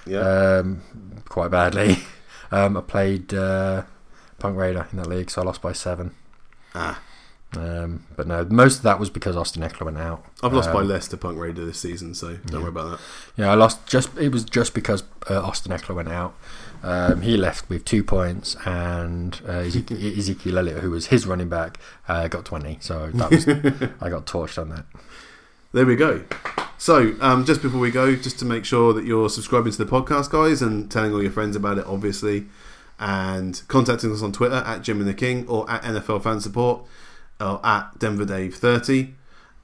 S1: Yeah.
S2: um, quite badly. Um, I played uh, Punk Raider in that league, so I lost by seven.
S1: Ah.
S2: Um, but no, most of that was because Austin Eckler went out.
S1: I've lost
S2: um,
S1: by less to Punk Raider this season, so don't worry about that.
S2: Yeah, I lost just. It was just because uh, Austin Eckler went out. Um, he left with two points, and uh, Ezek- Ezekiel Elliott, who was his running back, uh, got twenty. So that was, I got torched on that.
S1: There we go. So, um, just before we go, just to make sure that you're subscribing to the podcast, guys, and telling all your friends about it, obviously, and contacting us on Twitter at Jim and the King or at NFL Fan Support or at Denver Dave thirty.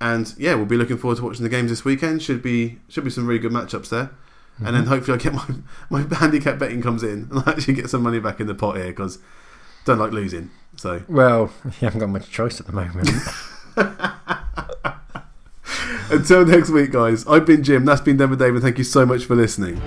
S1: And yeah, we'll be looking forward to watching the games this weekend. Should be should be some really good matchups there. And
S2: Mm-hmm.
S1: then hopefully I get my my handicap betting comes in and I actually get some money back in the pot here because don't like losing. So
S2: Well, you haven't got much choice at the moment.
S1: until next week, guys. I've been Jim. That's been Denver Dave, and thank you so much for listening.